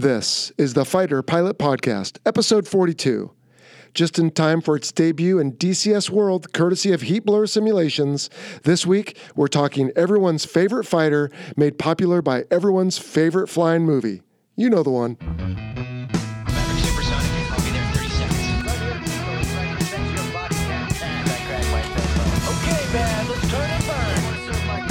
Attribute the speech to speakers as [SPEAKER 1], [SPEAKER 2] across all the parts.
[SPEAKER 1] This is the Fighter Pilot Podcast, episode 42. Just in time for its debut in DCS World, courtesy of Heat Blur Simulations, this week we're talking everyone's favorite fighter made popular by everyone's favorite flying movie. You know the one.
[SPEAKER 2] Maverick Supersonic. I'll be there in 30 seconds.
[SPEAKER 3] Okay, man, let's turn and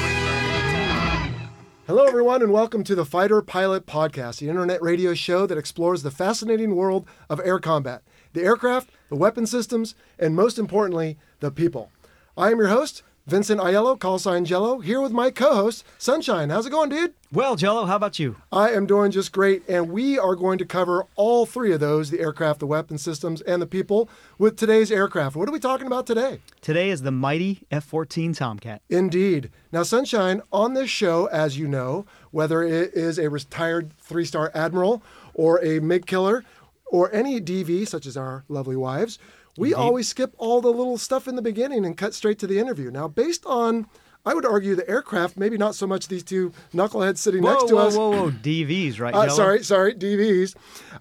[SPEAKER 3] burn.
[SPEAKER 1] Hello, everyone, and welcome to the Fighter Pilot Podcast, the internet radio show that explores the fascinating world of air combat the aircraft, the weapon systems, and most importantly, the people. I am your host, Vincent Aiello, call sign Jello, here with my co host, Sunshine. How's it going, dude?
[SPEAKER 4] Well, Jello, how about you?
[SPEAKER 1] I am doing just great, and we are going to cover all three of those the aircraft, the weapon systems, and the people with today's aircraft. What are we talking about today?
[SPEAKER 4] Today is the mighty F 14 Tomcat.
[SPEAKER 1] Indeed. Now, Sunshine, on this show, as you know, whether it is a retired three star admiral or a MiG killer or any DV, such as our lovely wives, we always skip all the little stuff in the beginning and cut straight to the interview. Now, based on, I would argue, the aircraft, maybe not so much these two knuckleheads sitting
[SPEAKER 4] Whoa,
[SPEAKER 1] next to
[SPEAKER 4] whoa,
[SPEAKER 1] us.
[SPEAKER 4] whoa, whoa, DVs, right?
[SPEAKER 1] Uh,
[SPEAKER 4] Jello?
[SPEAKER 1] sorry, sorry, DVs.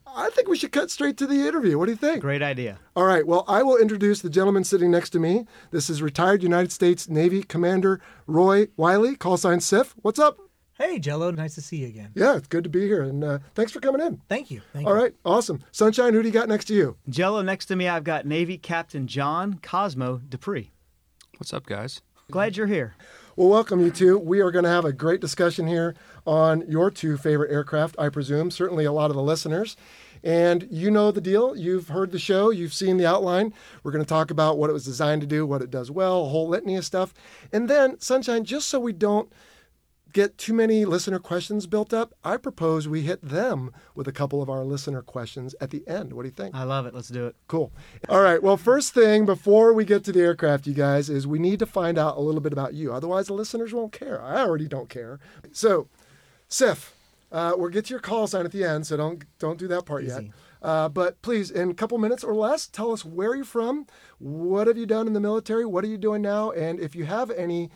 [SPEAKER 1] I think we should cut straight to the interview. What do you think?
[SPEAKER 4] Great idea.
[SPEAKER 1] All right. Well, I will introduce the gentleman sitting next to me. This is retired United States Navy Commander Roy Wiley, call sign SIF. What's up?
[SPEAKER 5] Hey, Jello, nice to see you again.
[SPEAKER 1] Yeah, it's good to be here, and uh, thanks for coming in.
[SPEAKER 5] Thank you. Thank
[SPEAKER 1] All
[SPEAKER 5] you.
[SPEAKER 1] right, awesome. Sunshine, who do you got next to you?
[SPEAKER 4] Jello, next to me, I've got Navy Captain John Cosmo Dupree.
[SPEAKER 6] What's up, guys?
[SPEAKER 4] Glad you're here.
[SPEAKER 1] Well, welcome, you two. We are going to have a great discussion here on your two favorite aircraft, I presume, certainly a lot of the listeners. And you know the deal. You've heard the show, you've seen the outline. We're going to talk about what it was designed to do, what it does well, a whole litany of stuff. And then, Sunshine, just so we don't get too many listener questions built up, I propose we hit them with a couple of our listener questions at the end. What do you think?
[SPEAKER 4] I love it. Let's do it.
[SPEAKER 1] Cool. All right. Well, first thing before we get to the aircraft, you guys, is we need to find out a little bit about you. Otherwise, the listeners won't care. I already don't care. So, Sif, uh, we'll get to your call sign at the end, so don't don't do that part yet. Uh, but please, in a couple minutes or less, tell us where you're from, what have you done in the military, what are you doing now, and if you have any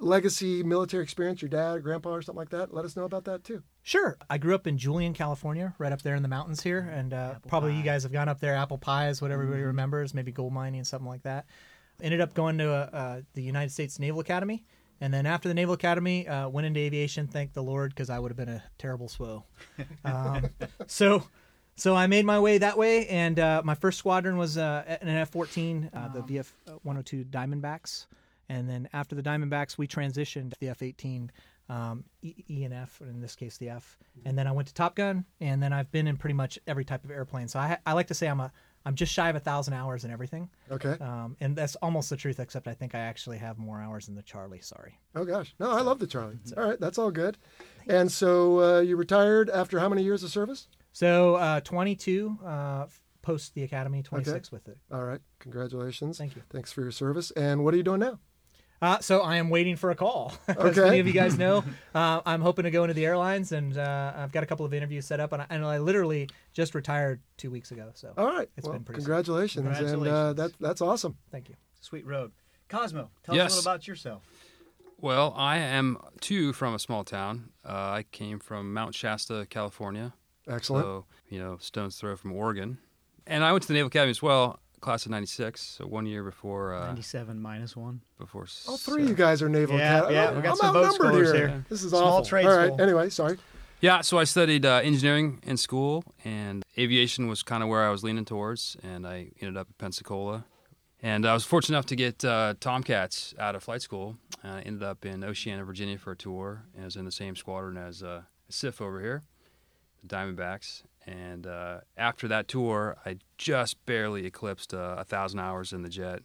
[SPEAKER 1] legacy military experience, your dad, grandpa, or something like that, let us know about that too.
[SPEAKER 5] Sure. I grew up in Julian, California, right up there in the mountains here. And uh, probably you guys have gone up there. Apple pie is what everybody remembers, maybe gold mining and something like that. Ended up going to uh, uh, the United States Naval Academy. And then after the Naval Academy, uh, went into aviation. Thank the Lord, because I would have been a terrible swo. Um, so, so I made my way that way, and uh, my first squadron was uh, an F-14, uh, the VF-102 Diamondbacks, and then after the Diamondbacks, we transitioned to the F-18, um, e-, E and F, or in this case the F, and then I went to Top Gun, and then I've been in pretty much every type of airplane. So I, I like to say I'm a I'm just shy of a thousand hours in everything,
[SPEAKER 1] Okay.
[SPEAKER 5] um, and that's almost the truth. Except I think I actually have more hours than the Charlie. Sorry.
[SPEAKER 1] Oh gosh, no, I love the Charlie.
[SPEAKER 4] Mm-hmm.
[SPEAKER 1] All right, that's all good. And so uh, you retired after how many years of service?
[SPEAKER 5] So uh, 22 uh, post the academy, 26 with it.
[SPEAKER 1] All right, congratulations.
[SPEAKER 5] Thank you.
[SPEAKER 1] Thanks for your service. And what are you doing now?
[SPEAKER 5] Uh, so I am waiting for a call. As
[SPEAKER 1] Okay.
[SPEAKER 5] many of you guys know, uh, I'm hoping to go into the airlines, and uh, I've got a couple of interviews set up, and I, and I literally just retired two weeks ago. So
[SPEAKER 1] All right.
[SPEAKER 5] It's
[SPEAKER 1] well,
[SPEAKER 5] been pretty soon.
[SPEAKER 1] congratulations. And uh,
[SPEAKER 4] Congratulations.
[SPEAKER 1] that, that's awesome.
[SPEAKER 5] Thank you.
[SPEAKER 4] Sweet road. Cosmo, tell
[SPEAKER 6] Yes.
[SPEAKER 4] us a little about yourself.
[SPEAKER 6] Well, I am too from a small town. Uh, I came from Mount Shasta, California.
[SPEAKER 1] Excellent.
[SPEAKER 6] So, you know, stone's throw from Oregon. And I went to the Naval Academy as well, class of 96, so one year before. Uh,
[SPEAKER 4] 97 minus one.
[SPEAKER 6] before
[SPEAKER 1] all three of you guys are naval
[SPEAKER 4] Yeah,
[SPEAKER 1] acad-
[SPEAKER 4] yeah,
[SPEAKER 1] I'm-
[SPEAKER 4] we got
[SPEAKER 1] I'm
[SPEAKER 4] some boat
[SPEAKER 1] outnumbered
[SPEAKER 4] scholars
[SPEAKER 1] here.
[SPEAKER 4] here.
[SPEAKER 1] This is
[SPEAKER 4] Small
[SPEAKER 1] awful.
[SPEAKER 4] trades
[SPEAKER 1] All right.
[SPEAKER 4] school.
[SPEAKER 1] Anyway, sorry.
[SPEAKER 6] Yeah, so I studied uh, engineering in school, and aviation was kind of where I was leaning towards, and I ended up at Pensacola. And I was fortunate enough to get uh, Tomcats out of flight school. And I ended up in Oceana, Virginia for a tour, and I was in the same squadron as uh, SIF over here, the Diamondbacks. And uh, after that tour, I just barely eclipsed uh, 1,000 hours in the jet.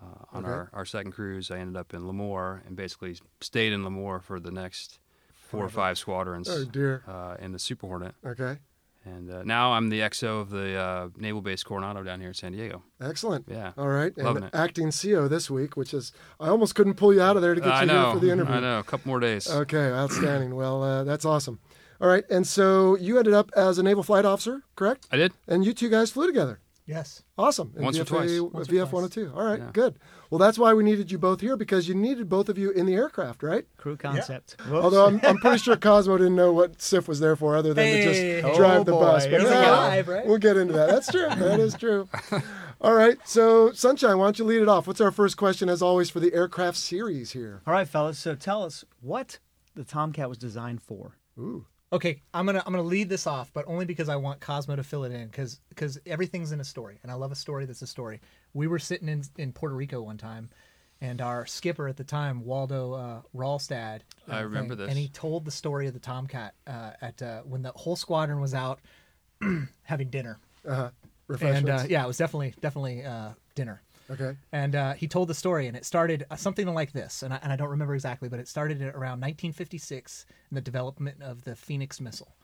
[SPEAKER 6] Uh, on
[SPEAKER 1] Okay.
[SPEAKER 6] our, our second cruise, I ended up in Lemoore and basically stayed in Lemoore for the next four or five squadrons
[SPEAKER 1] Oh dear.
[SPEAKER 6] uh, in the Super Hornet,
[SPEAKER 1] Okay.
[SPEAKER 6] and uh, now I'm the XO of the uh, Naval Base Coronado down here in San Diego.
[SPEAKER 1] Excellent.
[SPEAKER 6] Yeah.
[SPEAKER 1] All right. And
[SPEAKER 6] Loving it.
[SPEAKER 1] acting CO this week, which is I almost couldn't pull you out of there to get
[SPEAKER 6] I
[SPEAKER 1] you
[SPEAKER 6] know,
[SPEAKER 1] here for the interview.
[SPEAKER 6] I know. A couple more days.
[SPEAKER 1] Okay, outstanding. well, uh, that's awesome. All right, and so you ended up as a naval flight officer, correct?
[SPEAKER 6] I did.
[SPEAKER 1] And you two guys flew together.
[SPEAKER 5] Yes.
[SPEAKER 1] Awesome. And
[SPEAKER 6] Once or
[SPEAKER 1] VFA,
[SPEAKER 6] twice.
[SPEAKER 5] Once or
[SPEAKER 1] VF
[SPEAKER 5] twice.
[SPEAKER 1] 102. All right,
[SPEAKER 6] Yeah.
[SPEAKER 1] good. Well, that's why we needed you both here because you needed both of you in the aircraft, right?
[SPEAKER 4] Crew concept. Whoops.
[SPEAKER 1] Although I'm, I'm pretty sure Cosmo didn't know what SIF was there for other than to
[SPEAKER 5] Hey.
[SPEAKER 1] just drive
[SPEAKER 4] Oh,
[SPEAKER 1] the bus.
[SPEAKER 4] boy.
[SPEAKER 1] But
[SPEAKER 4] He's a
[SPEAKER 1] yeah,
[SPEAKER 5] guy, right?
[SPEAKER 1] We'll get into that. That's true. that is true. All right. So, Sunshine, why don't you lead it off? What's our first question, as always, for the aircraft series here?
[SPEAKER 4] All right, fellas. So tell us what the Tomcat was designed for.
[SPEAKER 5] Okay, I'm gonna I'm gonna lead this off, but only because I want Cosmo to fill it in, because everything's in a story, and I love a story that's a story. We were sitting in in Puerto Rico one time, and our skipper at the time, Waldo uh, Ralstad,
[SPEAKER 6] I
[SPEAKER 5] uh,
[SPEAKER 6] remember this.
[SPEAKER 5] and he told the story of the Tomcat uh, at uh, when the whole squadron was out having dinner, and
[SPEAKER 1] Refreshments.
[SPEAKER 5] uh, yeah, it was definitely definitely uh, dinner.
[SPEAKER 1] Okay.
[SPEAKER 5] And uh, he told the story, and it started uh, something like this, and I, and I don't remember exactly, but it started at around 1956 in the development of the Phoenix missile,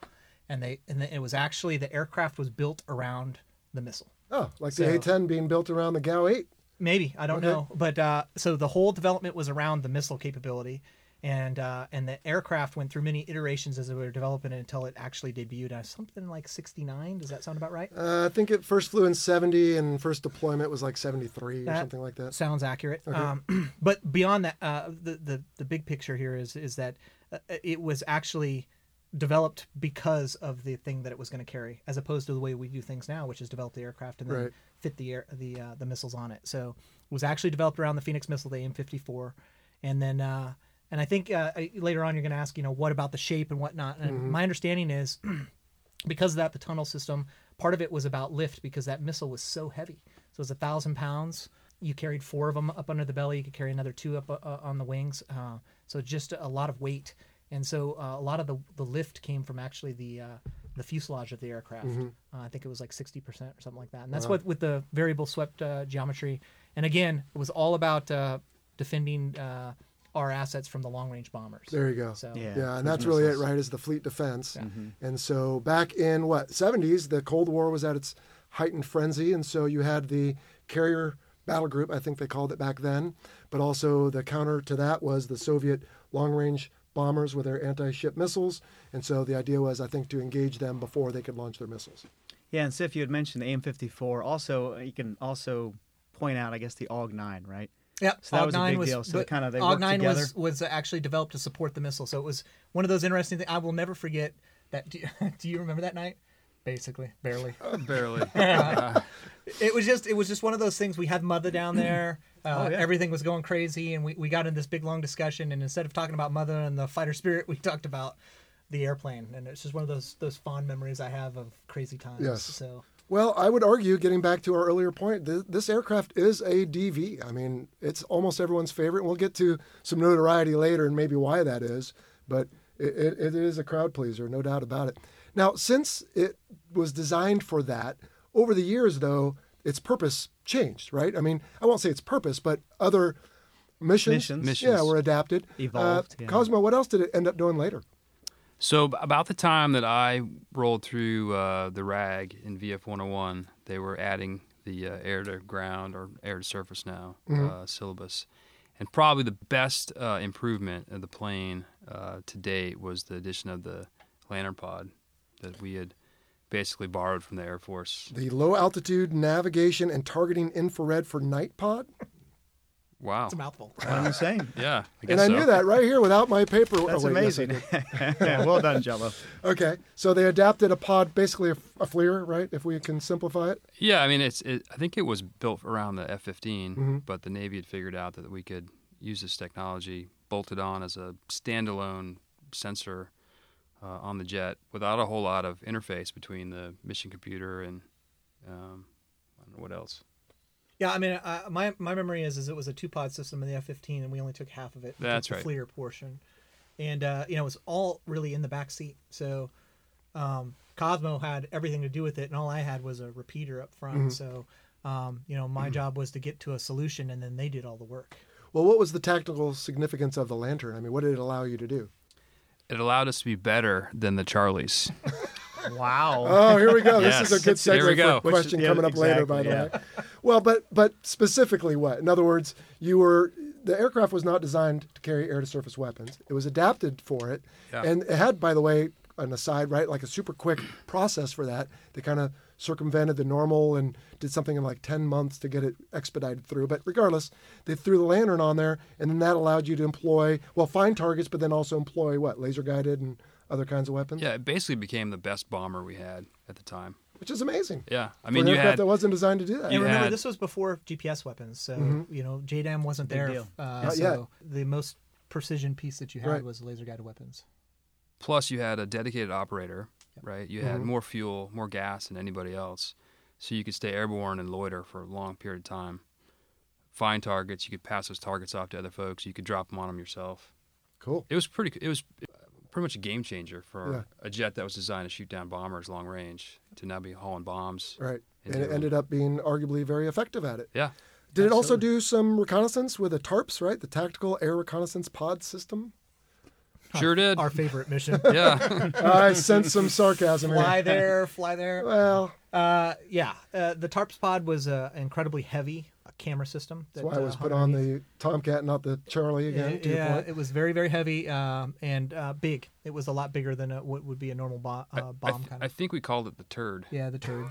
[SPEAKER 5] and they and the, it was actually the aircraft was built around the missile.
[SPEAKER 1] Oh, like
[SPEAKER 5] So-
[SPEAKER 1] the A10 being built around the Gao 8.
[SPEAKER 5] Maybe I don't
[SPEAKER 1] Okay.
[SPEAKER 5] know, but uh, so the whole development was around the missile capability, and uh, and the aircraft went through many iterations as they were developing it until it actually debuted as something like 69. Does that sound about right?
[SPEAKER 1] Uh, I think it first flew in 70 and first deployment was like 73 or
[SPEAKER 5] That-
[SPEAKER 1] something like that.
[SPEAKER 5] Sounds accurate. Um, but beyond that, uh, the, the the big picture here is is that uh, it was actually developed because of the thing that it was going to carry, as opposed to the way we do things now, which is develop the aircraft and then
[SPEAKER 1] Right.
[SPEAKER 5] fit the air the uh, the missiles on it. So it was actually developed around the Phoenix missile, the AIM-54, and then. Uh, and I think uh, I- later on you're going to ask, you know, what about the shape and whatnot. And
[SPEAKER 1] Mm-hmm.
[SPEAKER 5] my understanding is because of that, the tunnel system, part of it was about lift because that missile was so heavy. So it was a thousand pounds. You carried four of them up under the belly. You could carry another two up uh, uh, on the wings. Uh, so just a lot of weight. And so uh, a lot of the, the lift came from actually the uh, the fuselage of the aircraft. Uh, I think it was like 60% or something like that. And that's what with the variable swept uh, geometry. And again, it was all about uh, defending uh, our assets from the long range bombers.
[SPEAKER 1] There you go.
[SPEAKER 5] So,
[SPEAKER 4] Yeah.
[SPEAKER 1] Yeah, and
[SPEAKER 4] those
[SPEAKER 1] that's really it,
[SPEAKER 4] missiles.
[SPEAKER 1] right? Is the fleet defense. And so back in what, 70s, the Cold War was at its heightened frenzy. And so you had the carrier battle group, I think they called it back then. But also the counter to that was the Soviet long range bombers with their anti ship missiles. And so the idea was, I think, to engage them before they could launch their missiles.
[SPEAKER 4] Yeah, and Sif, you had mentioned the AM54. Also, you can also point out, I guess, the AUG-9, right?
[SPEAKER 5] Yep.
[SPEAKER 4] So that was a
[SPEAKER 5] AUG-9
[SPEAKER 4] big deal. So
[SPEAKER 5] but
[SPEAKER 4] kinda they worked
[SPEAKER 5] AUG-9 was
[SPEAKER 4] together.
[SPEAKER 5] was actually developed to support the missile. So it was one of those interesting things. I will never forget that. Do you, do you remember that night? Basically, barely.
[SPEAKER 6] Barely.
[SPEAKER 5] It was just it was just one of those things. We had mother down there. Uh,
[SPEAKER 4] Oh, yeah.
[SPEAKER 5] Everything was going crazy, and we, we got in this big long discussion. And instead of talking about mother and the fighter spirit, we talked about the airplane. And it's just one of those those fond memories I have of crazy times.
[SPEAKER 1] Yes.
[SPEAKER 5] So
[SPEAKER 1] Well, I would argue, getting back to our earlier point, th- this aircraft is a DV. I mean, it's almost everyone's favorite. And we'll get to some notoriety later and maybe why that is, but it, it, it is a crowd pleaser, no doubt about it. Now, since it was designed for that, over the years, though, its purpose changed, right? I mean, I won't say its purpose, but other missions,
[SPEAKER 4] Missions.
[SPEAKER 1] yeah,
[SPEAKER 6] Missions.
[SPEAKER 1] were adapted. Uh,
[SPEAKER 4] Evolved, yeah.
[SPEAKER 1] Cosmo, what else did it end up doing later?
[SPEAKER 6] So b- about the time that I rolled through uh, the rag in VF 101, they were adding the uh, air to ground or air to surface now
[SPEAKER 1] Mm-hmm.
[SPEAKER 6] uh, syllabus, and probably the best uh, improvement of the plane uh, to date was the addition of the lantern pod that we had basically borrowed from the Air Force.
[SPEAKER 1] The low altitude navigation and targeting infrared for night pod.
[SPEAKER 6] Wow.
[SPEAKER 5] it's a mouthful.
[SPEAKER 4] What am I saying?
[SPEAKER 6] Yeah, I guess
[SPEAKER 1] And I
[SPEAKER 6] so.
[SPEAKER 1] knew that right here without my paper. Oh,
[SPEAKER 4] That's
[SPEAKER 1] wait, yes, I
[SPEAKER 4] amazing.
[SPEAKER 1] did.
[SPEAKER 4] well done, Jello.
[SPEAKER 1] okay, so they adapted a pod, basically a, a FLIR, right? If we can simplify it.
[SPEAKER 6] Yeah, I mean, it's. It, I think it was built around the F-15,
[SPEAKER 1] Mm-hmm.
[SPEAKER 6] but the Navy had figured out that we could use this technology bolted on as a standalone sensor uh, on the jet without a whole lot of interface between the mission computer and um, I don't know what else.
[SPEAKER 5] Yeah, I mean, uh, my my memory is is it was a two pod system in the F fifteen, and we only took half of it. We
[SPEAKER 6] That's
[SPEAKER 5] took the
[SPEAKER 6] right.
[SPEAKER 5] Fleer portion, and uh, you know it was all really in the back seat. So um, Cosmo had everything to do with it, and all I had was a repeater up front.
[SPEAKER 1] Mm-hmm.
[SPEAKER 5] So um, you know my job was to get to a solution, and then they did all the work.
[SPEAKER 1] Well, what was the tactical significance of the lantern? I mean, what did it allow you to do?
[SPEAKER 6] It allowed us to be better than the Charlies.
[SPEAKER 4] Wow.
[SPEAKER 1] Oh, here we go.
[SPEAKER 6] Yes.
[SPEAKER 1] This is a good
[SPEAKER 6] Here we
[SPEAKER 1] segue
[SPEAKER 6] go.
[SPEAKER 1] for a question
[SPEAKER 4] Which- yeah,
[SPEAKER 1] coming up later,
[SPEAKER 4] exactly,
[SPEAKER 1] by the
[SPEAKER 4] yeah.
[SPEAKER 1] way. Well, but but specifically what? In other words, you were the aircraft was not designed to carry air to surface weapons. It was adapted for it,
[SPEAKER 6] Yeah.
[SPEAKER 1] and it had, by the way, an aside, right, like a super quick process for that. They kind of circumvented the normal and did something in like 10 months to get it expedited through. But regardless, they threw the lantern on there, and then that allowed you to employ, well, find targets, but then also employ what? Laser guided and other kinds of weapons?
[SPEAKER 6] Yeah, it basically became the best bomber we had at the time.
[SPEAKER 1] Which is amazing.
[SPEAKER 6] Yeah, I mean,
[SPEAKER 1] for an
[SPEAKER 6] you
[SPEAKER 1] aircraft
[SPEAKER 6] had
[SPEAKER 1] that wasn't designed to do that.
[SPEAKER 6] you
[SPEAKER 5] And remember,
[SPEAKER 6] had-
[SPEAKER 5] this was before GPS weapons, so you know JDAM wasn't
[SPEAKER 4] Big
[SPEAKER 5] there.
[SPEAKER 4] deal.
[SPEAKER 5] Uh,
[SPEAKER 1] Mm-hmm. Not
[SPEAKER 5] so
[SPEAKER 1] yet.
[SPEAKER 5] the most precision piece that you had
[SPEAKER 1] Right.
[SPEAKER 5] was laser guided weapons.
[SPEAKER 6] plus you had a dedicated operator, right? You had more fuel, more gas than anybody else, so you could stay airborne and loiter for a long period of time. Find targets, you could pass those targets off to other folks. You could drop them on them yourself.
[SPEAKER 1] Cool.
[SPEAKER 6] It was pretty. It was pretty much a game changer for
[SPEAKER 1] Yeah.
[SPEAKER 6] a jet that was designed to shoot down bombers long range to now be hauling bombs.
[SPEAKER 1] Right.
[SPEAKER 6] And
[SPEAKER 1] And it
[SPEAKER 6] do-
[SPEAKER 1] ended up being arguably very effective at it.
[SPEAKER 6] Yeah,
[SPEAKER 1] Did it also do some reconnaissance with the TARPs, right? The Tactical Air Reconnaissance Pod System?
[SPEAKER 6] sure did.
[SPEAKER 5] Our favorite mission.
[SPEAKER 6] yeah,
[SPEAKER 1] I sense some sarcasm
[SPEAKER 5] fly
[SPEAKER 1] here.
[SPEAKER 5] there, fly there.
[SPEAKER 1] Well,
[SPEAKER 5] Uh, yeah, uh, the tarps pod was an incredibly heavy uh, camera system. That,
[SPEAKER 1] that's why I
[SPEAKER 5] uh,
[SPEAKER 1] was
[SPEAKER 5] hung
[SPEAKER 1] put on
[SPEAKER 5] underneath.
[SPEAKER 1] the Tomcat, not the Charlie again.
[SPEAKER 5] It-
[SPEAKER 1] to your
[SPEAKER 5] yeah,
[SPEAKER 1] point.
[SPEAKER 5] it was very, very heavy um, and uh, big. It was a lot bigger than a, what would be a normal bo- uh, bomb
[SPEAKER 6] I, th-
[SPEAKER 5] kind
[SPEAKER 6] I
[SPEAKER 5] of.
[SPEAKER 6] think we called it the turd.
[SPEAKER 5] yeah, the turd.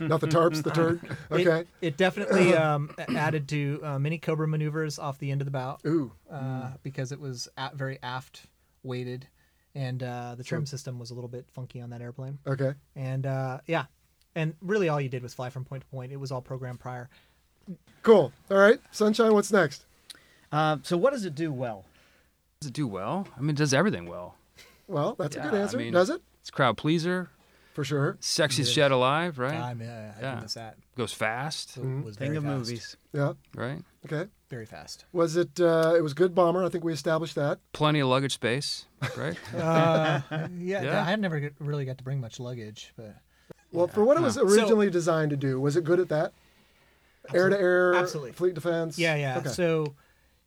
[SPEAKER 1] Not the tarps, the turd.
[SPEAKER 5] It-
[SPEAKER 1] Okay.
[SPEAKER 5] It, definitely um, added to uh, many Cobra maneuvers off the end of the bow
[SPEAKER 1] Ooh.
[SPEAKER 5] uh, because it was a very aft weighted, and uh, the trim system was a little bit funky on that airplane.
[SPEAKER 1] Okay.
[SPEAKER 5] And uh, yeah, and really all you did was fly from point to point. It was all programmed prior.
[SPEAKER 1] Cool. All right. Sunshine, what's next?
[SPEAKER 4] Uh, so what does it do well?
[SPEAKER 6] Does it do well? I mean, it does everything well.
[SPEAKER 1] Well, that's a
[SPEAKER 6] Yeah,
[SPEAKER 1] good
[SPEAKER 6] I
[SPEAKER 1] answer.
[SPEAKER 6] mean-
[SPEAKER 1] Does it?
[SPEAKER 6] It's a crowd pleaser,
[SPEAKER 1] For sure.
[SPEAKER 6] sexiest jet alive, right?
[SPEAKER 5] uh, I mean, I, I
[SPEAKER 6] Yeah.
[SPEAKER 5] didn't miss that.
[SPEAKER 6] Goes fast,
[SPEAKER 5] So it was
[SPEAKER 4] Thing
[SPEAKER 5] very
[SPEAKER 4] of
[SPEAKER 5] fast.
[SPEAKER 4] movies.
[SPEAKER 1] Yeah.
[SPEAKER 6] right?
[SPEAKER 1] Okay.
[SPEAKER 5] Very fast.
[SPEAKER 1] Was it? Uh, it was good bomber. I think we established that.
[SPEAKER 6] plenty of luggage space, right?
[SPEAKER 5] Uh, yeah,
[SPEAKER 6] Yeah.
[SPEAKER 5] I never get, really got to bring much luggage, but
[SPEAKER 1] Well, for what it was
[SPEAKER 5] Yeah. So-
[SPEAKER 1] originally designed to do, was it good at that? Air to air,
[SPEAKER 5] Absolutely.
[SPEAKER 1] fleet defense.
[SPEAKER 5] yeah, yeah.
[SPEAKER 1] Okay.
[SPEAKER 5] So,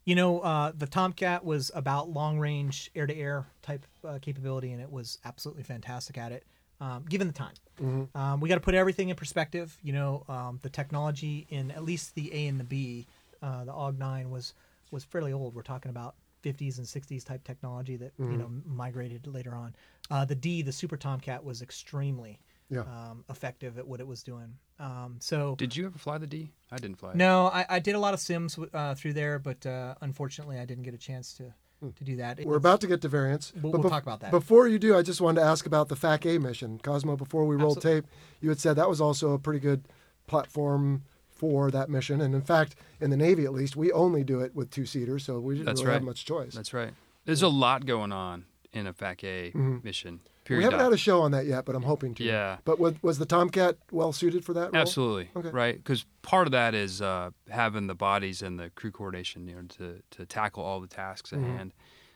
[SPEAKER 5] you know, uh, the Tomcat was about long range air to air type uh, capability, and it was absolutely fantastic at it, um, given the time.
[SPEAKER 1] Mm-hmm.
[SPEAKER 5] Um, we got to put everything in perspective. You know, um, the technology in at least the A and the B, uh, the OG nine was was fairly old. We're talking about 50s and 60s type technology that
[SPEAKER 1] Mm-hmm.
[SPEAKER 5] you know migrated later on. Uh, the D, the Super Tomcat, was extremely
[SPEAKER 1] Yeah.
[SPEAKER 5] um, effective at what it was doing. Um, so
[SPEAKER 6] Did you ever fly the D? I didn't fly. it.
[SPEAKER 5] no, I, I did a lot of sims w- uh, through there, but uh, unfortunately, I didn't get a chance to to do that.
[SPEAKER 1] Hmm. We're about to get to variants.
[SPEAKER 5] We'll-
[SPEAKER 1] but
[SPEAKER 5] we'll
[SPEAKER 1] bef-
[SPEAKER 5] talk about that.
[SPEAKER 1] Before you do, I just wanted to ask about the FAC A mission. Cosmo, before we rolled
[SPEAKER 5] Absolutely.
[SPEAKER 1] tape, you had said that was also a pretty good platform for that mission. And in fact, in the Navy at least, we only do it with two seaters, so we didn't
[SPEAKER 6] That's
[SPEAKER 1] really have
[SPEAKER 6] right.
[SPEAKER 1] much choice.
[SPEAKER 6] That's right. There's a lot going on in a FAC A mission.
[SPEAKER 1] Mm-hmm.
[SPEAKER 6] Period.
[SPEAKER 1] we haven't
[SPEAKER 6] dot.
[SPEAKER 1] had a show on that yet, but I'm hoping to.
[SPEAKER 6] Yeah.
[SPEAKER 1] But was, was the Tomcat well suited for that role?
[SPEAKER 6] Absolutely.
[SPEAKER 1] Okay.
[SPEAKER 6] Right? Because part of that is uh, having the bodies and the crew coordination you know, to, to tackle all the tasks
[SPEAKER 1] Mm-hmm.
[SPEAKER 6] at hand,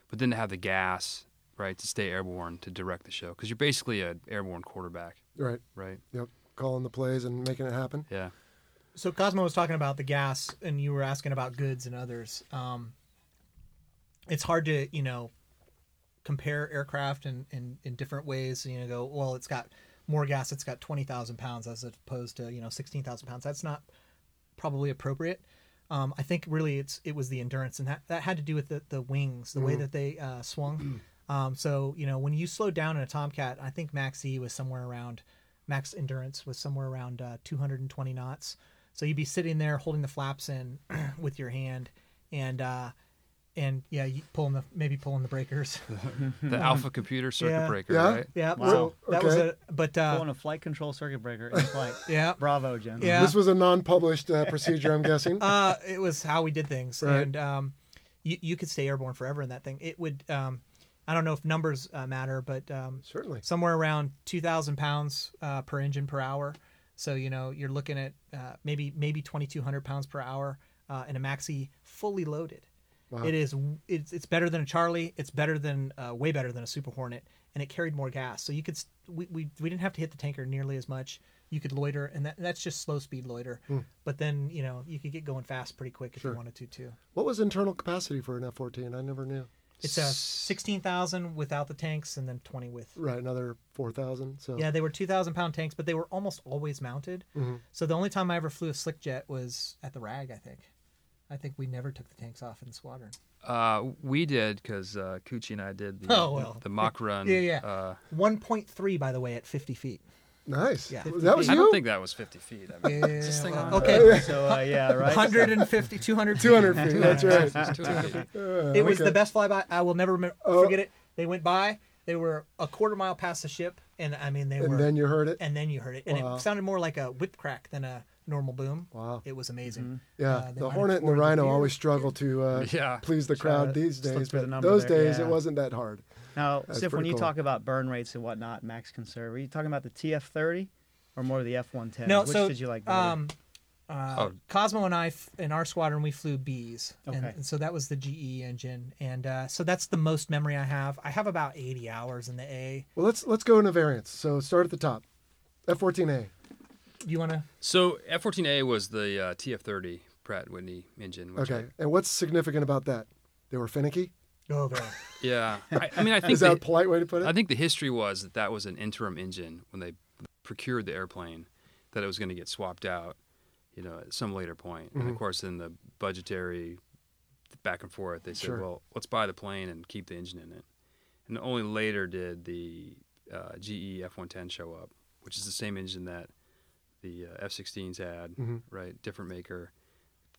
[SPEAKER 6] but then to have the gas, right, to stay airborne, to direct the show. Because you're basically an airborne quarterback,
[SPEAKER 1] Right.
[SPEAKER 6] right?
[SPEAKER 1] Yep. Calling the plays and making it happen.
[SPEAKER 6] Yeah.
[SPEAKER 5] So Cosmo was talking about the gas, and you were asking about goods and others. Um, it's hard to you know compare aircraft in, in, in different ways. You know, go well, it's got more gas. It's got twenty thousand pounds as opposed to you know sixteen thousand pounds. That's not probably appropriate. Um, I think really it's it was the endurance, and that, that had to do with the, the wings, the
[SPEAKER 4] Mm-hmm.
[SPEAKER 5] way that they uh, swung. Um, so you know when you slow down in a Tomcat, I think max E was somewhere around max endurance was somewhere around uh, 220 knots. So you'd be sitting there holding the flaps in with your hand, and uh, and yeah, you pulling the maybe pulling the breakers.
[SPEAKER 6] The alpha computer circuit
[SPEAKER 5] Yeah.
[SPEAKER 1] Hmm.
[SPEAKER 6] breaker,
[SPEAKER 1] Yeah.
[SPEAKER 6] right?
[SPEAKER 5] Yeah,
[SPEAKER 4] Wow.
[SPEAKER 5] so that was
[SPEAKER 1] Okay.
[SPEAKER 5] a but uh,
[SPEAKER 4] Pulling a flight control circuit breaker in flight.
[SPEAKER 5] yeah,
[SPEAKER 4] Bravo, Jen.
[SPEAKER 5] Yeah.
[SPEAKER 1] This was a non-published uh, procedure, I'm guessing.
[SPEAKER 5] uh, it was how we did things,
[SPEAKER 1] Right.
[SPEAKER 5] and um, you you could stay airborne forever in that thing. It would um, I don't know if numbers uh, matter, but um,
[SPEAKER 1] Certainly.
[SPEAKER 5] somewhere around 2,000 pounds uh, per engine per hour. So you know you're looking at uh, maybe maybe 2,200 pounds per hour uh, in a maxi fully loaded. It is it's it's better than a Charlie. It's better than uh, way better than a Super Hornet, and it carried more gas. So you could s- we, we, we didn't have to hit the tanker nearly as much. You could loiter, and that, that's just slow speed loiter. But then you know you could get going fast pretty quick if you wanted to too.
[SPEAKER 1] What was internal capacity for an F-14? I never knew.
[SPEAKER 5] It's a 16,000 without the tanks, and then 20 with.
[SPEAKER 1] Right, another 4,000. So Mm-hmm.
[SPEAKER 5] Yeah, they were 2,000 pound tanks, but they were almost always mounted. So the only time I ever flew a slick jet was at the RAG, I think. I think we never took the tanks off in the squadron.
[SPEAKER 6] Uh, we did because uh, Coochie and I did the,
[SPEAKER 5] Oh, well.
[SPEAKER 6] the mock run.
[SPEAKER 5] Yeah, yeah.
[SPEAKER 6] Uh,
[SPEAKER 5] 1.3, by the way, at 50 feet.
[SPEAKER 1] Nice.
[SPEAKER 5] Yeah.
[SPEAKER 1] That was
[SPEAKER 6] I don't
[SPEAKER 1] you?
[SPEAKER 6] think that was 50 feet. I mean, is this thing on?
[SPEAKER 5] Okay.
[SPEAKER 4] So uh, yeah, right.
[SPEAKER 5] 150, 200.
[SPEAKER 1] 200 feet. That's right.
[SPEAKER 6] It's 200 feet.
[SPEAKER 1] Uh,
[SPEAKER 5] It was
[SPEAKER 1] okay.
[SPEAKER 5] the best flyby. I will never remember,
[SPEAKER 1] Oh.
[SPEAKER 5] forget it. They went by. They were a quarter mile past the ship, and I mean they were.
[SPEAKER 1] And then you heard it.
[SPEAKER 5] and then you heard it, and
[SPEAKER 1] Wow.
[SPEAKER 5] it sounded more like a whip crack than a normal boom.
[SPEAKER 1] Wow.
[SPEAKER 5] It was amazing.
[SPEAKER 1] Yeah,
[SPEAKER 5] Uh, they
[SPEAKER 1] the
[SPEAKER 5] might have
[SPEAKER 1] Hornet and the
[SPEAKER 5] forwarded
[SPEAKER 1] Rhino
[SPEAKER 5] here.
[SPEAKER 1] always struggle to uh,
[SPEAKER 6] Yeah.
[SPEAKER 1] please the
[SPEAKER 4] Try
[SPEAKER 1] crowd
[SPEAKER 4] to
[SPEAKER 1] these
[SPEAKER 4] slip
[SPEAKER 1] days.
[SPEAKER 4] through the
[SPEAKER 1] But
[SPEAKER 4] number
[SPEAKER 1] those
[SPEAKER 4] there,
[SPEAKER 1] days, it
[SPEAKER 4] yeah.
[SPEAKER 1] wasn't that hard.
[SPEAKER 4] Now,
[SPEAKER 1] That's
[SPEAKER 4] Sif, when
[SPEAKER 1] pretty
[SPEAKER 4] you
[SPEAKER 1] cool.
[SPEAKER 4] talk about burn rates and whatnot, max conserve, are you talking about the TF30 or more of the F110?
[SPEAKER 5] No,
[SPEAKER 4] Which
[SPEAKER 5] so
[SPEAKER 4] did you like better?
[SPEAKER 5] Um, uh,
[SPEAKER 6] Oh.
[SPEAKER 5] Cosmo and I f- in our squadron we flew Bs, and,
[SPEAKER 4] Okay.
[SPEAKER 5] and so that was the GE engine, and uh, so that's the most memory I have. I have about eighty hours in the A.
[SPEAKER 1] Well, let's let's go into variants. So start at the top. F-14A.
[SPEAKER 5] You want to?
[SPEAKER 6] So F-14A was the uh, TF-30 Pratt Whitney engine. Which
[SPEAKER 1] Okay.
[SPEAKER 6] I-
[SPEAKER 1] And what's significant about that? They were finicky.
[SPEAKER 5] Oh, very.
[SPEAKER 6] yeah. I, I mean, I think
[SPEAKER 1] Is that a
[SPEAKER 6] the-
[SPEAKER 1] polite way to put it?
[SPEAKER 6] I think the history was that that was an interim engine when they procured the airplane, that it was going to get swapped out, you know, at some later point. And
[SPEAKER 1] Mm-hmm.
[SPEAKER 6] of course, in the budgetary back and forth, they said,
[SPEAKER 1] Sure.
[SPEAKER 6] "Well, let's buy the plane and keep the engine in it." And only later did the uh, GE F110 show up, which is the same engine that the uh, F16s had,
[SPEAKER 1] Mhm.
[SPEAKER 6] right? Different maker,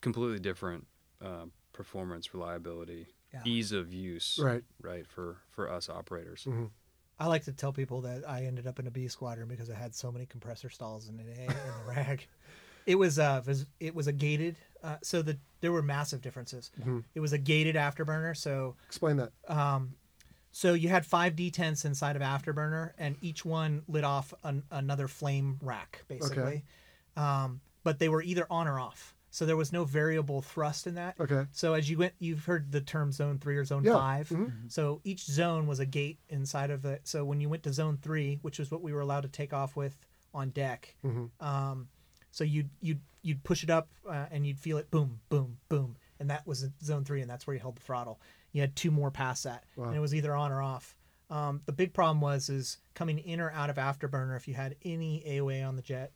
[SPEAKER 6] completely different uh, performance, reliability,
[SPEAKER 5] Yeah.
[SPEAKER 6] ease of use,
[SPEAKER 1] Right. Mm-hmm.
[SPEAKER 6] Right for for us operators.
[SPEAKER 5] I like to tell people that I ended up in a B squadron because I had so many compressor stalls in an A in the rag. It was uh vis- it was a gated uh, so the there were massive differences. It was a gated afterburner, so
[SPEAKER 1] Explain that.
[SPEAKER 5] so you had five D10s inside of afterburner, and each one lit off an, another flame rack basically. Um, but they were either on or off, so there was no variable thrust in that.
[SPEAKER 1] Okay.
[SPEAKER 5] So as you went, you've heard the term zone three or zone
[SPEAKER 1] Yeah.
[SPEAKER 5] 5 So each zone was a gate inside of it. So when you went to zone three, which is what we were allowed to take off with on deck, um, so you'd you'd you'd push it up uh, and you'd feel it boom boom boom, and that was zone three, and that's where you held the throttle. You had two more past that, and it was either on or off. Um, the big problem was is coming in or out of afterburner. If you had any AOA on the jet,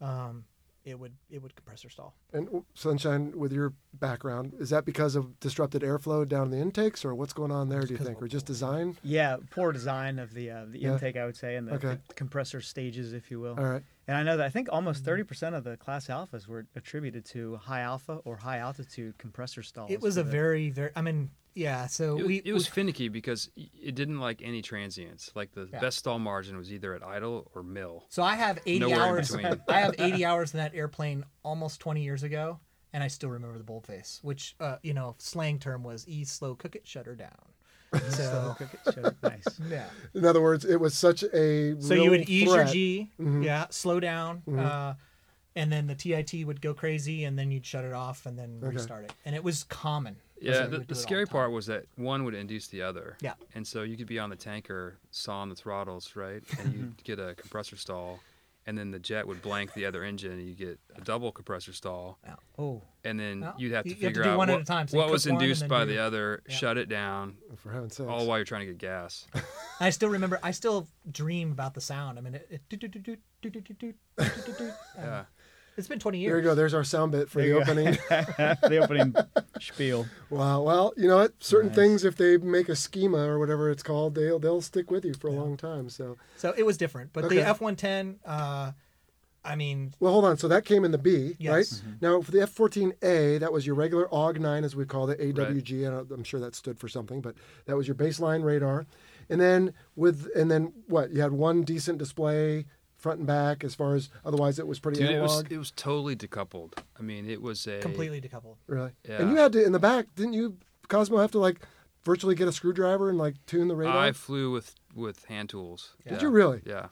[SPEAKER 5] um, it would it would compressor stall.
[SPEAKER 1] And w- Sunshine, with your background, is that because of disrupted airflow down in the intakes, or what's going on there? Do you think, or just design?
[SPEAKER 4] yeah, poor design of the uh, the
[SPEAKER 1] Yeah.
[SPEAKER 4] intake, I would say, and the,
[SPEAKER 1] Okay.
[SPEAKER 4] the compressor stages, if you will.
[SPEAKER 1] All right.
[SPEAKER 4] And I know that I think almost 30% of the class alphas were attributed to high alpha or high altitude compressor stalls.
[SPEAKER 5] It was a
[SPEAKER 4] for the-
[SPEAKER 5] very very. I mean, yeah. So
[SPEAKER 6] It was,
[SPEAKER 5] we
[SPEAKER 6] it was finicky because y- it didn't like any transients. Like the
[SPEAKER 5] Yeah.
[SPEAKER 6] best stall margin was either at idle or mill.
[SPEAKER 5] So I have 80
[SPEAKER 6] Nowhere in
[SPEAKER 5] hours.
[SPEAKER 6] between.
[SPEAKER 5] I have 80 hours in that airplane almost 20 years ago, and I still remember the boldface, which uh, you know slang term was "e slow cook it, shut her down." So
[SPEAKER 4] Cook it, show it, nice.
[SPEAKER 5] yeah.
[SPEAKER 1] In other words, it was such a
[SPEAKER 5] So
[SPEAKER 1] real
[SPEAKER 5] you would ease your
[SPEAKER 1] threat.
[SPEAKER 5] G, yeah, slow down, uh, and then the TIT would go crazy, and then you'd shut it off and then restart it. And it was common.
[SPEAKER 6] Yeah,
[SPEAKER 5] So we would
[SPEAKER 6] the, the
[SPEAKER 5] do it all
[SPEAKER 6] scary
[SPEAKER 5] time.
[SPEAKER 6] part was that one would induce the other.
[SPEAKER 5] Yeah.
[SPEAKER 6] And so you could be on the tanker, sawing the throttles, right? And
[SPEAKER 5] Mm-hmm.
[SPEAKER 6] you'd get a compressor stall, and then the jet would blank the other engine, and you get a double compressor stall.
[SPEAKER 5] Yeah.
[SPEAKER 4] Oh,
[SPEAKER 6] And then
[SPEAKER 5] Well,
[SPEAKER 6] you'd have to
[SPEAKER 5] you have to
[SPEAKER 6] figure
[SPEAKER 5] do
[SPEAKER 6] out
[SPEAKER 5] one at
[SPEAKER 6] what,
[SPEAKER 5] a time. So you
[SPEAKER 6] what
[SPEAKER 5] cook
[SPEAKER 6] was
[SPEAKER 5] one and
[SPEAKER 6] induced
[SPEAKER 5] then
[SPEAKER 6] by
[SPEAKER 5] do-
[SPEAKER 6] the other,
[SPEAKER 5] Yeah.
[SPEAKER 6] shut it down,
[SPEAKER 1] Oh, For heaven's sakes.
[SPEAKER 6] all while you're trying to get gas.
[SPEAKER 5] I still remember. I still dream about the sound. I mean, it. it do, do, do, do, do, do, do, do, do, do, do.
[SPEAKER 6] Yeah.
[SPEAKER 5] It's been 20
[SPEAKER 1] There you
[SPEAKER 5] years.
[SPEAKER 1] go. There's our sound bit for
[SPEAKER 4] There you
[SPEAKER 1] the
[SPEAKER 4] go.
[SPEAKER 1] opening.
[SPEAKER 4] the opening spiel.
[SPEAKER 1] wow. Well, you know what? Certain
[SPEAKER 4] Nice.
[SPEAKER 1] things, if they make a schema or whatever it's called, they'll they'll stick with you for a long time. So,
[SPEAKER 5] So it was different. But
[SPEAKER 1] Okay.
[SPEAKER 5] the F one ten, uh I mean
[SPEAKER 1] well, hold on. So that came in the B, right?
[SPEAKER 5] Yes.
[SPEAKER 6] Mm-hmm.
[SPEAKER 5] Mhm.
[SPEAKER 1] Now for the F14A, that was your regular AUG9 as we call it, AWG. and I'm sure that stood for something, but that was your baseline radar. And then with and then what? You had one decent display front and back. As far as otherwise, it was pretty
[SPEAKER 6] Dude, it
[SPEAKER 1] analog.
[SPEAKER 6] was, it was totally decoupled. I mean, it was a.
[SPEAKER 5] completely decoupled.
[SPEAKER 1] Really?
[SPEAKER 6] Yeah.
[SPEAKER 1] And you had to in the back, didn't you, Cosmo? Have to like virtually get a screwdriver and like tune the radar.
[SPEAKER 6] I flew with, with hand tools.
[SPEAKER 1] Did
[SPEAKER 6] Yeah.
[SPEAKER 1] you really?
[SPEAKER 6] Yeah.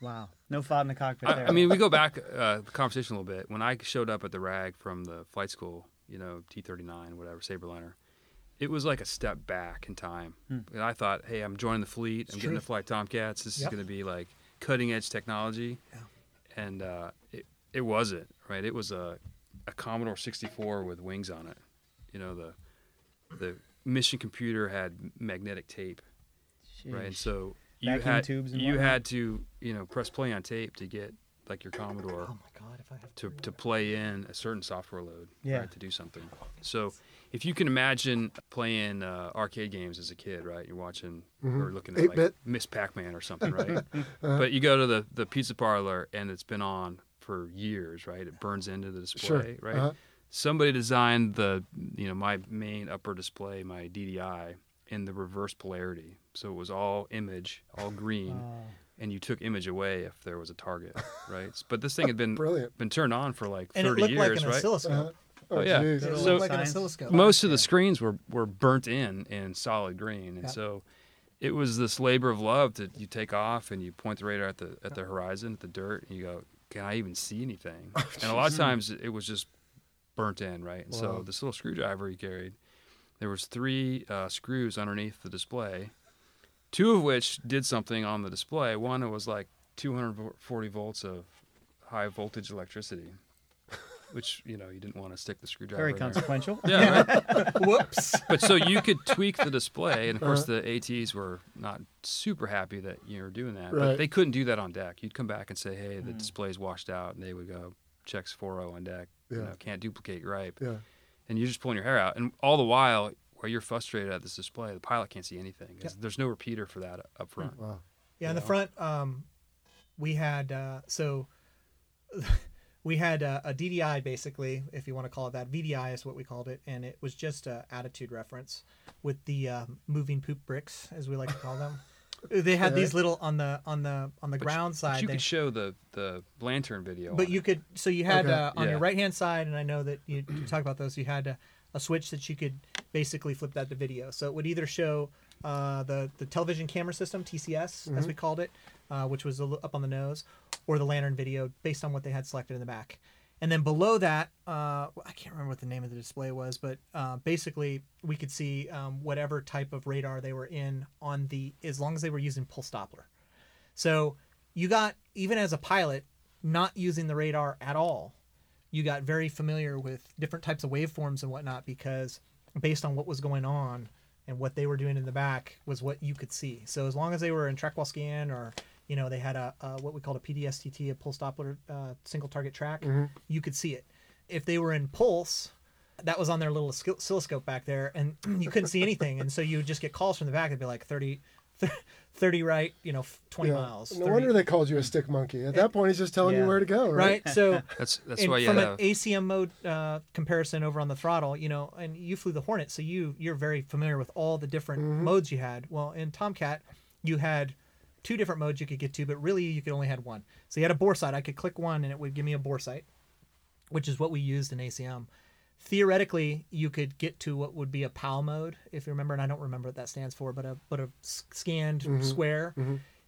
[SPEAKER 4] Wow. No thought in the cockpit
[SPEAKER 6] I,
[SPEAKER 4] there.
[SPEAKER 6] I mean, we go back uh, the conversation a little bit. When I showed up at the rag from the flight school, you know, T thirty nine, whatever, Saberliner, it was like a step back in time.
[SPEAKER 1] Hmm.
[SPEAKER 6] And I thought, hey, I'm joining the fleet. I'm getting to fly Tomcats. This
[SPEAKER 5] Yep.
[SPEAKER 6] is going to be like cutting edge technology. And uh, it it wasn't right. It was a a Commodore sixty four with wings on it. You know the the mission computer had magnetic tape right? And
[SPEAKER 4] Sheesh.
[SPEAKER 6] so you
[SPEAKER 4] Vacuum
[SPEAKER 6] had
[SPEAKER 4] tubes and
[SPEAKER 6] you
[SPEAKER 4] whatnot.
[SPEAKER 6] had to you know press play on tape to get like your Commodore
[SPEAKER 5] Oh my god, if I have
[SPEAKER 6] to, to play in a certain software load
[SPEAKER 4] Yeah.
[SPEAKER 6] right, to do something. So if you can imagine playing uh, arcade games as a kid, right? You're watching
[SPEAKER 1] Mm-hmm.
[SPEAKER 6] or looking at like
[SPEAKER 1] 8-bit.
[SPEAKER 6] Miss Pac-Man or something, right?
[SPEAKER 1] Uh-huh.
[SPEAKER 6] But you go to the the pizza parlor and it's been on for years, right? It burns into the display,
[SPEAKER 1] Sure.
[SPEAKER 6] right?
[SPEAKER 1] Uh-huh.
[SPEAKER 6] Somebody designed the you know my main upper display, my DDI, in the reverse polarity, so it was all image, all green.
[SPEAKER 5] Ah.
[SPEAKER 6] And you took image away if there was a target, right? But this thing had been
[SPEAKER 1] Brilliant.
[SPEAKER 6] been turned on for like
[SPEAKER 5] and it
[SPEAKER 6] thirty
[SPEAKER 5] looked
[SPEAKER 6] years,
[SPEAKER 5] like an
[SPEAKER 6] right?
[SPEAKER 1] Oh,
[SPEAKER 5] oscilloscope.
[SPEAKER 6] Oh, yeah.
[SPEAKER 1] geez.
[SPEAKER 5] It
[SPEAKER 6] So-
[SPEAKER 5] looked like an
[SPEAKER 4] Science-
[SPEAKER 5] oscilloscope.
[SPEAKER 6] most of the screens were were burnt in in solid green, and so it was this labor of love that you take off and you point the radar at the at the horizon, at the dirt, and you go, "Can I even see anything?" and a lot of times it was just burnt in, right? And so this little screwdriver he carried, there was three uh, screws underneath the display, two of which did something on the display. One was like 240 volts of high voltage electricity. Which you know you didn't want to stick the screwdriver.
[SPEAKER 4] Very
[SPEAKER 6] in there.
[SPEAKER 4] consequential.
[SPEAKER 6] Yeah, right?
[SPEAKER 5] Whoops.
[SPEAKER 6] but so you could tweak the display, and of course
[SPEAKER 5] Uh-huh.
[SPEAKER 6] the ATs were not super happy that you were doing that.
[SPEAKER 1] Right.
[SPEAKER 6] But they couldn't do that on deck. You'd come back and say, "Hey, the
[SPEAKER 5] Mm.
[SPEAKER 6] display's washed out," and they would go, "Checks 4.0 on deck. You
[SPEAKER 1] Yeah.
[SPEAKER 6] know, can't duplicate ripe."
[SPEAKER 1] Yeah.
[SPEAKER 6] And you're just pulling your hair out, and all the while, while you're frustrated at this display, the pilot can't see anything. 'cause There's no repeater for that up front.
[SPEAKER 1] Wow.
[SPEAKER 5] Yeah, in the front, um, we had uh, so we had uh, a DDI basically, if you want to call it that. VDI is what we called it, and it was just a attitude reference with the um, moving poop bricks, as we like to call them. they had these little on the on the on the
[SPEAKER 6] But you-
[SPEAKER 5] ground
[SPEAKER 6] but
[SPEAKER 5] side.
[SPEAKER 6] you
[SPEAKER 5] they-
[SPEAKER 6] could show the the lantern video.
[SPEAKER 5] but
[SPEAKER 6] on
[SPEAKER 5] you
[SPEAKER 6] it.
[SPEAKER 5] could so you had
[SPEAKER 1] Okay.
[SPEAKER 5] uh, on your
[SPEAKER 6] Yeah.
[SPEAKER 5] right hand side and i know that you, you talk about those you had a, a switch that you could basically flip that to video so it would either show uh, the the television camera system tcs as we called it uh, which was a li- up on the nose or the lantern video based on what they had selected in the back and then below that uh, i can't remember what the name of the display was but uh, basically we could see um, whatever type of radar they were in on the as long as they were using pulse doppler so you got even as a pilot, not using the radar at all, you got very familiar with different types of waveforms and whatnot because based on what was going on and what they were doing in the back was what you could see. So as long as they were in track while scan or you know they had a, a what we called a PDSTT, a pulse Doppler uh, single target track, you could see it. If they were in pulse, that was on their little oscill- oscilloscope back there and you couldn't see anything and so you would just get calls from the back it'd be like 30 30 right you know f- 20
[SPEAKER 1] Yeah.
[SPEAKER 5] miles
[SPEAKER 1] No
[SPEAKER 5] 30
[SPEAKER 1] wonder they called you a stick monkey. At that point, he's just telling
[SPEAKER 4] Yeah.
[SPEAKER 1] you where to go, right?
[SPEAKER 5] right so
[SPEAKER 6] That's that's
[SPEAKER 5] and
[SPEAKER 6] why you
[SPEAKER 5] from
[SPEAKER 6] had
[SPEAKER 5] an
[SPEAKER 6] a-
[SPEAKER 5] acm mode uh, comparison over on the throttle you know and you flew the hornet so you you're very familiar with all the different
[SPEAKER 1] Mm-hmm.
[SPEAKER 5] modes you had well in tomcat you had two different modes you could get to but really you could only had one so you had a bore sight i could click one and it would give me a bore sight which is what we used in ACM. Theoretically, you could get to what would be a PAL mode, if you remember, and I don't remember what that stands for, but a but a s- scanned square.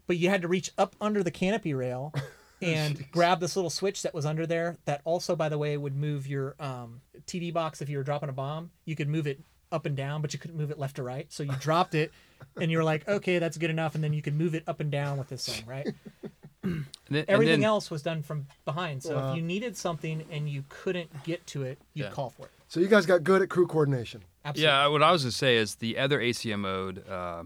[SPEAKER 5] But you had to reach up under the canopy rail and grab this little switch that was under there. That also, by the way, would move your um, TD box if you were dropping a bomb. You could move it up and down, but you couldn't move it left to right. So you dropped it, and you were like, okay, that's good enough. And then you could move it up and down with this thing, right?
[SPEAKER 6] and then- and
[SPEAKER 5] everything
[SPEAKER 6] then-
[SPEAKER 5] else was done from behind. So if you needed something and you couldn't get to it, you'd
[SPEAKER 6] Yeah.
[SPEAKER 5] call for it.
[SPEAKER 1] So you guys got good at crew coordination.
[SPEAKER 5] Absolutely.
[SPEAKER 6] Yeah, what I was gonna say is the other ACM mode, uh,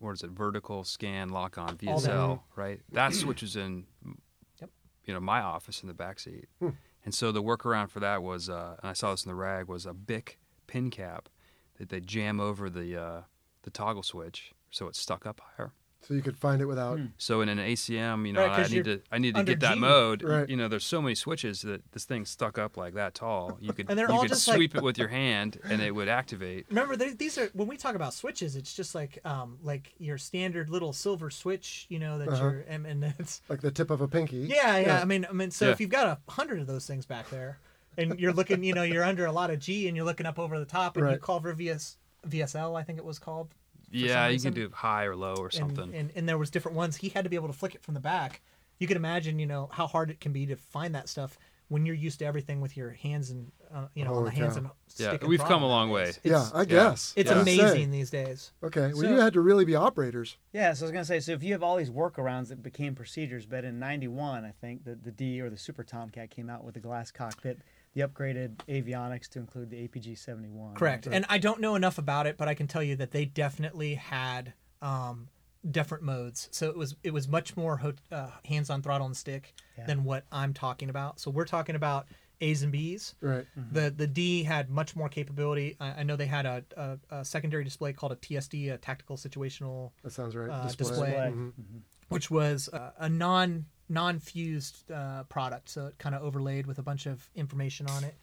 [SPEAKER 6] what is it? Vertical scan lock on
[SPEAKER 5] All that. Mm-hmm.
[SPEAKER 6] VSL, right? That switch was in,
[SPEAKER 5] Yep. Hmm.
[SPEAKER 6] you know, my office in the back seat, and so the workaround for that was, uh, and I saw this in the rag, was a BIC pin cap that they jam over the uh, the toggle switch so it's stuck up higher.
[SPEAKER 1] So you could find it without.
[SPEAKER 6] So in an ACM, you know,
[SPEAKER 5] Right,
[SPEAKER 6] I
[SPEAKER 5] 'cause
[SPEAKER 6] need
[SPEAKER 5] you're
[SPEAKER 6] to I need to
[SPEAKER 5] under
[SPEAKER 6] get that
[SPEAKER 5] G.
[SPEAKER 6] mode.
[SPEAKER 1] Right.
[SPEAKER 6] You know, there's so many switches that this thing's stuck up like that tall. You could
[SPEAKER 5] And they're
[SPEAKER 6] you
[SPEAKER 5] all
[SPEAKER 6] could
[SPEAKER 5] just like-
[SPEAKER 6] sweep it with your hand and it would activate.
[SPEAKER 5] Remember, they, these are when we talk about switches. It's just like um, like your standard little silver switch, you know, that you're and, and it's
[SPEAKER 1] Like the tip of a pinky.
[SPEAKER 5] yeah, yeah, I mean, I mean, so
[SPEAKER 6] Yeah.
[SPEAKER 5] if you've got a hundred of those things back there, and you're looking, you know, you're under a lot of G, and you're looking up over the top, and you
[SPEAKER 1] Right.
[SPEAKER 5] call for VS, VSL, I think it was called. for
[SPEAKER 6] Yeah,
[SPEAKER 5] some
[SPEAKER 6] you
[SPEAKER 5] reason.
[SPEAKER 6] can do high or low or
[SPEAKER 5] and,
[SPEAKER 6] something.
[SPEAKER 5] And, and there was different ones. He had to be able to flick it from the back. You can imagine, you know, how hard it can be to find that stuff when you're used to everything with your hands and, uh, you know, on
[SPEAKER 1] Holy
[SPEAKER 5] the hands
[SPEAKER 1] cow.
[SPEAKER 5] and
[SPEAKER 6] yeah,
[SPEAKER 5] stick and
[SPEAKER 6] we've come
[SPEAKER 5] throttle
[SPEAKER 6] a long way.
[SPEAKER 5] nowadays.
[SPEAKER 1] Yeah,
[SPEAKER 5] It's,
[SPEAKER 1] I guess.
[SPEAKER 5] it's
[SPEAKER 1] Yeah.
[SPEAKER 5] amazing these days.
[SPEAKER 1] Okay, well,
[SPEAKER 4] So-
[SPEAKER 1] you had to really be operators.
[SPEAKER 4] Yeah, so I was gonna say, so if you have all these workarounds that became procedures, but in '91, I think the the D or the Super Tomcat came out with the glass cockpit, the upgraded avionics to include the APG 71.
[SPEAKER 5] Correct. And I don't know enough about it, but I can tell you that they definitely had um, different modes. So it was it was much more ho- uh, hands on throttle and stick than what I'm talking about. So we're talking about A's and B's.
[SPEAKER 1] Right.
[SPEAKER 5] The the D had much more capability. I, I know they had a, a, a secondary display called a TSD, a tactical situational
[SPEAKER 1] That sounds right.
[SPEAKER 5] uh,
[SPEAKER 1] display. Mm-hmm.
[SPEAKER 5] display, which was uh, a non non fused uh, product, so it kind of overlaid with a bunch of information on it.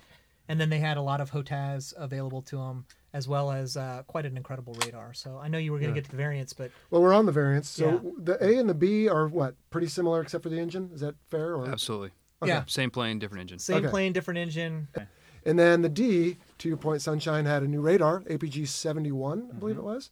[SPEAKER 5] And then they had a lot of HOTAS available to them, as well as uh, quite an incredible radar. So I know you were going to get to the variants, but
[SPEAKER 1] Well, we're on the variants. So
[SPEAKER 5] Yeah.
[SPEAKER 1] the A and the B are what? Pretty similar except for the engine. Is that fair? Or?
[SPEAKER 6] Absolutely.
[SPEAKER 5] yeah,
[SPEAKER 6] Same plane, different engine.
[SPEAKER 5] same
[SPEAKER 1] Okay.
[SPEAKER 5] plane, different engine.
[SPEAKER 1] And then the D, to your point, Sunshine had a new radar, APG 71, I
[SPEAKER 5] Mm-hmm.
[SPEAKER 1] believe it was,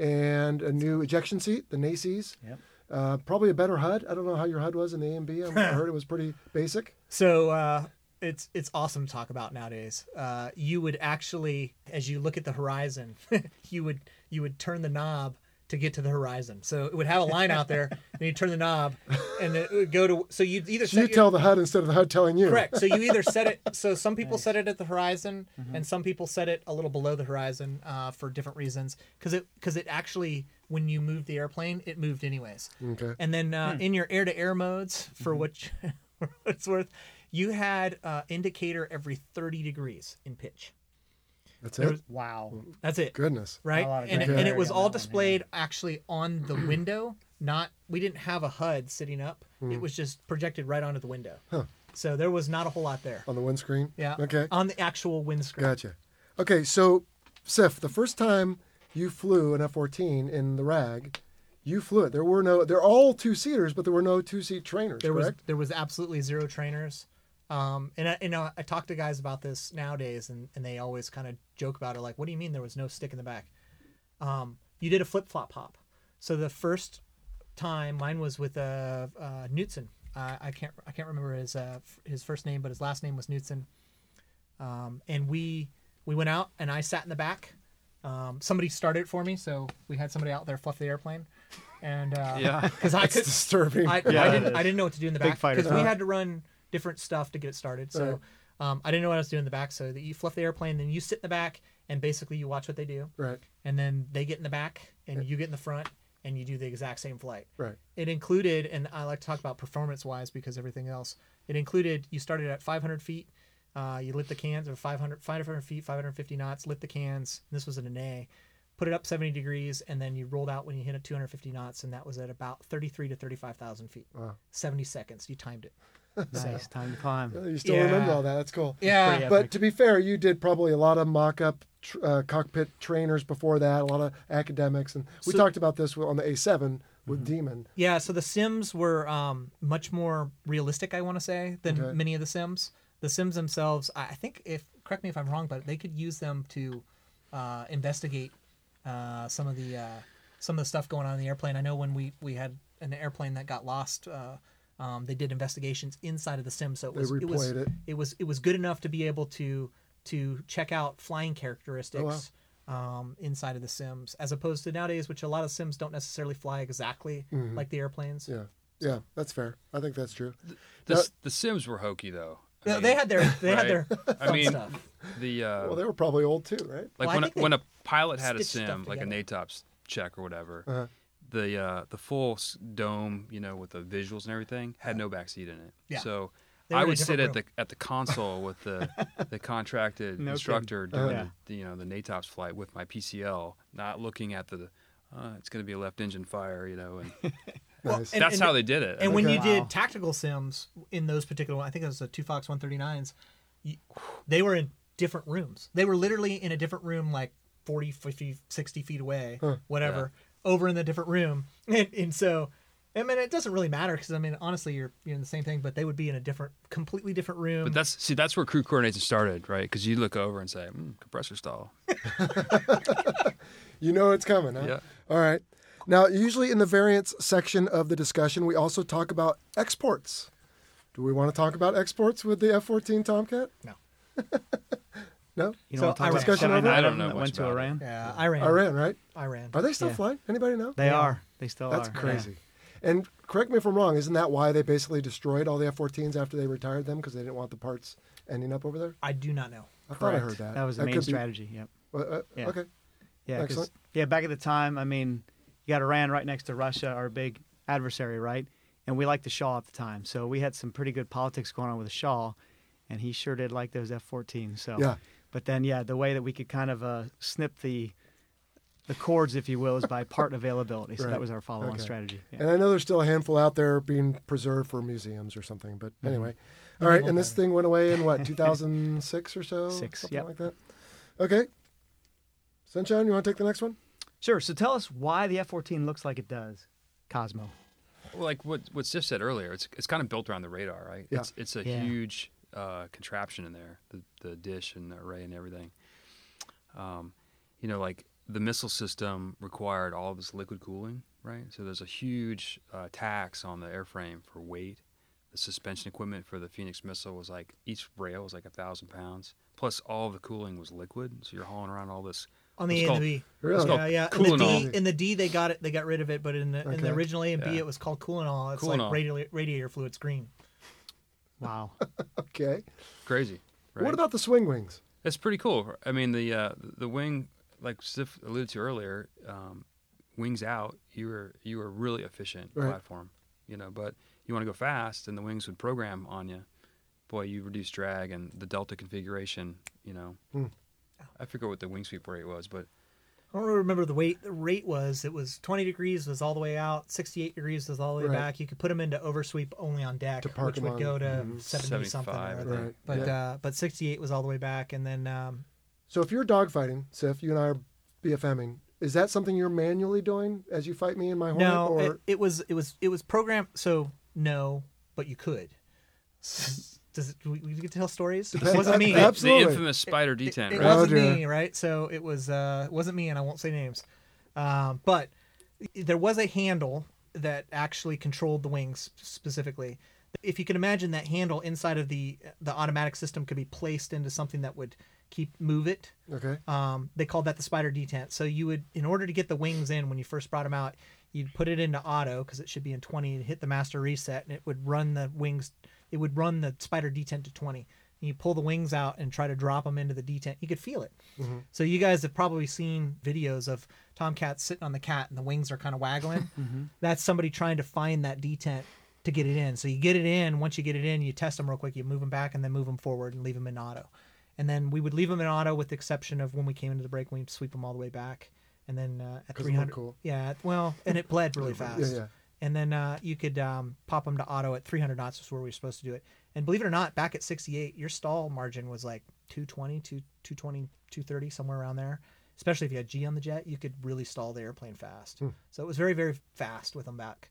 [SPEAKER 1] and a new ejection seat, the NACES.
[SPEAKER 4] Yep.
[SPEAKER 1] Uh, probably a better HUD. I don't know how your HUD was in the A and B. I I heard it was pretty basic.
[SPEAKER 5] So uh, it's it's awesome to talk about nowadays. Uh, you would actually, as you look at the horizon, you would you would turn the knob to get to the horizon. So it would have a line out there, and you turn the knob, and it would go to. So you would either
[SPEAKER 1] So you
[SPEAKER 5] set your-
[SPEAKER 1] tell the HUD instead of the HUD telling you.
[SPEAKER 5] correct. So you either set it. So some people set it at the horizon,
[SPEAKER 4] Mm-hmm.
[SPEAKER 5] and some people set it a little below the horizon uh, for different reasons. Because it because it actually when you moved the airplane, it moved anyways.
[SPEAKER 1] Okay.
[SPEAKER 5] And then uh,
[SPEAKER 4] Hmm.
[SPEAKER 5] in your air to air modes, for
[SPEAKER 4] Mm-hmm.
[SPEAKER 5] which for what it's worth, you had uh, indicator every 30 degrees in pitch.
[SPEAKER 1] That's
[SPEAKER 5] There
[SPEAKER 1] it.
[SPEAKER 5] was-
[SPEAKER 4] Wow.
[SPEAKER 5] That's it.
[SPEAKER 1] Goodness.
[SPEAKER 5] Right?
[SPEAKER 4] A lot of
[SPEAKER 5] And, it-
[SPEAKER 1] great
[SPEAKER 5] and it
[SPEAKER 4] work
[SPEAKER 5] was
[SPEAKER 4] on
[SPEAKER 5] all
[SPEAKER 4] that one, yeah.
[SPEAKER 5] displayed actually on the window, not, we didn't have a HUD sitting up.
[SPEAKER 4] Hmm.
[SPEAKER 5] It was just projected right onto the window. So there was not a whole lot there.
[SPEAKER 1] On the windscreen.
[SPEAKER 5] Yeah.
[SPEAKER 1] Okay.
[SPEAKER 5] On the actual windscreen.
[SPEAKER 1] Gotcha. Okay, so Sif, the first time you flew an F fourteen in the RAG, you flew it. There were no there are all two seaters, but there were no two seat trainers,
[SPEAKER 5] there
[SPEAKER 1] correct?
[SPEAKER 5] was there was absolutely zero trainers um and i you know i talk to guys about this nowadays and, and they always kind of joke about it like what do you mean there was no stick in the back um you did a flip-flop hop so the first time mine was with uh, uh newton uh, i can't i can't remember his uh f- his first name but his last name was newton um and we we went out and i sat in the back um, somebody started it for me, so we had somebody out there fluff the airplane, and uh,
[SPEAKER 6] Yeah.
[SPEAKER 5] because I could,
[SPEAKER 1] disturbing.
[SPEAKER 5] I,
[SPEAKER 4] Yeah,
[SPEAKER 5] I
[SPEAKER 4] that is.
[SPEAKER 5] didn't. I didn't know what to do in the
[SPEAKER 4] Big
[SPEAKER 5] back
[SPEAKER 4] fighter
[SPEAKER 5] because we
[SPEAKER 4] pilot.
[SPEAKER 5] had to run different stuff to get it started. So um, I didn't know what I was doing in the back. So that you fluff the airplane, then you sit in the back, and basically you watch what they do,
[SPEAKER 1] right,
[SPEAKER 5] and then they get in the back, and you get in the front, and you do the exact same flight.
[SPEAKER 1] right.
[SPEAKER 5] It included, and I like to talk about performance wise because everything else. It included you started at 500 feet. Uh, you lit the cans or 500, 500 feet, 550 knots, lit the cans. This was in an A. Put it up 70 degrees, and then you rolled out when you hit at 250 knots, and that was at about 33 to 35,000 feet. 70 seconds. You timed it.
[SPEAKER 4] Nice time to climb.
[SPEAKER 1] Oh, You still
[SPEAKER 5] Yeah.
[SPEAKER 1] remember all that. That's cool.
[SPEAKER 5] Yeah.
[SPEAKER 4] pretty
[SPEAKER 1] But
[SPEAKER 4] epic.
[SPEAKER 1] to be fair, you did probably a lot of mock-up tr- uh, cockpit trainers before that, a lot of academics, and we
[SPEAKER 5] So- Mm-hmm.
[SPEAKER 1] talked about this on the A7 with Demon.
[SPEAKER 5] Yeah, so the Sims were um, much more realistic, I want to say, than
[SPEAKER 1] Okay.
[SPEAKER 5] many of the Sims. The Sims themselves, I I think, if correct me if I'm wrong, but they could use them to uh, investigate uh, some of the uh, some of the stuff going on in the airplane. I know when we we had an airplane that got lost, uh, um, they did investigations inside of the Sim, so it
[SPEAKER 1] They
[SPEAKER 5] was it was
[SPEAKER 1] replayed it.
[SPEAKER 5] it was it was good enough to be able to to check out flying characteristics um, inside of the Sims, as opposed to nowadays, which a lot of Sims don't necessarily fly exactly like the airplanes.
[SPEAKER 1] Yeah, yeah, that's fair. I think that's true.
[SPEAKER 6] The,
[SPEAKER 1] Now-
[SPEAKER 6] the Sims were hokey though. I
[SPEAKER 5] They-
[SPEAKER 6] mean,
[SPEAKER 5] they had their they had their
[SPEAKER 6] Right. I
[SPEAKER 5] fun
[SPEAKER 6] mean,
[SPEAKER 5] stuff.
[SPEAKER 6] the uh,
[SPEAKER 1] Well, they were probably old too, right?
[SPEAKER 6] like
[SPEAKER 5] Well, I
[SPEAKER 6] when, a,
[SPEAKER 5] think they
[SPEAKER 6] when a pilot had a
[SPEAKER 5] stitched stuff
[SPEAKER 6] sim, like an
[SPEAKER 5] together.
[SPEAKER 6] ATOPS check or whatever, the uh, the full s- dome, you know, with the visuals and everything, had no backseat in it.
[SPEAKER 5] Yeah.
[SPEAKER 6] So
[SPEAKER 5] They were
[SPEAKER 6] I
[SPEAKER 5] in a
[SPEAKER 6] would sit
[SPEAKER 5] different
[SPEAKER 6] at the at the console with the the contracted
[SPEAKER 4] No
[SPEAKER 6] instructor doing
[SPEAKER 4] Yeah.
[SPEAKER 6] the, you know the NATOPS flight with my PCL, not looking at the uh, it's going to be a left engine fire, you know, and
[SPEAKER 5] Well,
[SPEAKER 1] Nice.
[SPEAKER 5] and-
[SPEAKER 6] that's
[SPEAKER 5] and-
[SPEAKER 6] how they did it. I
[SPEAKER 5] And when
[SPEAKER 6] mean,
[SPEAKER 5] you
[SPEAKER 4] Okay. Wow.
[SPEAKER 5] did tactical sims in those particular, I think it was the two Fox 139s, you, they were in different rooms. They were literally in a different room, like 40, 50, 60 feet away, whatever, over in the different room. And, and so, I mean, it doesn't really matter because, I mean, honestly, you're, you're in the same thing, but they would be in a different, completely different room.
[SPEAKER 6] But that's see, that's where crew coordination started, right? Because you look over and say, mm, compressor stall.
[SPEAKER 1] You know it's coming, huh?
[SPEAKER 6] Yeah.
[SPEAKER 1] All right. Now, usually in the variants section of the discussion, we also talk about exports. Do we want to talk about exports with the F 14 Tomcat?
[SPEAKER 5] No.
[SPEAKER 1] no?
[SPEAKER 4] You
[SPEAKER 5] So
[SPEAKER 4] know,
[SPEAKER 5] I
[SPEAKER 4] so
[SPEAKER 1] discussion over?
[SPEAKER 6] I don't know much
[SPEAKER 4] Went to
[SPEAKER 6] about it.
[SPEAKER 4] Iran.
[SPEAKER 5] yeah, Iran.
[SPEAKER 1] Iran, right?
[SPEAKER 5] Iran.
[SPEAKER 1] Are they still
[SPEAKER 4] Yeah.
[SPEAKER 1] flying? Anybody know?
[SPEAKER 4] They are. They still
[SPEAKER 1] That's
[SPEAKER 4] are.
[SPEAKER 1] crazy. And correct me if I'm wrong, isn't that why they basically destroyed all the F 14s after they retired them because they didn't want the parts ending up over there?
[SPEAKER 5] I do not know.
[SPEAKER 1] I
[SPEAKER 4] Yeah.
[SPEAKER 1] thought I
[SPEAKER 4] Correct.
[SPEAKER 1] heard that.
[SPEAKER 4] That was the main
[SPEAKER 1] could be-
[SPEAKER 4] strategy. Yep.
[SPEAKER 1] uh, uh,
[SPEAKER 4] Yeah.
[SPEAKER 1] Okay.
[SPEAKER 4] Yeah, 'cause-
[SPEAKER 1] Excellent.
[SPEAKER 4] yeah, back at the time, I mean, you got Iran right next to Russia, our big adversary, right? And we liked the Shah at the time, so we had some pretty good politics going on with the Shah, and he sure did like those F-14. So
[SPEAKER 1] Yeah.
[SPEAKER 4] But then, yeah, the way that we could kind of uh, snip the the cords, if you will, is by part availability. So
[SPEAKER 1] Right.
[SPEAKER 4] that was our follow-on
[SPEAKER 1] Okay.
[SPEAKER 4] strategy. Yeah.
[SPEAKER 1] And I know there's still a handful out there being preserved for museums or something. But
[SPEAKER 4] Mm-hmm.
[SPEAKER 1] anyway, all right. And this thing went away in what 2006 or so,
[SPEAKER 4] Six,
[SPEAKER 1] something
[SPEAKER 4] yep.
[SPEAKER 1] like that. Okay. Sunshine, you want to take the next one?
[SPEAKER 4] Sure. So tell us why the F-14 looks like it does, Cosmo.
[SPEAKER 6] Well, like what what Sif said earlier, it's it's kind of built around the radar, right? It's it's a
[SPEAKER 4] Yeah.
[SPEAKER 6] huge uh, contraption in there, the the dish and the array and everything. Um, you know, like the missile system required all of this liquid cooling, right? So there's a huge uh, tax on the airframe for weight. The suspension equipment for the Phoenix missile was like each rail was like a thousand pounds, plus all the cooling was liquid. So you're hauling around all this
[SPEAKER 5] on the
[SPEAKER 6] what's
[SPEAKER 5] A and
[SPEAKER 6] called-
[SPEAKER 5] the B.
[SPEAKER 1] Really?
[SPEAKER 6] called
[SPEAKER 5] Yeah, yeah. in the
[SPEAKER 6] Coulinol.
[SPEAKER 5] D, in the D, they got it. They got rid of it, but in the, in
[SPEAKER 1] Okay.
[SPEAKER 5] the original A and B,
[SPEAKER 6] Yeah.
[SPEAKER 5] it was called Coulinol. It's
[SPEAKER 6] Coulinol.
[SPEAKER 5] like radiator, radiator fluids green.
[SPEAKER 4] Wow.
[SPEAKER 1] Okay.
[SPEAKER 5] E.
[SPEAKER 6] Crazy. Right?
[SPEAKER 1] What about the swing wings?
[SPEAKER 6] That's pretty cool. I mean, the uh, the wing, like Sif alluded to earlier, um, wings out. You were you were really efficient
[SPEAKER 1] Right.
[SPEAKER 6] platform, you know. But you want to go fast, and the wings would program on you. Boy, you reduce drag and the delta configuration. You know,
[SPEAKER 1] Hmm.
[SPEAKER 6] I forget what the wing sweep rate was, but
[SPEAKER 5] I don't really remember the weight the rate was. It was 20 degrees was all the way out, 68 degrees was all the way
[SPEAKER 1] Right.
[SPEAKER 5] back. You could put them into oversweep only on deck,
[SPEAKER 1] To park
[SPEAKER 5] which
[SPEAKER 1] 'em
[SPEAKER 5] would
[SPEAKER 1] on-
[SPEAKER 5] go to
[SPEAKER 1] mhm.
[SPEAKER 5] 70 something.
[SPEAKER 6] 75,
[SPEAKER 5] Or
[SPEAKER 6] I
[SPEAKER 5] other.
[SPEAKER 6] think.
[SPEAKER 1] Right.
[SPEAKER 5] But
[SPEAKER 1] Yeah.
[SPEAKER 5] uh, but 68 was all the way back, and then um,
[SPEAKER 1] So if you're dogfighting, Sif, you and I are BFMing. Is that something you're manually doing as you fight me in my hornet?
[SPEAKER 5] no,
[SPEAKER 1] or
[SPEAKER 5] it, it was it was it was programmed. So no, but you could. Does it, do we, we get to tell stories? It wasn't me.
[SPEAKER 1] Abs-
[SPEAKER 6] the
[SPEAKER 1] Absolutely.
[SPEAKER 6] infamous spider
[SPEAKER 5] It-
[SPEAKER 6] detent,
[SPEAKER 5] It,
[SPEAKER 6] right?
[SPEAKER 1] was-
[SPEAKER 5] wasn't
[SPEAKER 1] Oh, dear.
[SPEAKER 5] me, right? So it was uh, it wasn't me, and I won't say names. Um, but there was a handle that actually controlled the wings specifically. If you can imagine that handle inside of the the automatic system could be placed into something that would keep move it.
[SPEAKER 1] okay.
[SPEAKER 5] Um, they called that the spider detent. So you would, in order to get the wings in when you first brought them out, you'd put it into auto because it should be in 20 and hit the master reset, and it would run the wings. It would run the spider detent to 20. And you pull the wings out and try to drop them into the detent. You could feel it. So you guys have probably seen videos of tomcats sitting on the cat and the wings are kind of waggling. That's somebody trying to find that detent to get it in. So you get it in. Once you get it in, you test them real quick. You move them back and then move them forward and leave them in auto. And then we would leave them in auto with the exception of when we came into the break, we'd sweep them all the way back. And then uh, at
[SPEAKER 1] 'Cause it looked
[SPEAKER 5] 300.
[SPEAKER 1] cool.
[SPEAKER 5] Yeah. at- Well, and it bled really fast.
[SPEAKER 1] yeah.
[SPEAKER 5] And then uh, you could um, pop them to auto at 300 knots, is where we were supposed to do it. And believe it or not, back at 68, your stall margin was like 220, 2, 220, 230, somewhere around there. Especially if you had G on the jet, you could really stall the airplane fast.
[SPEAKER 1] Hmm.
[SPEAKER 5] So it was very, very fast with them back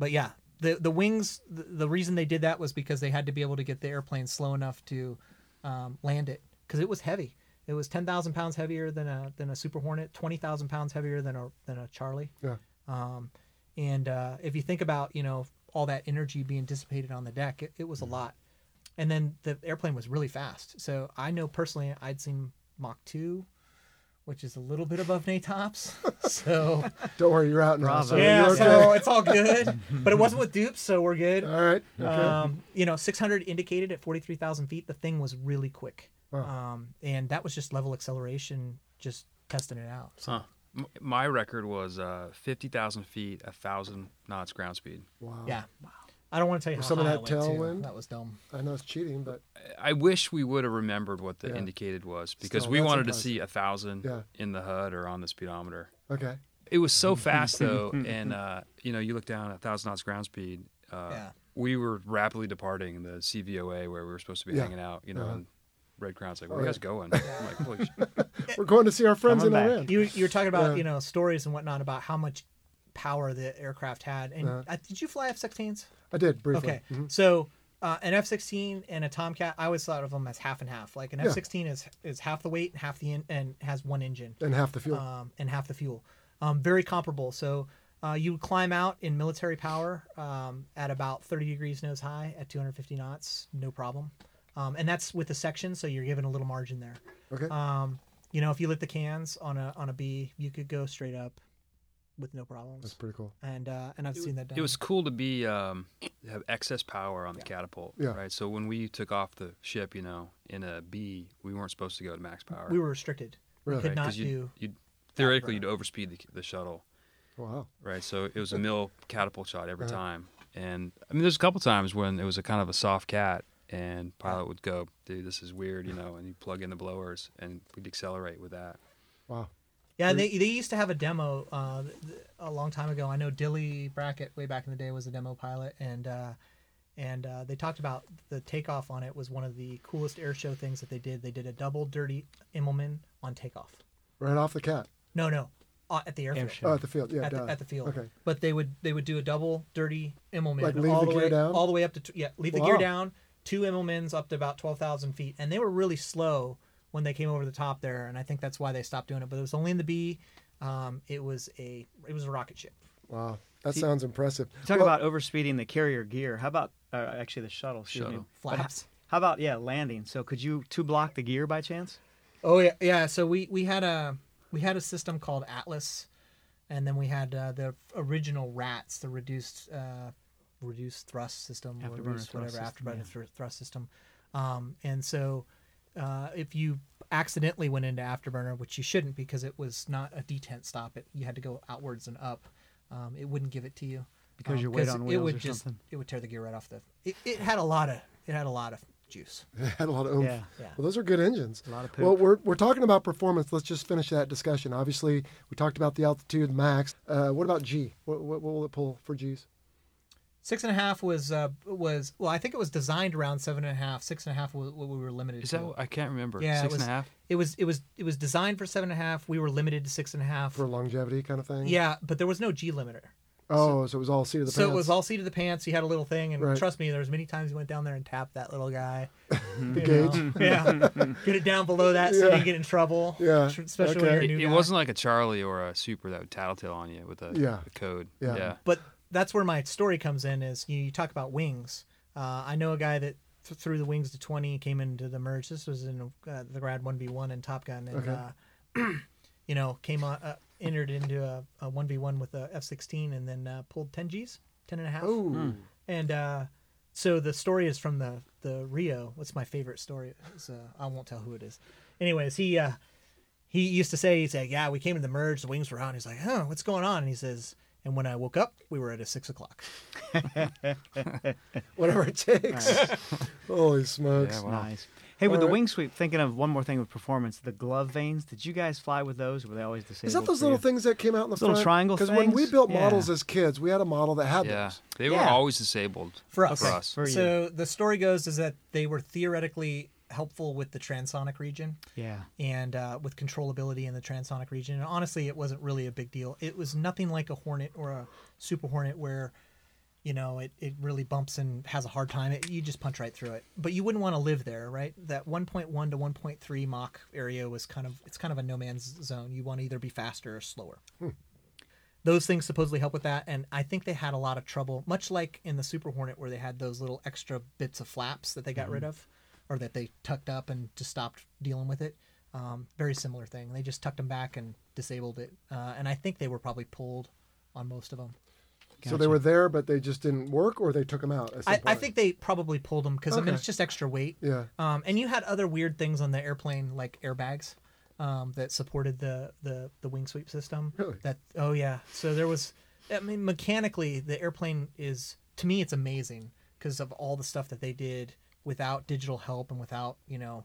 [SPEAKER 5] but yeah the the wings the, the reason they did that was because they had to be able to get the airplane slow enough to um, land it because it was heavy it was 10,000 pounds heavier than a than a super hornet 20,000 pounds heavier than a than a charlie
[SPEAKER 1] Yeah.
[SPEAKER 5] um, and uh, if you think about you know all that energy being dissipated on the deck it, it was a lot and then the airplane was really fast so i know personally i'd seen mach 2 which is a little bit above natops so
[SPEAKER 1] Don't worry, you're out now.
[SPEAKER 4] Bravo.
[SPEAKER 1] So
[SPEAKER 5] yeah,
[SPEAKER 1] you're okay.
[SPEAKER 5] so it's all good. but it wasn't with dupes, so we're good.
[SPEAKER 1] All right. Oh, Okay.
[SPEAKER 5] Um, you know, 600 indicated at 43,000 feet. The thing was really quick.
[SPEAKER 1] Wow.
[SPEAKER 5] Um, and that was just level acceleration, just testing it out. So
[SPEAKER 6] Huh. M- My record was uh, fifty thousand feet, thousand knots ground speed.
[SPEAKER 1] wow.
[SPEAKER 5] yeah, I don't want to tell you how
[SPEAKER 1] Some of
[SPEAKER 5] high
[SPEAKER 1] that
[SPEAKER 5] I went, too.
[SPEAKER 1] tailwind?
[SPEAKER 5] That was dumb.
[SPEAKER 1] I know it's cheating, but
[SPEAKER 6] I wish we would have remembered what the
[SPEAKER 1] Yeah.
[SPEAKER 6] indicated was because
[SPEAKER 1] Still,
[SPEAKER 6] we
[SPEAKER 1] that's
[SPEAKER 6] wanted
[SPEAKER 1] impressive.
[SPEAKER 6] to see a thousand
[SPEAKER 1] Yeah.
[SPEAKER 6] in the HUD or on the speedometer.
[SPEAKER 1] okay.
[SPEAKER 6] It was so fast though, and uh, you know, you look down at thousand knots ground speed. Uh,
[SPEAKER 5] Yeah.
[SPEAKER 6] We were rapidly departing the CVOA where we were supposed to be
[SPEAKER 1] Yeah.
[SPEAKER 6] hanging out. You know,
[SPEAKER 1] Uh-huh.
[SPEAKER 6] and Red Crown's like, "Where
[SPEAKER 1] Oh,
[SPEAKER 6] are you
[SPEAKER 1] yeah.
[SPEAKER 6] guys going?" I'm like, "Holy shit."
[SPEAKER 1] We're going to see our friends in
[SPEAKER 4] Coming back.
[SPEAKER 1] Iran.
[SPEAKER 5] You you were talking about
[SPEAKER 1] Yeah.
[SPEAKER 5] you know stories and whatnot about how much power the aircraft had. And
[SPEAKER 1] Yeah.
[SPEAKER 5] uh, did you fly F-16s?
[SPEAKER 1] I did briefly.
[SPEAKER 5] Okay,
[SPEAKER 1] Mhm.
[SPEAKER 5] so uh, an F sixteen and a Tomcat, I always thought of them as half and half. Like an
[SPEAKER 1] Yeah.
[SPEAKER 5] F sixteen is is half the weight and half the in, and has one engine
[SPEAKER 1] And half the fuel.
[SPEAKER 5] um, and half the fuel. Um, very comparable. So uh, you would climb out in military power um, at about 30 degrees nose high at 250 knots, no problem. Um, and that's with a section, so you're given a little margin there.
[SPEAKER 1] okay.
[SPEAKER 5] Um, you know, if you lit the cans on a on a B, you could go straight up with no
[SPEAKER 1] That's
[SPEAKER 5] problems.
[SPEAKER 1] pretty cool.
[SPEAKER 5] And uh, and I've seen that done.
[SPEAKER 6] It was cool to be um, have excess power on the catapult,
[SPEAKER 1] Yeah.
[SPEAKER 6] right? So when we took off the ship, you know, in a B, we weren't supposed to go to max power.
[SPEAKER 5] we were restricted.
[SPEAKER 1] Really?
[SPEAKER 5] We could
[SPEAKER 6] right? 'Cause
[SPEAKER 5] not
[SPEAKER 6] you'd-
[SPEAKER 5] do.
[SPEAKER 6] you'd- theoretically you'd overspeed the, the shuttle.
[SPEAKER 1] Wow.
[SPEAKER 6] right? So it was a mill catapult shot every time. And I mean, there's a couple times when it was a kind of a soft cat, and pilot would go, "Dude, this is weird," you know, and you plug in the blowers, and we'd accelerate with that.
[SPEAKER 1] Wow.
[SPEAKER 5] Yeah, and they, they used to have a demo uh, th- th- a long time ago. I know Dilly Brackett way back in the day was a demo pilot, and uh, and uh, they talked about the takeoff on it was one of the coolest air show things that they did. They did a double dirty Immelman on takeoff.
[SPEAKER 1] Right off the cat.
[SPEAKER 5] No, no, uh, at the airfield.
[SPEAKER 4] show.
[SPEAKER 1] Oh, at the field. Yeah,
[SPEAKER 5] At the,
[SPEAKER 1] duh.
[SPEAKER 5] at the field,
[SPEAKER 1] Okay.
[SPEAKER 5] but they would they would do a double dirty Immelman
[SPEAKER 1] Like leave
[SPEAKER 5] all
[SPEAKER 1] the
[SPEAKER 5] the,
[SPEAKER 1] gear
[SPEAKER 5] way
[SPEAKER 1] down?
[SPEAKER 5] all the way up to t- yeah leave the gear
[SPEAKER 1] Wow.
[SPEAKER 5] down two Immelmans up to about twelve thousand feet and they were really slow when they came over the top there and I think that's why they stopped doing it but it was only in the B um, it was a it was a rocket ship
[SPEAKER 1] Wow. That sounds impressive.
[SPEAKER 4] Talk
[SPEAKER 1] Well,
[SPEAKER 4] about overspeeding the carrier gear. How about uh, actually the shuttle? Excuse me.
[SPEAKER 6] Shuttle.
[SPEAKER 4] But h-
[SPEAKER 5] Flaps.
[SPEAKER 4] How about yeah, landing? So could you two block the gear by chance?
[SPEAKER 5] Oh yeah, yeah. So we we had a we had a system called Atlas, and then we had uh, the original Rats, the reduced uh, reduced thrust system, or
[SPEAKER 4] Afterburner
[SPEAKER 5] reduced
[SPEAKER 4] thrust
[SPEAKER 5] whatever
[SPEAKER 4] system,
[SPEAKER 5] afterburner
[SPEAKER 4] yeah.
[SPEAKER 5] thr- thrust system. Um, and so, uh, if you accidentally went into afterburner, which you shouldn't because it was not a detent stop, it you had to go outwards and up. Um, it wouldn't give it to you
[SPEAKER 4] Because
[SPEAKER 5] um,
[SPEAKER 4] your weight on
[SPEAKER 5] it
[SPEAKER 4] wheels
[SPEAKER 5] would
[SPEAKER 4] or
[SPEAKER 5] just
[SPEAKER 4] something.
[SPEAKER 5] it would tear the gear right off the. It, it had a lot of it had a lot of juice.
[SPEAKER 1] They had a lot of oomph.
[SPEAKER 4] Yeah.
[SPEAKER 5] Yeah.
[SPEAKER 1] Well, those are good engines.
[SPEAKER 4] A lot of
[SPEAKER 1] Well,
[SPEAKER 4] poop.
[SPEAKER 1] we're, we're talking about performance. Let's just finish that discussion. Obviously, we talked about the altitude max. Uh, what about G? What, what, what will it pull for G's?
[SPEAKER 5] Six and a half was uh, was well, I think it was designed around seven and a half. Six and a half was what we were limited
[SPEAKER 6] Is
[SPEAKER 5] to.
[SPEAKER 6] that? what- I can't remember.
[SPEAKER 5] Yeah, it
[SPEAKER 6] Six and
[SPEAKER 5] was-
[SPEAKER 6] a half.
[SPEAKER 5] It was it was it was designed for seven and a half. We were limited to six and a half.
[SPEAKER 1] For longevity kind of thing?
[SPEAKER 5] yeah, but there was no G limiter,
[SPEAKER 1] Oh, so it was all seat of the
[SPEAKER 5] so
[SPEAKER 1] pants.
[SPEAKER 5] it was all seat of the pants. You had a little thing, and
[SPEAKER 1] Right.
[SPEAKER 5] trust me, there was many times you went down there and tapped that little guy.
[SPEAKER 1] the
[SPEAKER 5] you
[SPEAKER 1] gauge.
[SPEAKER 5] know. yeah, get it down below that so you
[SPEAKER 1] Yeah.
[SPEAKER 5] didn't get in trouble.
[SPEAKER 1] Yeah,
[SPEAKER 5] tr- especially
[SPEAKER 1] okay.
[SPEAKER 5] when you're a
[SPEAKER 6] It,
[SPEAKER 5] new
[SPEAKER 6] it
[SPEAKER 5] guy.
[SPEAKER 6] wasn't like a Charlie or a Super that would tattletale on you with a,
[SPEAKER 1] Yeah.
[SPEAKER 6] a code.
[SPEAKER 1] Yeah.
[SPEAKER 5] but that's where my story comes in is you, you talk about wings uh, i know a guy that th- threw the wings to 20 came into the merge this was in uh, the grad 1v1 and top gun and
[SPEAKER 1] Okay.
[SPEAKER 5] uh, you know came on uh, entered into a, a 1v1 with a f-16 and then uh, pulled 10 g's 10 and a half
[SPEAKER 1] Oh,
[SPEAKER 5] and uh, so the story is from the the Rio. What's my favorite story? It's, uh, I won't tell who it is. Anyways, he uh, he used to say, he said, "Yeah, we came to the merge. The wings were on." He's like, "Huh, what's going on?" And he says, "And when I woke up, we were at a six o'clock."
[SPEAKER 1] whatever it takes. Holy smokes.
[SPEAKER 6] Yeah, wow.
[SPEAKER 4] Nice. Hey, with the
[SPEAKER 1] Alright.
[SPEAKER 4] wing sweep, thinking of one more thing with performance, the glove vanes. Did you guys fly with those? Or were they always disabled?
[SPEAKER 1] Is that those
[SPEAKER 4] for
[SPEAKER 1] little
[SPEAKER 4] you?
[SPEAKER 1] things that came out in the
[SPEAKER 4] Little
[SPEAKER 1] front?
[SPEAKER 4] triangle
[SPEAKER 1] Because when we
[SPEAKER 4] things?
[SPEAKER 1] built
[SPEAKER 4] Yeah.
[SPEAKER 1] models as kids, we had a model that had
[SPEAKER 6] Yeah.
[SPEAKER 1] those.
[SPEAKER 6] They were
[SPEAKER 4] Yeah.
[SPEAKER 6] always disabled.
[SPEAKER 5] For us.
[SPEAKER 6] For us.
[SPEAKER 4] For you.
[SPEAKER 5] so the story goes is that they were theoretically helpful with the transonic region.
[SPEAKER 4] Yeah.
[SPEAKER 5] and uh, with controllability in the transonic region. And honestly, it wasn't really a big deal. It was nothing like a Hornet or a Super Hornet where, you know, it, it really bumps and has a hard time. It, you just punch right through it. But you wouldn't want to live there, right? That 1.1 to 1.3 Mach area was kind of it's kind of a no man's zone. You want to either be faster or slower. Those things supposedly help with that, and I think they had a lot of trouble, much like in the Super Hornet, where they had those little extra bits of flaps that they got rid of, or that they tucked up and just stopped dealing with it. Um, very similar thing. They just tucked them back and disabled it, uh, and I think they were probably pulled on most of them.
[SPEAKER 1] So they
[SPEAKER 4] Gotcha.
[SPEAKER 1] were there, but they just didn't work, or they took them out. at some
[SPEAKER 5] I, I
[SPEAKER 1] point?
[SPEAKER 5] think they probably pulled them because I mean
[SPEAKER 1] Okay.
[SPEAKER 5] it's just extra weight.
[SPEAKER 1] Yeah.
[SPEAKER 5] Um, and you had other weird things on the airplane like airbags um, that supported the the the wing sweep system.
[SPEAKER 1] Really?
[SPEAKER 5] That oh yeah. So there was, I mean, mechanically the airplane is to me it's amazing because of all the stuff that they did without digital help and without you know.